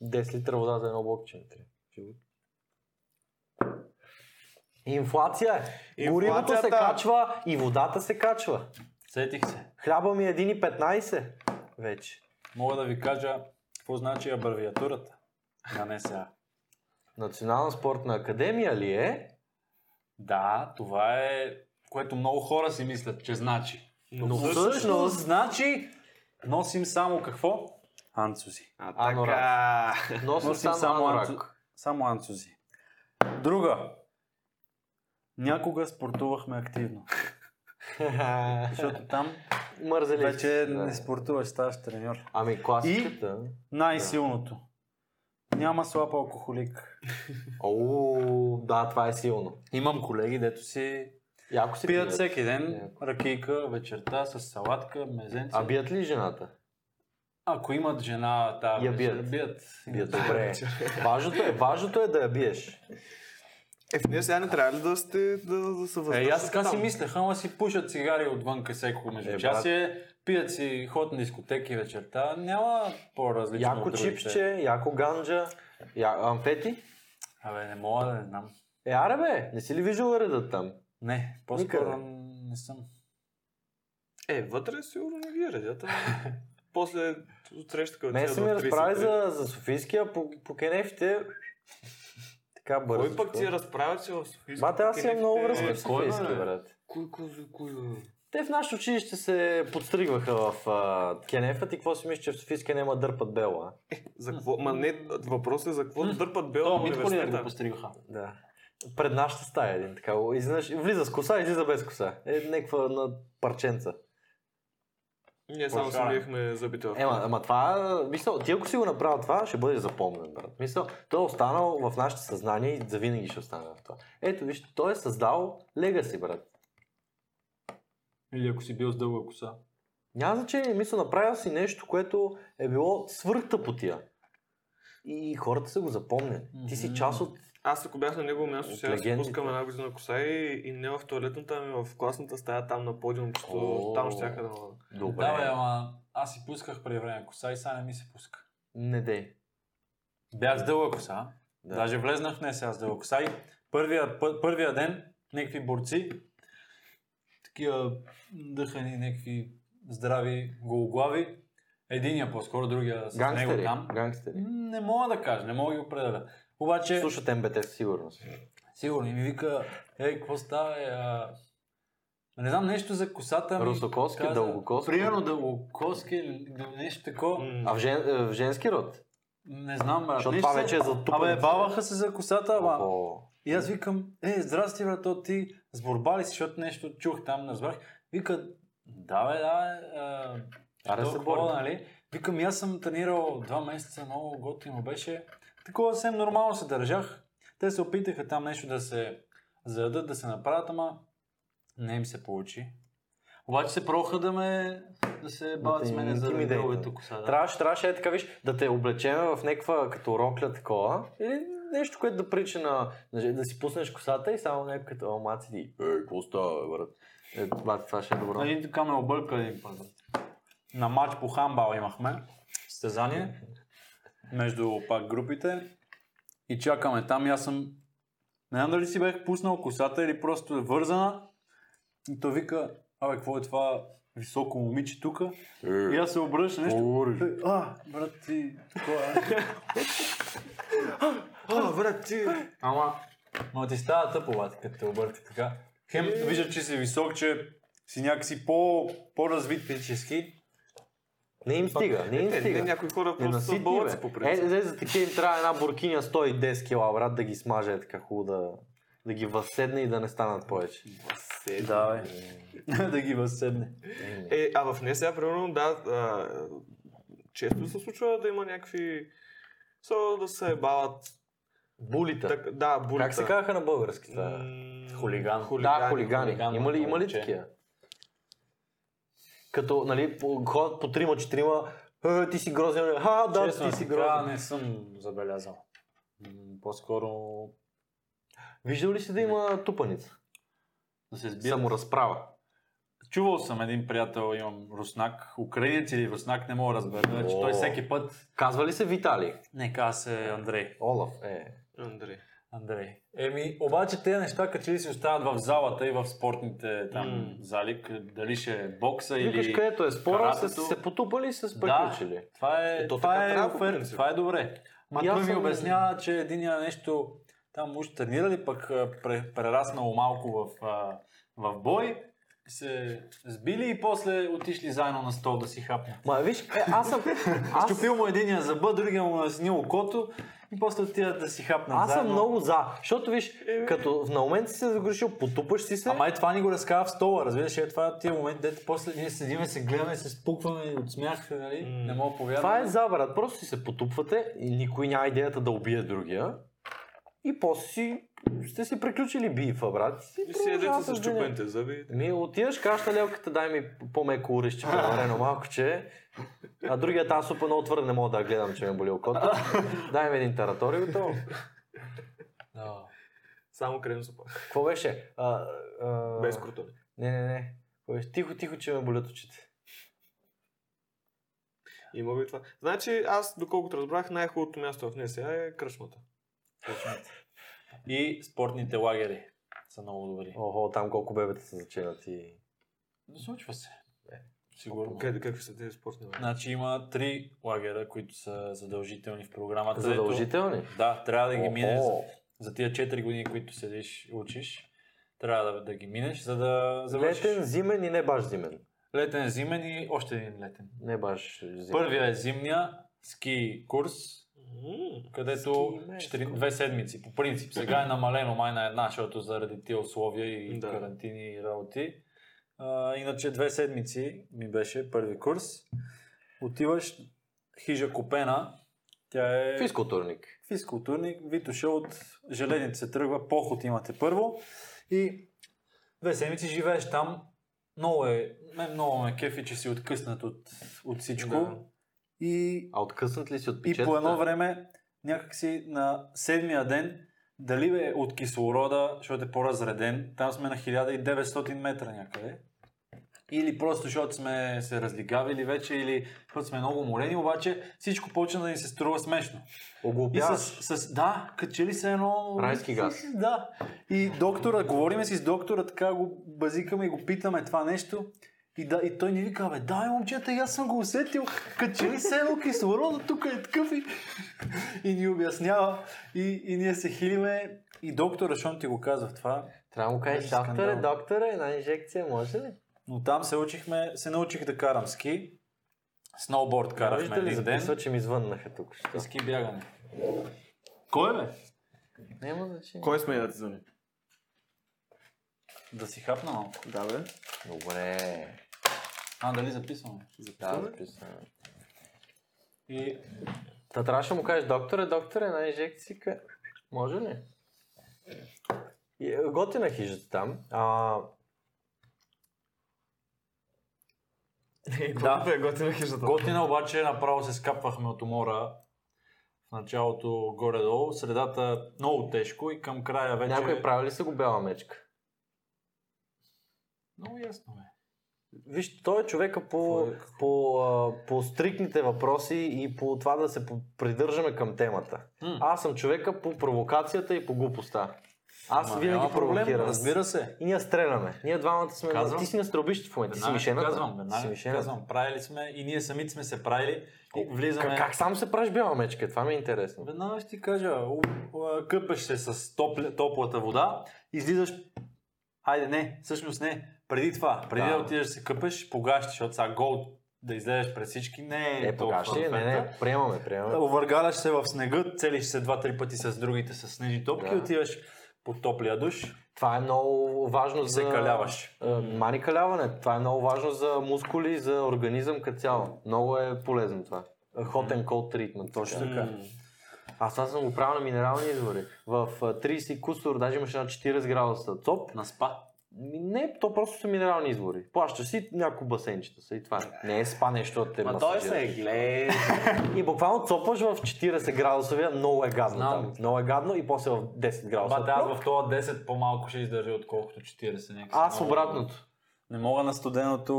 [SPEAKER 2] 10 литра вода за едно бокче. вътре. Живот. Инфлация е! Горивото се
[SPEAKER 1] Инфлацията!
[SPEAKER 2] качва и водата се качва.
[SPEAKER 3] Сетих се.
[SPEAKER 2] Хляба ми е 1,15 вече.
[SPEAKER 3] Мога да ви кажа какво значи абревиатурата на НСА.
[SPEAKER 2] Национална спортна академия ли е?
[SPEAKER 3] Да, това е което много хора си мислят, че значи.
[SPEAKER 1] но
[SPEAKER 2] Но
[SPEAKER 1] всъщ-
[SPEAKER 2] всъщност-
[SPEAKER 3] Всъщност значи носим само какво? Анцузи.
[SPEAKER 1] А,
[SPEAKER 2] Анорак.
[SPEAKER 1] така.
[SPEAKER 2] Носим
[SPEAKER 3] Носим
[SPEAKER 2] само,
[SPEAKER 3] само
[SPEAKER 2] анорак.
[SPEAKER 3] анцу... само анцузи. Друга.
[SPEAKER 4] Някога спортувахме активно. Защото там
[SPEAKER 2] Мързели.
[SPEAKER 4] вече
[SPEAKER 2] сте, да.
[SPEAKER 4] не спортуваш, ставаш треньор.
[SPEAKER 2] Ами класиката.
[SPEAKER 4] Най-силното. Няма слаб алкохолик.
[SPEAKER 2] О, да, това е силно.
[SPEAKER 3] Имам колеги, дето си
[SPEAKER 2] Яко се
[SPEAKER 3] пият всеки ден
[SPEAKER 2] Яко.
[SPEAKER 3] ракийка вечерта с салатка, мезенци.
[SPEAKER 2] А бият ли жената?
[SPEAKER 3] Ако имат жена, да,
[SPEAKER 2] Я бият.
[SPEAKER 3] бият.
[SPEAKER 2] Бият, добре. важното, е, важното е да я биеш.
[SPEAKER 1] Е, в ние сега не трябва ли да сте, да, да се
[SPEAKER 3] Е,
[SPEAKER 1] въздържате
[SPEAKER 3] и аз така си
[SPEAKER 1] там?
[SPEAKER 3] мислех, ама си пушат цигари отвън всеко
[SPEAKER 2] Е,
[SPEAKER 3] междучасие, е, пият си ход на дискотеки вечерта, няма по-различно
[SPEAKER 2] Яко
[SPEAKER 3] от другите.
[SPEAKER 2] чипче, яко ганджа, я... амфети.
[SPEAKER 3] Абе, не мога да не знам.
[SPEAKER 2] Е, аре бе, не си ли виждал реда там?
[SPEAKER 3] Не, по-скоро
[SPEAKER 2] Никъде.
[SPEAKER 3] не съм.
[SPEAKER 1] Е, вътре сигурно не ги е редята. После отреща като
[SPEAKER 2] Мен
[SPEAKER 1] отидат
[SPEAKER 2] са ми
[SPEAKER 1] в 33.
[SPEAKER 2] разправи за, за Софийския, по, по кенефите. Така бързо.
[SPEAKER 1] Кой пък ти е разправя, че в Софийска?
[SPEAKER 2] Бате, аз имам много връзка с
[SPEAKER 3] Кой, бе,
[SPEAKER 2] Софийски,
[SPEAKER 3] бе?
[SPEAKER 2] брат.
[SPEAKER 1] Кой, кой, кой, кой, бе?
[SPEAKER 2] Те в нашето училище се подстригваха в а, кенефът и какво си мислиш, че в Софийския няма дърпат бела? а?
[SPEAKER 1] За какво? Ма не, въпросът е за какво дърпат бел
[SPEAKER 3] То,
[SPEAKER 1] на
[SPEAKER 3] Митко
[SPEAKER 2] е
[SPEAKER 3] ли не е го
[SPEAKER 1] университета.
[SPEAKER 3] постригаха?
[SPEAKER 2] Да. Пред нашата стая един така. Изнеш, влиза с коса, излиза без коса. Е, някаква на парченца.
[SPEAKER 1] Ние само си
[SPEAKER 3] Пошара.
[SPEAKER 1] биехме зъбите в
[SPEAKER 2] Ема, ама това, мисъл, ти ако си го направил това, ще бъдеш запомнен, брат. Мисъл, той е останал в нашите съзнания и завинаги ще остане в това. Ето, вижте, той е създал легаси, брат.
[SPEAKER 3] Или ако си бил с дълга коса.
[SPEAKER 2] Няма значение, мисъл, направил си нещо, което е било свърхтъпотия. И хората са го запомнили. Ти си част от...
[SPEAKER 1] Аз ако бях на негово място,
[SPEAKER 2] От
[SPEAKER 1] сега си
[SPEAKER 2] легендите.
[SPEAKER 1] пускам една година коса и, и не в туалетната, ами в класната стая, там на подиумчето,
[SPEAKER 2] О.
[SPEAKER 1] там щяха да мога.
[SPEAKER 2] Добре.
[SPEAKER 3] Да, бе, ама аз си пусках преди време коса и сега не ми се пуска.
[SPEAKER 2] Не дей.
[SPEAKER 3] Бях с дълга коса.
[SPEAKER 2] Да.
[SPEAKER 3] Да. Даже влезнах не сега с дълга коса и първия, пър, първия ден някакви борци, такива дъхани, някакви здрави гологлави. Единия по-скоро, другия с него
[SPEAKER 2] Гангстери.
[SPEAKER 3] там.
[SPEAKER 2] Гангстери.
[SPEAKER 3] Не мога да кажа, не мога да ги определя. Обаче,
[SPEAKER 2] Слушат МБТ със сигурност.
[SPEAKER 3] сигурно и ми вика, ей, какво става, е, а... Не знам нещо за косата ми.
[SPEAKER 2] Русокоски,
[SPEAKER 3] каза.
[SPEAKER 2] дългокоски.
[SPEAKER 3] Примерно дългокоски или нещо такова.
[SPEAKER 1] М.
[SPEAKER 2] А в, жен, е, в женски род?
[SPEAKER 3] Не знам, брат.
[SPEAKER 2] Защото
[SPEAKER 3] нещо
[SPEAKER 2] това
[SPEAKER 3] се-
[SPEAKER 2] вече е за тупане.
[SPEAKER 3] Абе, баваха се за косата, ама...
[SPEAKER 2] О,
[SPEAKER 3] И аз викам, е, здрасти, брато, ти с борба ли си, защото нещо чух там, не разбрах. Вика, да, бе, да, бе, а,
[SPEAKER 2] Аре
[SPEAKER 3] то
[SPEAKER 2] се
[SPEAKER 3] хора,
[SPEAKER 2] борим.
[SPEAKER 3] нали? Викам, и аз съм тренирал два месеца, много готино беше. Такова съвсем нормално се държах. Те се опитаха там нещо да се зададат, да се направят, ама не им се получи. Обаче се проха да ме да се бавят
[SPEAKER 2] те
[SPEAKER 3] с мене за
[SPEAKER 2] интимидейтат.
[SPEAKER 3] дълговите коса. Да.
[SPEAKER 2] Трябваше, трябваше е така, виж, да те облечеме в някаква като рокля такова или нещо, което да прича на... Да си пуснеш косата и само някой като о, маци ти, е, какво става, бе, брат? Е, бати, това ще е добро.
[SPEAKER 3] Нали така ме обърка един път. На матч по хамбал имахме състезание между пак групите и чакаме там и аз съм не знам дали си бях пуснал косата или просто е вързана и той вика, абе, какво е това високо момиче тук?
[SPEAKER 2] Е,
[SPEAKER 3] И аз се обръщам нещо. Той, А, брат, ти, такова е.
[SPEAKER 1] А, брат, ти!
[SPEAKER 3] Ама, ма ти става тъпо, бате, като те обърти така. Хем, вижда, че си висок, че си някакси по, по-развит физически.
[SPEAKER 2] Не им стига, не им
[SPEAKER 1] Е, не,
[SPEAKER 2] стига.
[SPEAKER 1] някои хора
[SPEAKER 2] Не
[SPEAKER 1] просто са
[SPEAKER 2] наситни,
[SPEAKER 1] болци по
[SPEAKER 2] бе. Е,
[SPEAKER 1] принцип.
[SPEAKER 2] е, за такива им трябва една буркиня 110 кила, брат, да ги смаже е така хубаво да, да ги възседне и да не станат повече.
[SPEAKER 1] Седи.
[SPEAKER 3] Да, бе. да ги възседне.
[SPEAKER 1] Е, а в нея сега, примерно, да, а, често се случва да има някакви... Со да се бават.
[SPEAKER 2] Булита.
[SPEAKER 1] Так, да, булита.
[SPEAKER 2] Как се казаха на български това?
[SPEAKER 1] М,
[SPEAKER 3] Хулиган. Да,
[SPEAKER 2] Да, хулигани.
[SPEAKER 3] хулиган,
[SPEAKER 2] Има ли, има ли
[SPEAKER 3] момче.
[SPEAKER 2] такива? Като, нали, по- ходят по трима, четирима, «Е, ти си грозен, ха, да,
[SPEAKER 3] Честно,
[SPEAKER 2] ти си
[SPEAKER 3] така
[SPEAKER 2] грозен.
[SPEAKER 3] не съм забелязал. М, По-скоро
[SPEAKER 2] Виждал ли си да има тупаница?
[SPEAKER 3] да се сбият.
[SPEAKER 2] Саморазправа.
[SPEAKER 3] Чувал съм един приятел, имам руснак, украинец или руснак, не мога да разбера, че
[SPEAKER 2] О.
[SPEAKER 3] той всеки път
[SPEAKER 2] Казва ли се Виталий?
[SPEAKER 3] не казва се Андрей.
[SPEAKER 2] Олаф, е.
[SPEAKER 1] Андрей.
[SPEAKER 3] Андрей. Еми, обаче тези неща като че ли си остават в залата и в спортните там
[SPEAKER 1] М.
[SPEAKER 3] зали, къ- дали ще е бокса
[SPEAKER 2] Викаш
[SPEAKER 3] или...
[SPEAKER 2] където е спора, са
[SPEAKER 3] каратето.
[SPEAKER 2] си се потупали и са се
[SPEAKER 3] Да.
[SPEAKER 2] приключили.
[SPEAKER 3] Това е,
[SPEAKER 1] Е, то така
[SPEAKER 3] това е
[SPEAKER 1] трябва по
[SPEAKER 3] оферт,
[SPEAKER 1] принцип.
[SPEAKER 3] това е добре. Ма
[SPEAKER 2] И аз
[SPEAKER 3] той ми
[SPEAKER 2] съм-
[SPEAKER 3] обяснява, че единия нещо там уж тренирали, пък а, пре- прераснало малко в, а, в бой, се сбили и после отишли заедно на стол да си хапнат.
[SPEAKER 2] Ма виж, е, аз съм,
[SPEAKER 3] Аз...
[SPEAKER 2] аз,
[SPEAKER 3] Щупил му единия зъба, другия му насни окото и после отидат да си хапнат
[SPEAKER 2] аз съм
[SPEAKER 3] заедно.
[SPEAKER 2] много за, защото виж, като на момент си се загрешил, потупаш си се.
[SPEAKER 3] Ама и това ни го разказва в стола, разбираш, е това е тия моменти, дете после ние седим и се гледаме, и се спукваме и от смях, нали?
[SPEAKER 1] М.
[SPEAKER 3] Не мога да повярвам.
[SPEAKER 2] Това е забрат. Просто си се потупвате и никой няма идеята да убие другия. И после си, сте си приключили бифа, брат. И си
[SPEAKER 1] И си едете
[SPEAKER 2] продължавате
[SPEAKER 1] с
[SPEAKER 2] с деня.
[SPEAKER 1] чупените зъби.
[SPEAKER 2] Ми отиваш, кажеш на лелката, дай ми по-меко урещи, преварено малко, че... А другият аз супа много твърде не мога да я гледам, че ме боли окото. Дай ми един таратор и готово.
[SPEAKER 3] Да.
[SPEAKER 1] Само крем супа.
[SPEAKER 2] Какво беше? А, а...
[SPEAKER 1] Без крутони.
[SPEAKER 2] Не, не, не. Какво беше? Тихо, тихо, че ме болят очите.
[SPEAKER 1] Има го и това. Значи, аз, доколкото разбрах, най-хубавото място в нея сега е кръчмата.
[SPEAKER 3] И спортните лагери са много добри.
[SPEAKER 2] Охо, там колко бебета са заченати.
[SPEAKER 3] Не случва се.
[SPEAKER 2] Е,
[SPEAKER 3] Сигурно.
[SPEAKER 1] Къде, какви са тези спортни лагери?
[SPEAKER 3] Значи има три лагера, които са задължителни в програмата. дето-
[SPEAKER 2] Е, Задължителни.
[SPEAKER 3] Да, трябва да ги минеш за,
[SPEAKER 2] Охо.
[SPEAKER 3] за тия 4 години, които седиш, учиш. Трябва да, да ги минеш, за да завършиш.
[SPEAKER 2] Летен, зимен и не баш зимен.
[SPEAKER 3] летен, зимен и още един летен.
[SPEAKER 2] Не баш зимен.
[SPEAKER 3] Първия е зимния ски курс,
[SPEAKER 1] М,
[SPEAKER 3] където
[SPEAKER 2] Ски место.
[SPEAKER 3] четири, две седмици. По принцип, сега е намалено май на една, защото заради тия условия и
[SPEAKER 1] Да.
[SPEAKER 3] карантини и работи. А, иначе две седмици ми беше първи курс. Отиваш хижа купена. Тя е
[SPEAKER 2] Физкултурник.
[SPEAKER 3] физкултурник. Витоша от Желеница се тръгва. Поход имате първо. И две седмици живееш там. Много е, мен много ме кефи, че си откъснат от, от всичко.
[SPEAKER 1] Да.
[SPEAKER 3] И
[SPEAKER 2] А откъснат ли си от
[SPEAKER 3] и
[SPEAKER 2] печета?
[SPEAKER 3] по едно време, някакси на седмия ден, дали бе от кислорода, защото е по-разреден, там сме на 1900 метра някъде. Или просто защото сме се разлигавили вече, или защото сме много молени, обаче всичко почна да ни се струва смешно. И с,
[SPEAKER 2] Оглупяваш.
[SPEAKER 3] с, да, качели се едно...
[SPEAKER 2] Райски газ.
[SPEAKER 3] Да. И доктора, говориме си с доктора, така го базикаме и го питаме това нещо. И, да, и той ни вика, бе, да, бе, момчета, и аз съм го усетил, качели се едно кислорода, тук е такъв и... и ни обяснява. И, и ние се хилиме. И доктора, защото ти го казах това,
[SPEAKER 2] Трябва да му кажеш,
[SPEAKER 3] Беше скандал.
[SPEAKER 2] докторе, докторе, е, една инжекция може ли?
[SPEAKER 3] но там се учихме, се научих да карам ски. Сноуборд карахме
[SPEAKER 2] Виждате ли,
[SPEAKER 3] един ден.
[SPEAKER 2] записва, че ми звъннаха тук. що?
[SPEAKER 3] И Ски бягане. Кой бе?
[SPEAKER 2] Няма значение.
[SPEAKER 1] Кой сме да ти звъни?
[SPEAKER 3] Да си хапна малко.
[SPEAKER 1] Да, бе.
[SPEAKER 2] Добре.
[SPEAKER 3] А, дали записваме?
[SPEAKER 2] Да,
[SPEAKER 1] Записваме.
[SPEAKER 2] е. записваме.
[SPEAKER 3] И
[SPEAKER 2] Та трябваше да му кажеш, е, докторе, докторе, на инжекция. ка- Може ли? И, е, Готина хижата там. А,
[SPEAKER 1] Да. е готина хижата.
[SPEAKER 3] готина обаче направо се скапвахме от умора. В началото горе-долу, средата много тежко и към края вече...
[SPEAKER 2] някой прави ли се го бяла мечка?
[SPEAKER 3] Много ясно е.
[SPEAKER 2] Виж, той е човека по, по, а, по стрикните въпроси и по това да се по- придържаме към темата.
[SPEAKER 3] М.
[SPEAKER 2] Аз съм човека по провокацията и по глупостта. Аз
[SPEAKER 3] Ама
[SPEAKER 2] винаги
[SPEAKER 3] няма проблем,
[SPEAKER 2] провокирам.
[SPEAKER 3] разбира се.
[SPEAKER 2] И ние стреляме. Ние двамата сме...
[SPEAKER 3] Казвам.
[SPEAKER 2] Ти си на стрелбище в момента. Ти си
[SPEAKER 3] Веднага ти
[SPEAKER 2] мишената.
[SPEAKER 3] Казвам,
[SPEAKER 2] Ти си
[SPEAKER 3] веднага ти
[SPEAKER 2] мишената.
[SPEAKER 3] казвам, правили сме и ние самите сме се правили. И влизаме...
[SPEAKER 2] Как, как само се правиш бяла мечка? Това ми е интересно.
[SPEAKER 3] Веднага ще ти кажа, у- у- къпеш се с топля, топлата вода, излизаш, айде не, всъщност не, преди това, преди да,
[SPEAKER 2] Да.
[SPEAKER 3] отидеш да се къпеш, погащаш, защото сега гол да излезеш през всички не е
[SPEAKER 2] Е, покаж ли? Не, не, приемаме, приемаме.
[SPEAKER 3] Овъргаляш се в снега, целиш се два-три пъти с другите с снежни топки
[SPEAKER 2] Да.
[SPEAKER 3] и отиваш под топлия душ
[SPEAKER 2] Това е много важно
[SPEAKER 3] и
[SPEAKER 2] за...
[SPEAKER 3] се каляваш.
[SPEAKER 2] Е, Мани каляване. Това е много важно за мускули, за организъм като цяло. Много е полезно това. Hot and cold treatment. Точно
[SPEAKER 3] Така.
[SPEAKER 2] Аз това съм го правил на минерални извори. В а, 30 кусор, даже имаше на 40 градуса топ.
[SPEAKER 3] На спа.
[SPEAKER 2] Ми, Не, то просто са минерални извори. Плащаш си няколко басейнчета са и това. е. Не е спа нещо да те
[SPEAKER 4] Ма той
[SPEAKER 2] масажира.
[SPEAKER 4] се е гледа.
[SPEAKER 2] И буквално цопаш в 40 градусовия, много е гадно
[SPEAKER 3] Знам.
[SPEAKER 2] там. Много е гадно и после в 10 градуса.
[SPEAKER 3] Бате, аз в това 10 по-малко ще издържа, отколкото 40. някакси.
[SPEAKER 2] Аз
[SPEAKER 3] Много-
[SPEAKER 2] обратното.
[SPEAKER 3] Не мога на студеното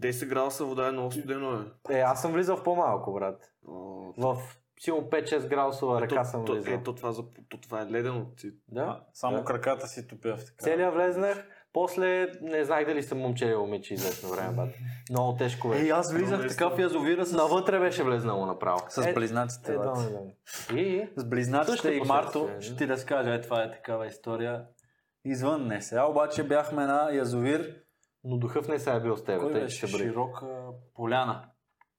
[SPEAKER 1] 10 градуса вода е много студено, е.
[SPEAKER 2] Е, аз съм влизал в по-малко, брат.
[SPEAKER 1] О,
[SPEAKER 2] В силно 5-6 градусова ръка съм
[SPEAKER 1] то,
[SPEAKER 2] влизал.
[SPEAKER 1] е, то, това, за, то, това е ледено. Ти...
[SPEAKER 2] Да.
[SPEAKER 3] Само
[SPEAKER 2] Да.
[SPEAKER 3] краката си тупя в така.
[SPEAKER 2] Целия влезнах, после не знаех дали съм момче или момиче известно време, брат. Много тежко беше.
[SPEAKER 3] Е, аз влизах
[SPEAKER 1] Много
[SPEAKER 3] така в язовира с,
[SPEAKER 2] Навътре беше влезнало направо.
[SPEAKER 3] с
[SPEAKER 2] Е,
[SPEAKER 3] близнаците.
[SPEAKER 2] Е,
[SPEAKER 3] брат.
[SPEAKER 2] да, да, да. И, и.
[SPEAKER 3] с
[SPEAKER 2] Също
[SPEAKER 3] близначите и Марто
[SPEAKER 2] последствие,
[SPEAKER 3] ще
[SPEAKER 2] да.
[SPEAKER 3] ти разкажа. Е, това е такава история. Извън не сега, обаче бяхме на язовир,
[SPEAKER 2] Но духът не се е бил с теб.
[SPEAKER 3] кой
[SPEAKER 2] Тъй,
[SPEAKER 3] беше
[SPEAKER 2] ще бъде.
[SPEAKER 3] широка поляна.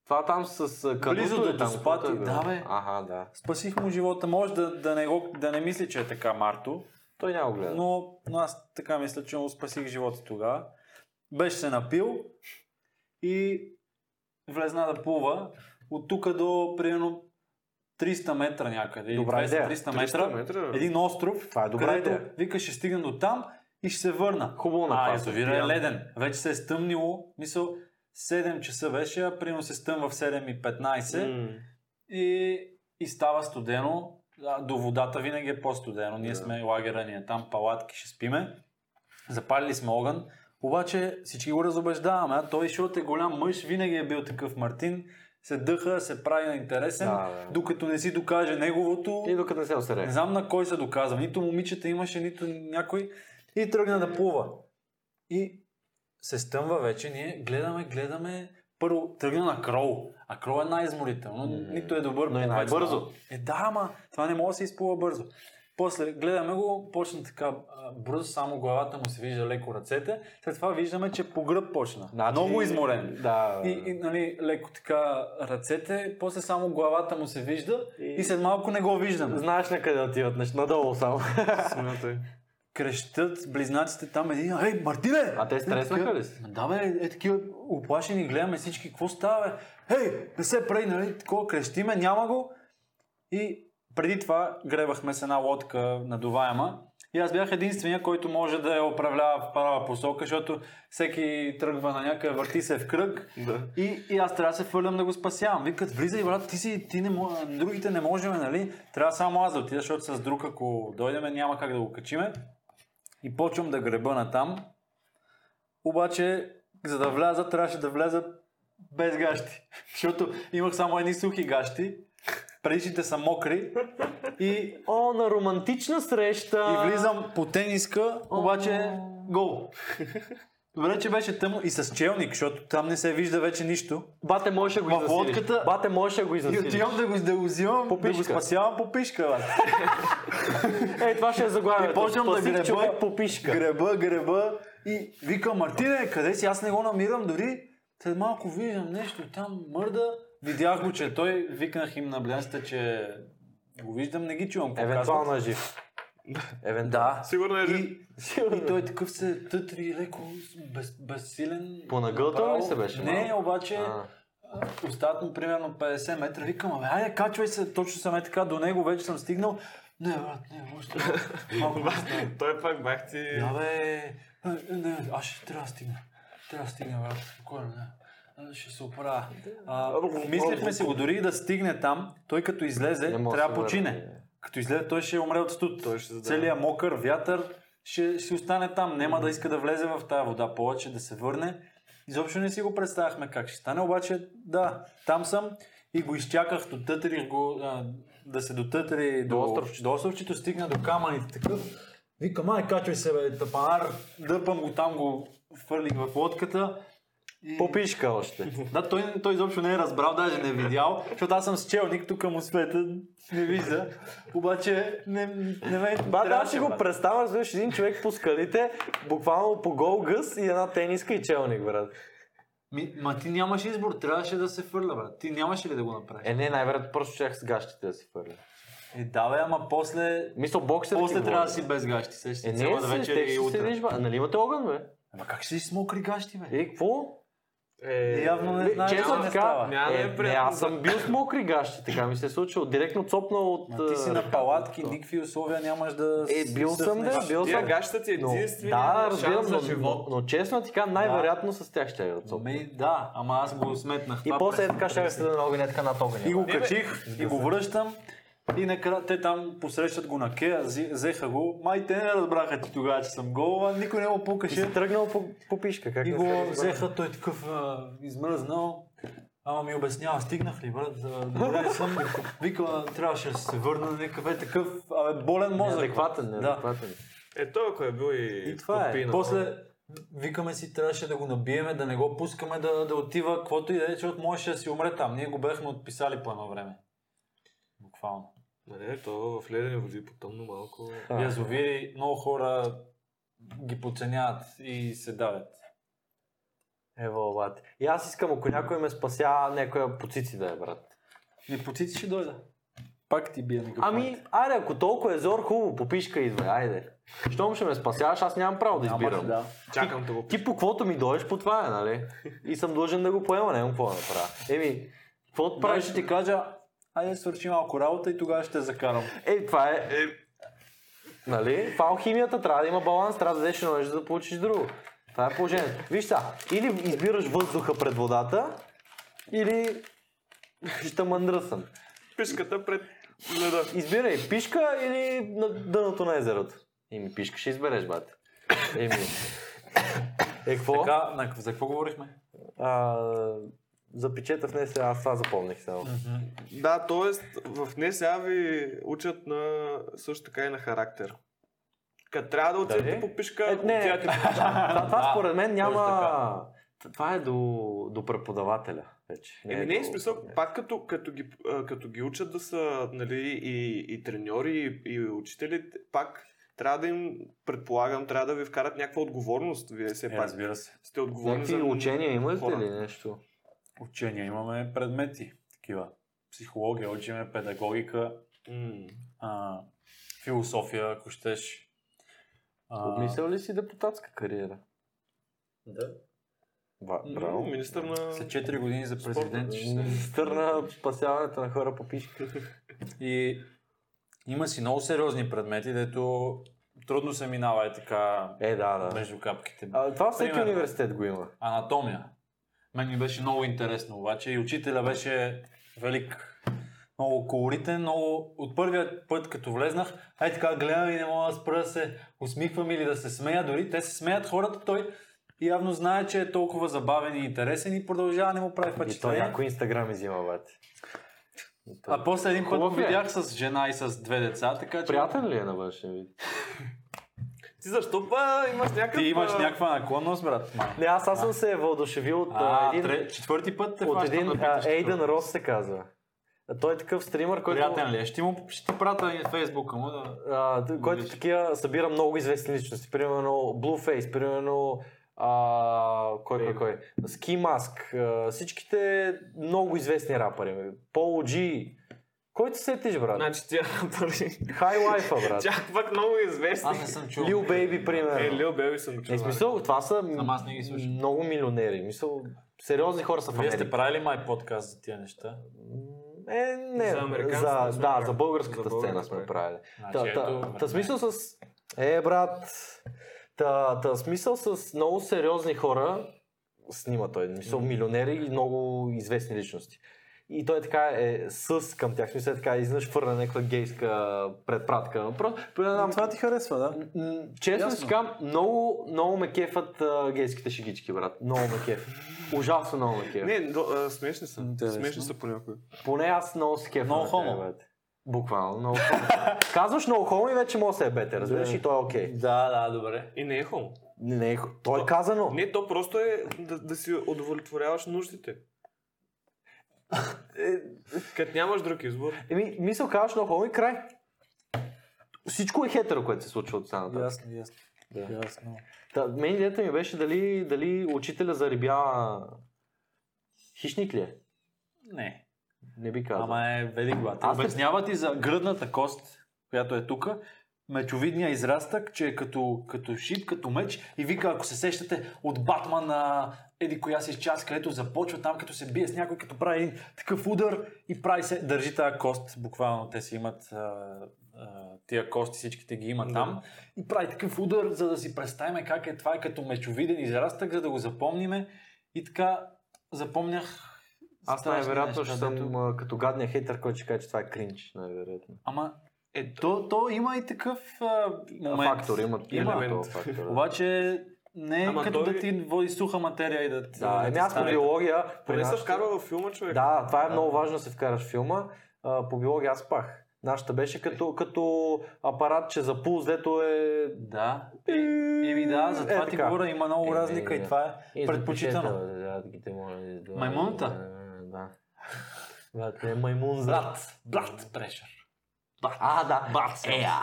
[SPEAKER 2] Това там с а, кануто
[SPEAKER 3] Близо до
[SPEAKER 2] ли там,
[SPEAKER 3] Доспат
[SPEAKER 2] каквото е
[SPEAKER 3] и-
[SPEAKER 2] било?
[SPEAKER 3] да, бе.
[SPEAKER 2] Аха, да.
[SPEAKER 3] Спасих му живота. Може да, да, не, го, да не мисли, че е така Марто,
[SPEAKER 2] Той няма го гледа.
[SPEAKER 3] но, но аз така мисля, че му спасих живота тогава. Беше се напил и влезна да плува от тук до примерно 300 метра някъде. или
[SPEAKER 2] Добра
[SPEAKER 3] 200-300
[SPEAKER 2] идея.
[SPEAKER 3] 300
[SPEAKER 1] 300
[SPEAKER 3] метра.
[SPEAKER 1] метра.
[SPEAKER 3] Един остров,
[SPEAKER 2] Това е добра
[SPEAKER 3] където
[SPEAKER 2] идея.
[SPEAKER 3] вика ще стигна до там и ще се върна.
[SPEAKER 2] Хубаво
[SPEAKER 3] А,
[SPEAKER 2] на
[SPEAKER 3] язовира е леден. Вече се е стъмнило. Мисъл, 7 часа беше, а примерно се стъмва в 7.15
[SPEAKER 1] М.
[SPEAKER 2] Е?
[SPEAKER 3] и, и става студено. А, До водата винаги е по-студено. Ние
[SPEAKER 1] Да.
[SPEAKER 3] сме лагера, ние там палатки ще спиме. Запалили сме огън. Обаче всички го разобеждаваме. А той, защото е голям мъж, винаги е бил такъв Мартин. Се дъха, се прави на интересен,
[SPEAKER 2] Да, да.
[SPEAKER 3] докато не си докаже неговото.
[SPEAKER 2] И докато не се осере.
[SPEAKER 3] Не знам на кой се доказва. Нито момичета имаше, нито някой. И тръгна да плува. И се стъмва вече. Ние гледаме, гледаме. Първо тръгна на крол. А крол е най-изморително.
[SPEAKER 2] М,
[SPEAKER 3] Нито е добър.
[SPEAKER 2] но е
[SPEAKER 3] плувач,
[SPEAKER 2] най-бързо.
[SPEAKER 3] да. Е, да, ама това не може да се изплува бързо. После гледаме го, почна така а, бързо, само главата му се вижда леко ръцете. След това виждаме, че по гръб почна.
[SPEAKER 2] Значи-
[SPEAKER 3] Много изморен.
[SPEAKER 2] Да.
[SPEAKER 3] И, и нали, леко така ръцете, после само главата му се вижда и, и след малко не го виждаме.
[SPEAKER 2] Знаеш на къде отиват неща. Надолу само.
[SPEAKER 1] Смятай.
[SPEAKER 3] крещят близнаците там един, ей, Мартине!
[SPEAKER 2] А те стреснаха ли си?
[SPEAKER 3] Ма Да бе, е такива оплашени, гледаме всички, какво става бе? Ей, не се прави, нали, такова крещиме, няма го. И преди това гребахме с една лодка надуваема. И аз бях единствения, който може да я управлява в права посока, защото всеки тръгва на някъде, върти се в кръг.
[SPEAKER 1] Да.
[SPEAKER 3] И, и аз трябва да се фърлям да го спасявам. Викат, влизай, брат, ти си, ти не мож... другите не можем, нали? Трябва само аз да отида, защото с друг, ако дойдеме, няма как да го качиме. И почвам да греба на там. Обаче, за да вляза, трябваше да вляза без гащи. Защото имах само едни сухи гащи. Предишните са мокри. И,
[SPEAKER 2] О, на романтична среща!
[SPEAKER 3] и влизам по тениска, обаче гол. Добре, че беше тъмно и с челник, защото там не се вижда вече нищо.
[SPEAKER 2] Бате, можеш да го
[SPEAKER 3] Ма
[SPEAKER 2] изнасилиш.
[SPEAKER 3] лодката-
[SPEAKER 2] Бате, можеш да го
[SPEAKER 3] И
[SPEAKER 2] изнасилиш.
[SPEAKER 3] отивам да го, да го взимам,
[SPEAKER 2] По
[SPEAKER 3] да го
[SPEAKER 2] пишка.
[SPEAKER 3] спасявам по пишка. Бе.
[SPEAKER 2] Е, това ще е заглавието.
[SPEAKER 3] И почвам да
[SPEAKER 2] Спасих
[SPEAKER 3] греба.
[SPEAKER 2] човек по пишка.
[SPEAKER 3] Греба, греба и викам, Мартине, къде си? Аз не го намирам дори. След малко виждам нещо там, мърда. Видях го, че той, викнах им на блянците, че го виждам, не ги чувам. какво
[SPEAKER 2] Евентуално
[SPEAKER 3] казват.
[SPEAKER 2] е жив. Евентуално.
[SPEAKER 3] Да.
[SPEAKER 1] Сигурно е жив.
[SPEAKER 3] И, и той такъв се тътри, леко без, безсилен.
[SPEAKER 2] Понагълтал ли се беше
[SPEAKER 3] Не,
[SPEAKER 2] малко?
[SPEAKER 3] обаче
[SPEAKER 2] А,
[SPEAKER 3] а, остават му примерно 50 метра, викам, абе, айде, качвай се, точно съм е така, до него вече съм стигнал. Не, брат, не, още малко не стигна.
[SPEAKER 1] Той пак бах ти...
[SPEAKER 3] Я бе, не, не, аз ще трябва да стигна. Трябва да стигна, брат, спокойно, не. Аз Ще се оправя. А, мислихме си го, дори и да стигне там, той като излезе,
[SPEAKER 2] Не мога
[SPEAKER 3] трябва да
[SPEAKER 2] се върна.
[SPEAKER 3] почине. Като излезе, той ще умре от студ.
[SPEAKER 1] Той ще зададе.
[SPEAKER 3] Целият мокър вятър ще си остане там. Няма да иска да влезе в тази вода повече, да се върне. Изобщо не си го представяхме как ще стане, обаче да, там съм и го изчаках, дотътрих го, а, да се дотътри до,
[SPEAKER 2] До
[SPEAKER 3] островчето.
[SPEAKER 2] островчето.
[SPEAKER 3] до островчето, стигна до камъните такъв. Викам, ай, качвай се, бе, тапанар, дъпам го там, го фърлих в лодката. И...
[SPEAKER 2] Попишка още.
[SPEAKER 3] Да, той, той изобщо не е разбрал, даже не е видял, защото аз съм с челник, тук му света, не вижда. Обаче не, не ме
[SPEAKER 2] Ба, да,
[SPEAKER 3] трябваше,
[SPEAKER 2] ще го
[SPEAKER 3] брат.
[SPEAKER 2] представя, разбираш, един човек по скалите, буквално по гол гъс и една тениска и челник, брат.
[SPEAKER 3] Ми, ма ти нямаш избор, трябваше да се фърля, брат. Ти нямаше ли да го направиш?
[SPEAKER 2] Е, не, най-вероятно просто чаках с гащите да си фърля.
[SPEAKER 3] Е, да, бе, ама после...
[SPEAKER 2] Мисля, боксер
[SPEAKER 3] После трябва да си без гащи, сещаш
[SPEAKER 2] Е,
[SPEAKER 3] се
[SPEAKER 2] не,
[SPEAKER 3] цяла да
[SPEAKER 2] си,
[SPEAKER 3] вечер
[SPEAKER 2] вечер
[SPEAKER 3] и
[SPEAKER 2] ще
[SPEAKER 3] утре.
[SPEAKER 2] седиш, ба. Нали имате огън, бе?
[SPEAKER 3] Ама как ще си смокри гащи, бе?
[SPEAKER 2] И какво?
[SPEAKER 1] Е,
[SPEAKER 3] Явно не
[SPEAKER 2] Бе,
[SPEAKER 3] знаеш,
[SPEAKER 2] честно
[SPEAKER 3] че не
[SPEAKER 2] така,
[SPEAKER 3] става.
[SPEAKER 1] няма да
[SPEAKER 2] Е,
[SPEAKER 1] е
[SPEAKER 2] не,
[SPEAKER 1] приятно.
[SPEAKER 2] аз съм бил с мокри гащи, така ми се е случило. Директно цопнал от... е,
[SPEAKER 3] Ма ти си
[SPEAKER 2] а,
[SPEAKER 3] на
[SPEAKER 2] ръката.
[SPEAKER 3] палатки, никакви условия нямаш да...
[SPEAKER 2] Е,
[SPEAKER 3] с-
[SPEAKER 2] бил съм,
[SPEAKER 3] съхнеш.
[SPEAKER 2] да, бил
[SPEAKER 1] Тия
[SPEAKER 2] съм.
[SPEAKER 1] гащата ти е
[SPEAKER 2] Но,
[SPEAKER 1] единствения
[SPEAKER 2] да, разбирам,
[SPEAKER 1] шанс за
[SPEAKER 2] но, но,
[SPEAKER 1] живот.
[SPEAKER 2] но, честно така, най-вероятно с тях ще я да цопна.
[SPEAKER 3] Ами, да, ама аз го сметнах.
[SPEAKER 2] И
[SPEAKER 3] това
[SPEAKER 2] после е
[SPEAKER 3] през-
[SPEAKER 2] така ще я седа на огъня, така над огъня.
[SPEAKER 3] И го
[SPEAKER 1] бе.
[SPEAKER 3] качих, и го връщам. И накрая те там посрещат го на Кея, взе- взеха го. Май те не разбраха ти тогава, че съм гол, а никой не му
[SPEAKER 2] И си
[SPEAKER 3] пукаше.
[SPEAKER 2] тръгнал по, по пишка, как
[SPEAKER 3] И
[SPEAKER 2] не
[SPEAKER 3] го
[SPEAKER 2] се разбра.
[SPEAKER 3] взеха, той такъв а, измръзнал. Ама ми обяснява, стигнах ли, брат? А, Добре съм. Вика, трябваше да се върна. Вика, бе, такъв абе, болен мозък.
[SPEAKER 2] Неадекватен,
[SPEAKER 3] Да.
[SPEAKER 2] неадекватен.
[SPEAKER 1] Е, той ако е бил и,
[SPEAKER 2] И това е.
[SPEAKER 1] купина.
[SPEAKER 3] После викаме си, трябваше да го набиеме, да не го пускаме да, да отива, каквото и да е, защото можеше да си умре там. Ние го бяхме отписали по едно време. Буквално.
[SPEAKER 1] Ма не, нали, е, то в ледени води потъмно малко.
[SPEAKER 2] Да.
[SPEAKER 3] Язовири, много хора ги подценяват и се давят.
[SPEAKER 2] Ево, бат. И аз искам, ако някой ме спася, някоя по цици да е, брат.
[SPEAKER 3] Не поцити ще дойда. Пак ти бия микрофон.
[SPEAKER 2] Ами, айде, ако толкова е зор, хубаво, попишка идва, айде. Щом ще ме спасяваш, аз нямам право да избирам.
[SPEAKER 3] Да.
[SPEAKER 1] Чакам да го
[SPEAKER 2] Ти по каквото ми дойдеш, по това е, нали? И съм длъжен да го поема, нямам какво да направя. Еми, какво
[SPEAKER 3] Прави
[SPEAKER 2] правиш
[SPEAKER 3] ще
[SPEAKER 2] ти?
[SPEAKER 3] ти кажа, айде свърши малко работа и тогава ще те закарам.
[SPEAKER 2] Е, това е... е... Нали? Това е алхимията, трябва да има баланс, трябва да дадеш едно нещо, за да получиш друго. Това е положението. Виж сега, или избираш въздуха пред водата, или ще мъндръсам.
[SPEAKER 1] пишката пред леда.
[SPEAKER 2] Избирай пишка или на дъното на езерото. Еми, пишка ще избереш, бате. Еми. Е, какво?
[SPEAKER 3] Така, на, за какво говорихме?
[SPEAKER 2] А, запечатах не се, аз това запомних само.
[SPEAKER 3] Е,
[SPEAKER 1] Да, т.е. в НСА ви учат на също така и на характер. Като трябва да отидете
[SPEAKER 2] Дали?
[SPEAKER 1] по пишка,
[SPEAKER 2] Е, не,
[SPEAKER 1] отивате по
[SPEAKER 2] Това, това според мен няма...
[SPEAKER 3] точно
[SPEAKER 2] Това е до, до преподавателя вече. е
[SPEAKER 1] Еми не,
[SPEAKER 2] до-
[SPEAKER 1] в смисъл, пак като, като, ги, а, като ги учат да са нали, и, и треньори, и, и учители, пак трябва да им, предполагам, трябва да ви вкарат някаква отговорност. Вие все
[SPEAKER 3] Е,
[SPEAKER 1] пак
[SPEAKER 3] разбира се.
[SPEAKER 1] сте отговорни
[SPEAKER 2] Някакви
[SPEAKER 1] за...
[SPEAKER 2] учения имате
[SPEAKER 1] хора.
[SPEAKER 2] ли нещо?
[SPEAKER 3] Учения имаме предмети, такива. Психология, учиме педагогика,
[SPEAKER 1] М.
[SPEAKER 3] а, философия, ако щеш. А,
[SPEAKER 2] Обмислял ли си депутатска кариера?
[SPEAKER 3] Да.
[SPEAKER 2] Ба,
[SPEAKER 1] М,
[SPEAKER 2] браво.
[SPEAKER 1] Министър на...
[SPEAKER 3] След 4 години за президент ще се...
[SPEAKER 2] Министър на спасяването на хора по пишка.
[SPEAKER 3] И има си много сериозни предмети, дето трудно се минава е така
[SPEAKER 2] Е, да, да.
[SPEAKER 3] между капките.
[SPEAKER 2] А, това всеки
[SPEAKER 3] Примерно.
[SPEAKER 2] университет го има.
[SPEAKER 1] Е,
[SPEAKER 3] Анатомия. Мен ми беше много интересно обаче и учителя беше велик. Много колоритен, много... От първия път, като влезнах, ай така гледам и не мога да спра да се усмихвам или да се смея. Дори те се смеят хората, той явно знае, че е толкова забавен и интересен и продължава да не му прави
[SPEAKER 2] И Е, той
[SPEAKER 3] впечатление.
[SPEAKER 2] някой инстаграм изима, бате. И той-
[SPEAKER 3] А после един път го
[SPEAKER 2] Хубав е.
[SPEAKER 3] видях с жена и с две деца, така че...
[SPEAKER 2] Приятен ли е на външен вид?
[SPEAKER 1] Ти защо па имаш някакъв...
[SPEAKER 3] Ти имаш
[SPEAKER 1] а,
[SPEAKER 3] някаква наклонност, брат. май.
[SPEAKER 2] Не, аз, аз съм се въодушевил от а,
[SPEAKER 3] А,
[SPEAKER 2] е един,
[SPEAKER 3] тре- четвърти път те
[SPEAKER 2] от
[SPEAKER 3] хващам
[SPEAKER 2] един
[SPEAKER 3] да
[SPEAKER 2] а,
[SPEAKER 3] питаш.
[SPEAKER 2] Ейден Рос се казва. А Той е такъв стример, който,
[SPEAKER 3] Приятен ли е? Ще, му, ще ти пратя и фейсбука му да...
[SPEAKER 2] а, т- който
[SPEAKER 3] Виж.
[SPEAKER 2] такива събира много известни личности. Примерно Blueface, примерно а, кой, кой, кой? Ski Mask. А, всичките много известни рапъри. Пол G. Който сетиш, брат?
[SPEAKER 1] Значи тия автори.
[SPEAKER 2] Хай лайфа, брат.
[SPEAKER 1] Чак пък много известни.
[SPEAKER 5] Аз не съм чул.
[SPEAKER 2] Лил Бейби,
[SPEAKER 1] Е,
[SPEAKER 2] примерно.
[SPEAKER 1] Лил Беби съм чул.
[SPEAKER 2] Е, смисъл, това са
[SPEAKER 5] Ама аз не ги слушам.
[SPEAKER 2] много милионери. Мисъл, сериозни хора са в
[SPEAKER 3] Вие сте
[SPEAKER 2] Америка.
[SPEAKER 3] правили май подкаст за тия неща?
[SPEAKER 2] Е, не,
[SPEAKER 1] За американците не
[SPEAKER 2] за,
[SPEAKER 1] сме
[SPEAKER 2] да,
[SPEAKER 1] правили.
[SPEAKER 2] за
[SPEAKER 1] За
[SPEAKER 2] българската сцена
[SPEAKER 1] българската
[SPEAKER 2] сме
[SPEAKER 1] правили.
[SPEAKER 2] правили.
[SPEAKER 3] Значи,
[SPEAKER 2] Та,
[SPEAKER 3] ето,
[SPEAKER 2] та, та смисъл с... Е, брат, та, та смисъл с много сериозни хора снима той, мисъл милионери и много известни личности. И той така е с към тях, смисъл е така изнъж фърна някаква гейска предпратка. Просто,
[SPEAKER 4] Да,
[SPEAKER 2] предам,
[SPEAKER 4] това ти харесва, да?
[SPEAKER 2] М, Честно си
[SPEAKER 4] Ясно.
[SPEAKER 2] казвам, много, много ме кефат а, гейските шигички, брат. Много ме кефат. Ужасно много ме кефат.
[SPEAKER 1] Не, до- а, смешни са.
[SPEAKER 4] Интересно.
[SPEAKER 1] Смешни са понякога.
[SPEAKER 2] Поне аз много се кефа.
[SPEAKER 3] Много
[SPEAKER 2] на
[SPEAKER 3] хомо.
[SPEAKER 2] тях, брат. Буквално, много хомо. Казваш много хомо и вече може да се е бете, разбираш?
[SPEAKER 4] Да.
[SPEAKER 2] И той е окей.
[SPEAKER 5] Да, да, добре.
[SPEAKER 1] И не е хомо.
[SPEAKER 2] Не, не, е х- то е казано.
[SPEAKER 1] Не, то просто е да, да си удовлетворяваш нуждите. Е, Като нямаш друг избор.
[SPEAKER 2] Еми, мисъл казваш много хомо и край. Всичко е хетеро, което се случва от сега нататък.
[SPEAKER 4] Ясно, ясно. Ясно.
[SPEAKER 2] Та, мен идеята ми беше дали, дали учителя зарибява хищник ли е?
[SPEAKER 3] Не.
[SPEAKER 2] Не би казал.
[SPEAKER 3] Ама е велик бат.
[SPEAKER 2] Аз не-
[SPEAKER 3] Обяснява ти за гръдната кост, която е тук, мечовидния израстък, че е като, като шип, като меч и вика, ако се сещате от Батман на еди коя си част, където започва там, като се бие с някой, като прави един такъв удар и прави се, държи тази кост, буквално те си имат а, а, тия кости, всичките ги имат
[SPEAKER 1] Да.
[SPEAKER 3] там и прави такъв удар, за да си представим как е това е като мечовиден израстък, за да го запомниме и така запомнях
[SPEAKER 2] Аз
[SPEAKER 3] страшни
[SPEAKER 2] най-вероятно
[SPEAKER 3] неща,
[SPEAKER 2] ще съм
[SPEAKER 3] дето-
[SPEAKER 2] а, като гадния хейтър, който ще каже, че това е кринч, най-вероятно.
[SPEAKER 3] Ама е, то, то има и такъв а, момент.
[SPEAKER 2] Фактор, имат
[SPEAKER 3] Има.
[SPEAKER 2] има
[SPEAKER 1] Елемент.
[SPEAKER 2] този фактор. да.
[SPEAKER 3] Обаче не е
[SPEAKER 1] Ама
[SPEAKER 3] като
[SPEAKER 1] той-
[SPEAKER 3] да ти води суха материя и да ти...
[SPEAKER 2] Да, еми аз по
[SPEAKER 3] стане-
[SPEAKER 2] биология... при
[SPEAKER 1] Поне се
[SPEAKER 2] нашата-
[SPEAKER 1] вкарва във филма, човек.
[SPEAKER 2] Да, това е много важно да се вкараш в филма. А, по биология аз пах. Нашата беше като, като апарат, че за пулс, дето е...
[SPEAKER 3] Да. Е, Еми да, за
[SPEAKER 2] Е,
[SPEAKER 3] това ти
[SPEAKER 2] така.
[SPEAKER 3] говоря, има много
[SPEAKER 2] Е,
[SPEAKER 3] разлика
[SPEAKER 2] е,
[SPEAKER 3] и
[SPEAKER 2] е.
[SPEAKER 3] това е предпочитано.
[SPEAKER 2] Да, да, ги те моля, да-
[SPEAKER 3] Маймуната?
[SPEAKER 2] Да, Да. Брат, е маймун зад.
[SPEAKER 3] Брат, брат, прешър.
[SPEAKER 2] А, да. Бат. Еа.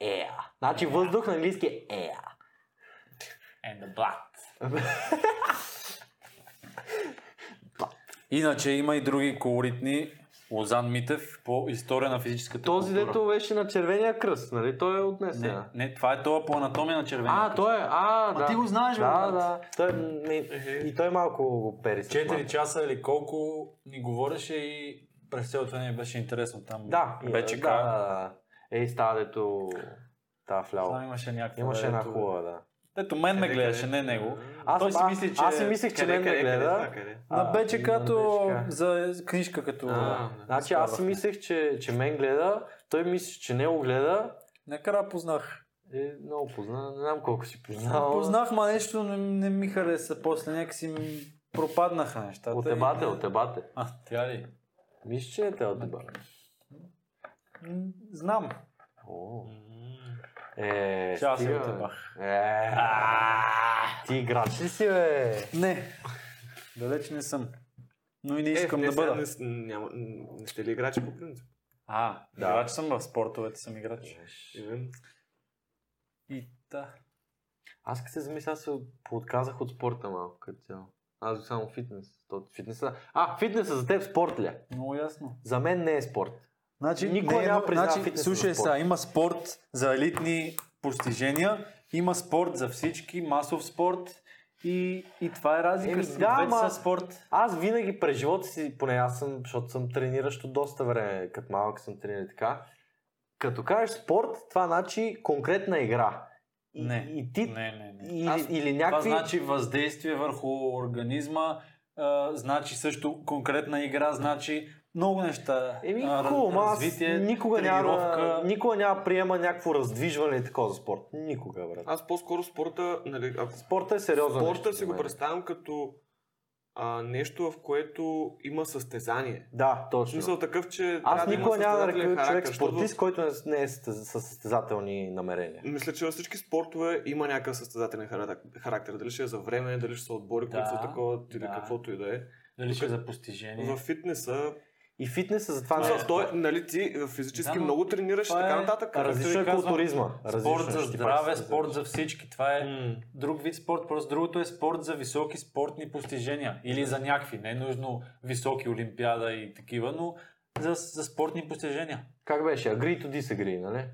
[SPEAKER 2] Еа. Значи въздух на английски е еа.
[SPEAKER 3] And the black. Иначе има и други колоритни. Лозан Митев по история на физическата
[SPEAKER 2] Този
[SPEAKER 3] култура.
[SPEAKER 2] дето беше на червения кръст, нали? Той е отнесен.
[SPEAKER 3] Не, не, това е това по анатомия на червения.
[SPEAKER 2] А, той е. А, да.
[SPEAKER 3] ти го знаеш, бе,
[SPEAKER 2] Да,
[SPEAKER 3] брат.
[SPEAKER 2] да. Той, не, и той малко го пери. с малко.
[SPEAKER 3] 4 часа или колко ни говореше и през цялото време беше интересно там. Е,
[SPEAKER 2] Да,
[SPEAKER 3] вече
[SPEAKER 2] да,
[SPEAKER 3] как.
[SPEAKER 2] да, да. Ей, става дето... Та
[SPEAKER 3] Там
[SPEAKER 2] фляо.
[SPEAKER 3] имаше някаква.
[SPEAKER 2] Имаше една
[SPEAKER 3] ето-
[SPEAKER 2] хубава, да.
[SPEAKER 3] Ето мен ме гледаше, не него.
[SPEAKER 2] Аз,
[SPEAKER 3] Той си
[SPEAKER 2] а-
[SPEAKER 3] мисли, че-
[SPEAKER 2] Аз си мислех, че
[SPEAKER 1] Къде,
[SPEAKER 2] мен ме
[SPEAKER 1] къде, къде, това,
[SPEAKER 2] гледа.
[SPEAKER 1] къде?
[SPEAKER 2] А,
[SPEAKER 3] на беше
[SPEAKER 2] на
[SPEAKER 3] като
[SPEAKER 2] Бечка.
[SPEAKER 3] за книжка като.
[SPEAKER 1] А,
[SPEAKER 2] Значи аз си мислех, че, че мен гледа, той мисли, че не го гледа.
[SPEAKER 3] Накара познах.
[SPEAKER 2] Е, много позна, не знам колко си познал.
[SPEAKER 3] Познах, ма нещо не, не ми хареса. После някакси ми пропаднаха нещата.
[SPEAKER 2] От
[SPEAKER 3] и-
[SPEAKER 2] ебате, от ебате.
[SPEAKER 3] А, тя ли?
[SPEAKER 2] Мисля, че не те от ебате.
[SPEAKER 3] М, Знам.
[SPEAKER 2] О. Е,
[SPEAKER 3] Тя се
[SPEAKER 2] стига,
[SPEAKER 3] от
[SPEAKER 2] бе.
[SPEAKER 3] ебах.
[SPEAKER 2] Е, ти играч ли си, бе?
[SPEAKER 3] Не. Далеч не съм. Но и не
[SPEAKER 1] Е,
[SPEAKER 3] искам
[SPEAKER 1] не,
[SPEAKER 3] да
[SPEAKER 1] сега
[SPEAKER 3] бъда.
[SPEAKER 1] Не, с- няма, не сте ли играчи по принцип?
[SPEAKER 3] А, да. играч съм в спортовете, съм играч.
[SPEAKER 1] Именно.
[SPEAKER 3] И да.
[SPEAKER 2] Аз като се замисля, аз се отказах от спорта малко като цяло. Аз само фитнес. То, фитнеса. А, фитнеса за теб спорт ли? е?
[SPEAKER 3] Много ясно.
[SPEAKER 2] За мен не е спорт.
[SPEAKER 3] Значи,
[SPEAKER 2] Никой
[SPEAKER 3] не, е
[SPEAKER 2] няма
[SPEAKER 3] но-
[SPEAKER 2] признава
[SPEAKER 3] значи,
[SPEAKER 2] фитнеса за
[SPEAKER 3] Слушай
[SPEAKER 2] спорт.
[SPEAKER 3] сега, има спорт за елитни постижения, има спорт за всички, масов спорт и, и това е разлика.
[SPEAKER 2] Еми,
[SPEAKER 3] С-
[SPEAKER 2] да,
[SPEAKER 3] двете
[SPEAKER 2] ма-
[SPEAKER 3] са спорт.
[SPEAKER 2] Аз винаги през живота си, поне аз съм, защото съм трениращо доста време, като малък съм тренирал и така. Като кажеш спорт, това значи конкретна игра. И,
[SPEAKER 3] Не,
[SPEAKER 2] и ти,
[SPEAKER 3] Не, не, не.
[SPEAKER 2] Или,
[SPEAKER 3] Аз-
[SPEAKER 2] или
[SPEAKER 3] Това
[SPEAKER 2] някакви...
[SPEAKER 3] значи въздействие върху организма, а, значи също конкретна игра, значи много неща.
[SPEAKER 2] Еми,
[SPEAKER 3] А, раз-
[SPEAKER 2] хубаво, ама аз
[SPEAKER 3] развитие,
[SPEAKER 2] никога няма, да-
[SPEAKER 3] тренировка.
[SPEAKER 2] никога няма да приема някакво раздвижване и такова за спорт. Никога, брат.
[SPEAKER 1] Аз по-скоро спорта, нали, ако
[SPEAKER 2] Спорта е сериозно.
[SPEAKER 1] спорта
[SPEAKER 2] нещо
[SPEAKER 1] си
[SPEAKER 2] за
[SPEAKER 1] го
[SPEAKER 2] мен.
[SPEAKER 1] представям като а, нещо, в което има състезание.
[SPEAKER 2] Да,
[SPEAKER 1] В
[SPEAKER 2] точно.
[SPEAKER 1] смисъл такъв, че
[SPEAKER 2] Аз
[SPEAKER 1] трябва да има
[SPEAKER 2] никога няма да
[SPEAKER 1] състезателен
[SPEAKER 2] ръка човек
[SPEAKER 1] характер, защото
[SPEAKER 2] спортист, който не- не е със със състезателни намерения.
[SPEAKER 1] Мисля, че във всички спортове има някакъв състезателен харак- характер. Дали ще е за време, дали ще са отбори,
[SPEAKER 3] Да,
[SPEAKER 1] които са такова, или
[SPEAKER 3] да.
[SPEAKER 1] каквото и да е.
[SPEAKER 3] Дали ще е за
[SPEAKER 1] В
[SPEAKER 3] постижение.
[SPEAKER 1] фитнеса,
[SPEAKER 2] И фитнеса затова не
[SPEAKER 1] смисъл,
[SPEAKER 2] е.
[SPEAKER 1] той, нали, ти а, физически
[SPEAKER 3] Да, но
[SPEAKER 1] много тренираш и
[SPEAKER 3] това
[SPEAKER 1] така
[SPEAKER 3] е
[SPEAKER 1] нататък.
[SPEAKER 2] Различно е
[SPEAKER 3] казвам,
[SPEAKER 2] културизма.
[SPEAKER 3] Спорт за
[SPEAKER 2] Различно е, ще ти
[SPEAKER 3] здраве,
[SPEAKER 2] пак се
[SPEAKER 3] спорт
[SPEAKER 2] разбереш.
[SPEAKER 3] за всички. Това е
[SPEAKER 1] М.
[SPEAKER 3] друг вид спорт, просто другото е спорт за високи спортни постижения или за някакви, не е нужно високи олимпиада и такива, но за, за спортни постижения.
[SPEAKER 2] Как беше? Agree to disagree, нали?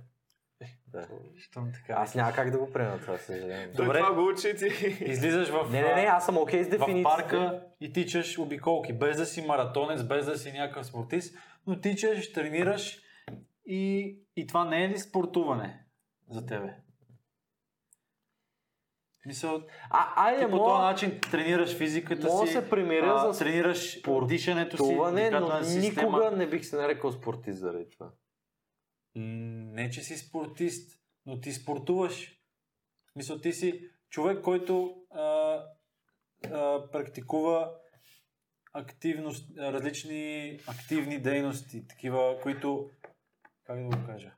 [SPEAKER 2] Да.
[SPEAKER 3] Щом така.
[SPEAKER 2] Аз няма как да го приема това, съжалявам.
[SPEAKER 1] Той
[SPEAKER 3] Добре.
[SPEAKER 1] това го учи ти.
[SPEAKER 3] Излизаш в,
[SPEAKER 2] Не, не, не, аз съм окей с
[SPEAKER 3] в
[SPEAKER 2] дефиницията.
[SPEAKER 3] парка и тичаш обиколки, без да си маратонец, без да си някакъв спортист, но тичаш, тренираш и, и това не е ли спортуване за тебе? Мисъл,
[SPEAKER 2] А,
[SPEAKER 3] ти
[SPEAKER 2] айде,
[SPEAKER 3] по този
[SPEAKER 2] мога,
[SPEAKER 3] начин тренираш физиката
[SPEAKER 2] мога да
[SPEAKER 3] си,
[SPEAKER 2] Е, се примиря
[SPEAKER 3] а,
[SPEAKER 2] за
[SPEAKER 3] тренираш дишането си,
[SPEAKER 2] това не, но
[SPEAKER 3] дихателната система.
[SPEAKER 2] никога не бих се нарекал спортист заради това.
[SPEAKER 3] М, не, че си спортист, но ти спортуваш. Мисля, ти си човек, който а, а, практикува активност, а, различни активни дейности, такива, които, как да го кажа,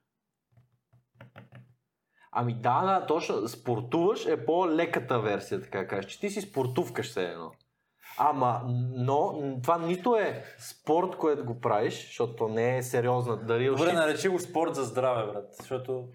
[SPEAKER 2] Ами да, да, точно. Спортуваш е по-леката версия, така да кажеш. Че ти си спортувкаш все едно. Ама, но м, това нито е спорт, което го правиш, защото не е сериозна. Дарил
[SPEAKER 3] добре,
[SPEAKER 2] щит-
[SPEAKER 3] наречи го спорт за здраве, брат, защото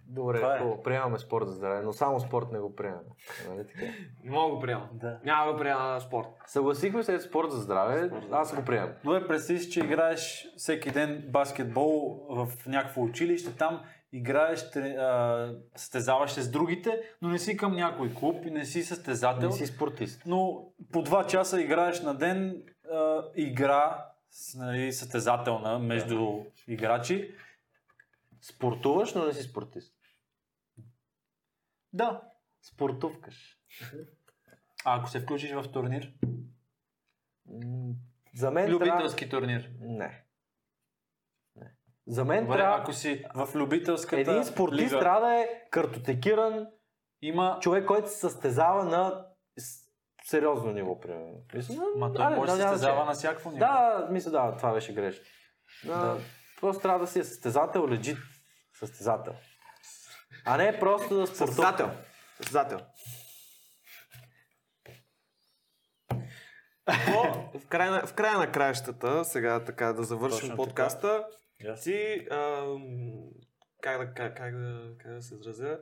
[SPEAKER 2] Добре,
[SPEAKER 3] това е.
[SPEAKER 2] хубаво, приемаме спорт за здраве, но само спорт не го приемаме. Нали така?
[SPEAKER 1] Не мога го приема.
[SPEAKER 3] да.
[SPEAKER 1] Няма го приема на спорт.
[SPEAKER 2] Съгласихме се спорт за здраве, аз го приемам.
[SPEAKER 3] Добре, е, представи си, че играеш всеки ден баскетбол в някакво училище, там играеш, тре- а, състезаваш се с другите, но не си към някой клуб и не си състезател.
[SPEAKER 2] Не си спортист.
[SPEAKER 3] но по два часа играеш на ден а, игра с, нали, състезателна между играчи.
[SPEAKER 2] Спортуваш, но не си спортист.
[SPEAKER 3] Да.
[SPEAKER 2] Спортувкаш.
[SPEAKER 3] А ако се включиш в турнир?
[SPEAKER 2] М, За мен
[SPEAKER 5] Любителски турнир.
[SPEAKER 2] трябва... Не. не. За мен
[SPEAKER 3] Добре,
[SPEAKER 2] трябва...
[SPEAKER 3] ако си в любителската
[SPEAKER 2] Един спортист
[SPEAKER 3] лига,
[SPEAKER 2] трябва да е картотекиран
[SPEAKER 3] има...
[SPEAKER 2] човек, който се състезава на с- сериозно ниво, примерно. Мисля,
[SPEAKER 3] Ма той
[SPEAKER 2] аре,
[SPEAKER 3] може да се
[SPEAKER 2] няма
[SPEAKER 3] състезава
[SPEAKER 2] значение.
[SPEAKER 3] на всякакво ниво.
[SPEAKER 2] Да, мисля, да, това беше грешно. Да.
[SPEAKER 3] Да.
[SPEAKER 2] Просто трябва да си е състезател, легит състезател. А не просто да спортува.
[SPEAKER 1] Състезател. Състезател. Но, в края, на, в края на краищата, сега така да завършим
[SPEAKER 3] Точно така.
[SPEAKER 1] подкаста,
[SPEAKER 3] Yes.
[SPEAKER 1] ти, ам, как, да, как, как, да, как да се изразя?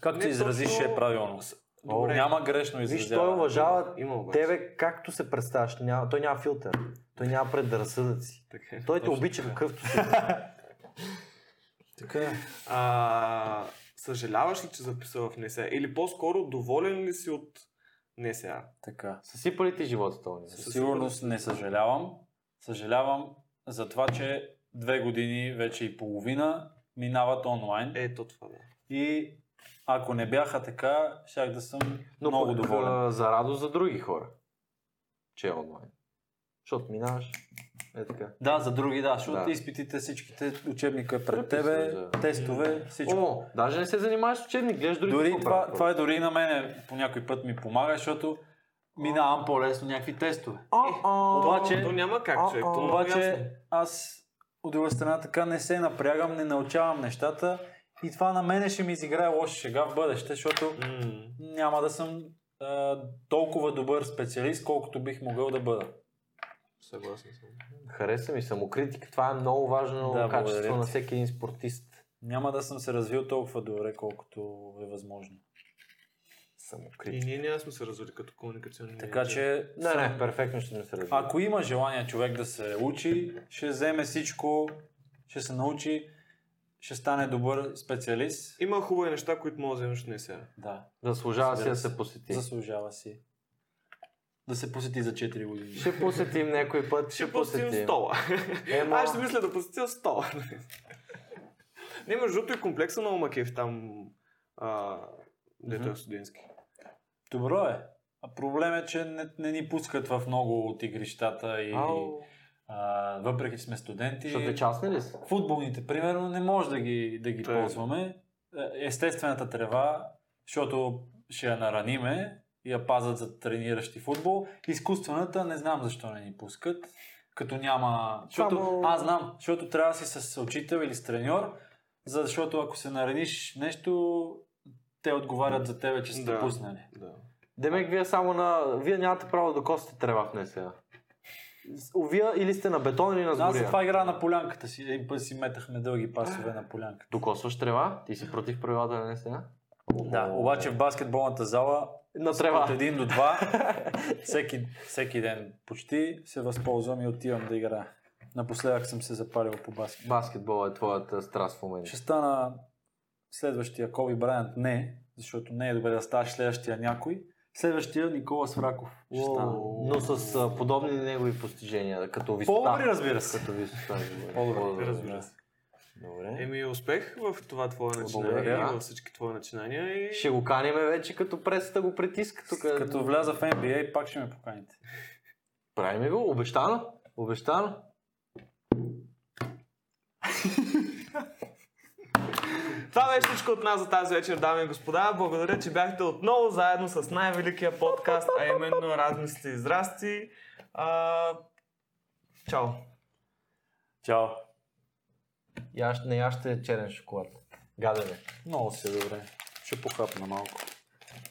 [SPEAKER 3] Както
[SPEAKER 1] Не
[SPEAKER 3] се изразиш
[SPEAKER 1] точно-
[SPEAKER 3] е правилно.
[SPEAKER 1] Добре.
[SPEAKER 3] Няма грешно
[SPEAKER 2] Виж,
[SPEAKER 3] изразяване.
[SPEAKER 2] той е уважава
[SPEAKER 1] Има обаче.
[SPEAKER 2] тебе както се представяш. Няма, той няма филтър. Той няма предразсъдъци.
[SPEAKER 1] Така е.
[SPEAKER 2] Той те
[SPEAKER 3] Точно
[SPEAKER 2] обича какъвто си.
[SPEAKER 3] Така е.
[SPEAKER 1] А, съжаляваш ли, че записа в НСА? Или по-скоро доволен ли си от НСА?
[SPEAKER 3] Така.
[SPEAKER 2] Съсипали ти живота, Тони.
[SPEAKER 3] Със сигурност не съжалявам. Съжалявам за това, че две години, вече и половина, минават онлайн.
[SPEAKER 2] Е.
[SPEAKER 1] Ето това да.
[SPEAKER 3] И ако не бяха така, щях да съм
[SPEAKER 2] Но
[SPEAKER 3] много
[SPEAKER 2] пък,
[SPEAKER 3] доволен.
[SPEAKER 2] а, за радост за други хора, че е онлайн. Защото минаваш, е така.
[SPEAKER 3] Да, за други, да, защото
[SPEAKER 2] Да.
[SPEAKER 3] изпитите всичките, учебника е пред
[SPEAKER 2] Преписан,
[SPEAKER 3] тебе,
[SPEAKER 2] да.
[SPEAKER 3] тестове, всичко.
[SPEAKER 2] О, даже не се занимаваш с учебник, гледаш други
[SPEAKER 3] дори
[SPEAKER 2] какво
[SPEAKER 3] това,
[SPEAKER 2] правят
[SPEAKER 3] това е дори и на мене по някой път ми помага, защото минавам по-лесно някакви тестове.
[SPEAKER 2] О, о,
[SPEAKER 3] Обаче,
[SPEAKER 1] То няма как,
[SPEAKER 2] А,
[SPEAKER 1] човек.
[SPEAKER 2] а,
[SPEAKER 1] То много ясно.
[SPEAKER 3] Обаче аз от друга страна така не се напрягам, не научавам нещата и това на мене ще ми изиграе лоша шега в бъдеще, защото
[SPEAKER 1] М.
[SPEAKER 3] няма да съм а, толкова добър специалист, колкото бих могъл да бъда.
[SPEAKER 1] Съгласен съм.
[SPEAKER 2] Хареса ми самокритика, това е много важно
[SPEAKER 3] Да, благодаря
[SPEAKER 2] качество
[SPEAKER 3] ти.
[SPEAKER 2] на всеки един спортист.
[SPEAKER 3] Няма да съм се развил толкова добре, колкото е възможно.
[SPEAKER 1] И
[SPEAKER 2] Самокритика.
[SPEAKER 1] ние няма сме се разули като комуникационни
[SPEAKER 3] Така че,
[SPEAKER 2] Не, не, перфектно ще ми се разви.
[SPEAKER 3] ако има желание човек да се учи, ще вземе всичко, ще се научи, ще стане добър специалист.
[SPEAKER 1] Има хубави неща, които може да вземеш от НСА.
[SPEAKER 3] Да,
[SPEAKER 2] Заслужава си да
[SPEAKER 3] Разбира
[SPEAKER 2] се посети.
[SPEAKER 3] заслужава си да се посети за 4 години.
[SPEAKER 2] Ще посетим някой път, ще,
[SPEAKER 1] Ще посетим стола.
[SPEAKER 2] Ема,
[SPEAKER 1] Аз ще мисля да посетя стола. Не, между другото и комплекса на Омакев там, а, дето е студентски.
[SPEAKER 3] Добро е. А проблем е, че не, не ни пускат в много от игрищата и
[SPEAKER 2] Ау.
[SPEAKER 3] а, въпреки, че сме студенти.
[SPEAKER 2] Защото е частни ли са?
[SPEAKER 3] Футболните, примерно, не може да ги, да ги
[SPEAKER 1] Тъй.
[SPEAKER 3] ползваме. Е, Естествената трева, защото ще я нараниме и я пазят за трениращи футбол. Изкуствената не знам защо не ни пускат. Като няма... Защото,
[SPEAKER 2] Само-
[SPEAKER 3] Аз знам, защото трябва да си с учител или с треньор, защото ако се нараниш нещо, те отговарят за тебе, че сте
[SPEAKER 1] Да.
[SPEAKER 3] пуснали.
[SPEAKER 1] Да.
[SPEAKER 2] Демек, вие само на... Вие нямате право да косите трева в НСА. Вие или сте на бетон или на
[SPEAKER 3] Аз за
[SPEAKER 2] сгория.
[SPEAKER 3] това игра на полянката си. Един път си метахме дълги пасове на полянката.
[SPEAKER 2] Докосваш трева, ти си против правилата на НСА.
[SPEAKER 3] Да, обаче в баскетболната зала
[SPEAKER 2] На
[SPEAKER 3] от
[SPEAKER 2] трева.
[SPEAKER 3] 1 до 2 всеки, всеки ден почти се възползвам и отивам да игра. Напоследък съм се запалил по баскет.
[SPEAKER 2] Баскетбол е твоята страст в момента.
[SPEAKER 3] Ще стана следващия Коби Брайант не, защото не е добре да ставаш следващия някой. Следващия Никола Свраков ще стана.
[SPEAKER 2] Но с а, подобни негови постижения, като висота.
[SPEAKER 3] По-добри, разбира се.
[SPEAKER 2] Като висота. говоря.
[SPEAKER 3] По-добри,
[SPEAKER 2] По-добри.
[SPEAKER 1] разбира се.
[SPEAKER 2] Добре.
[SPEAKER 1] Еми, успех в това твое начинание
[SPEAKER 2] Благодаря.
[SPEAKER 1] и във всички твои начинания. И...
[SPEAKER 2] Ще го каниме вече, като пресата го притиска тук.
[SPEAKER 3] Като вляза в NBA, пак ще ме поканите.
[SPEAKER 2] Правим го, обещано. Обещано.
[SPEAKER 1] Това беше всичко от нас за тази вечер, дами и господа. Благодаря, че бяхте отново заедно с най-великия Е, подкаст, а именно Размисли и здрасти. А, чао!
[SPEAKER 3] Чао.
[SPEAKER 2] Я, не, аз ще е черен шоколад. Гадене.
[SPEAKER 3] Много си добре. Ще е похапна малко.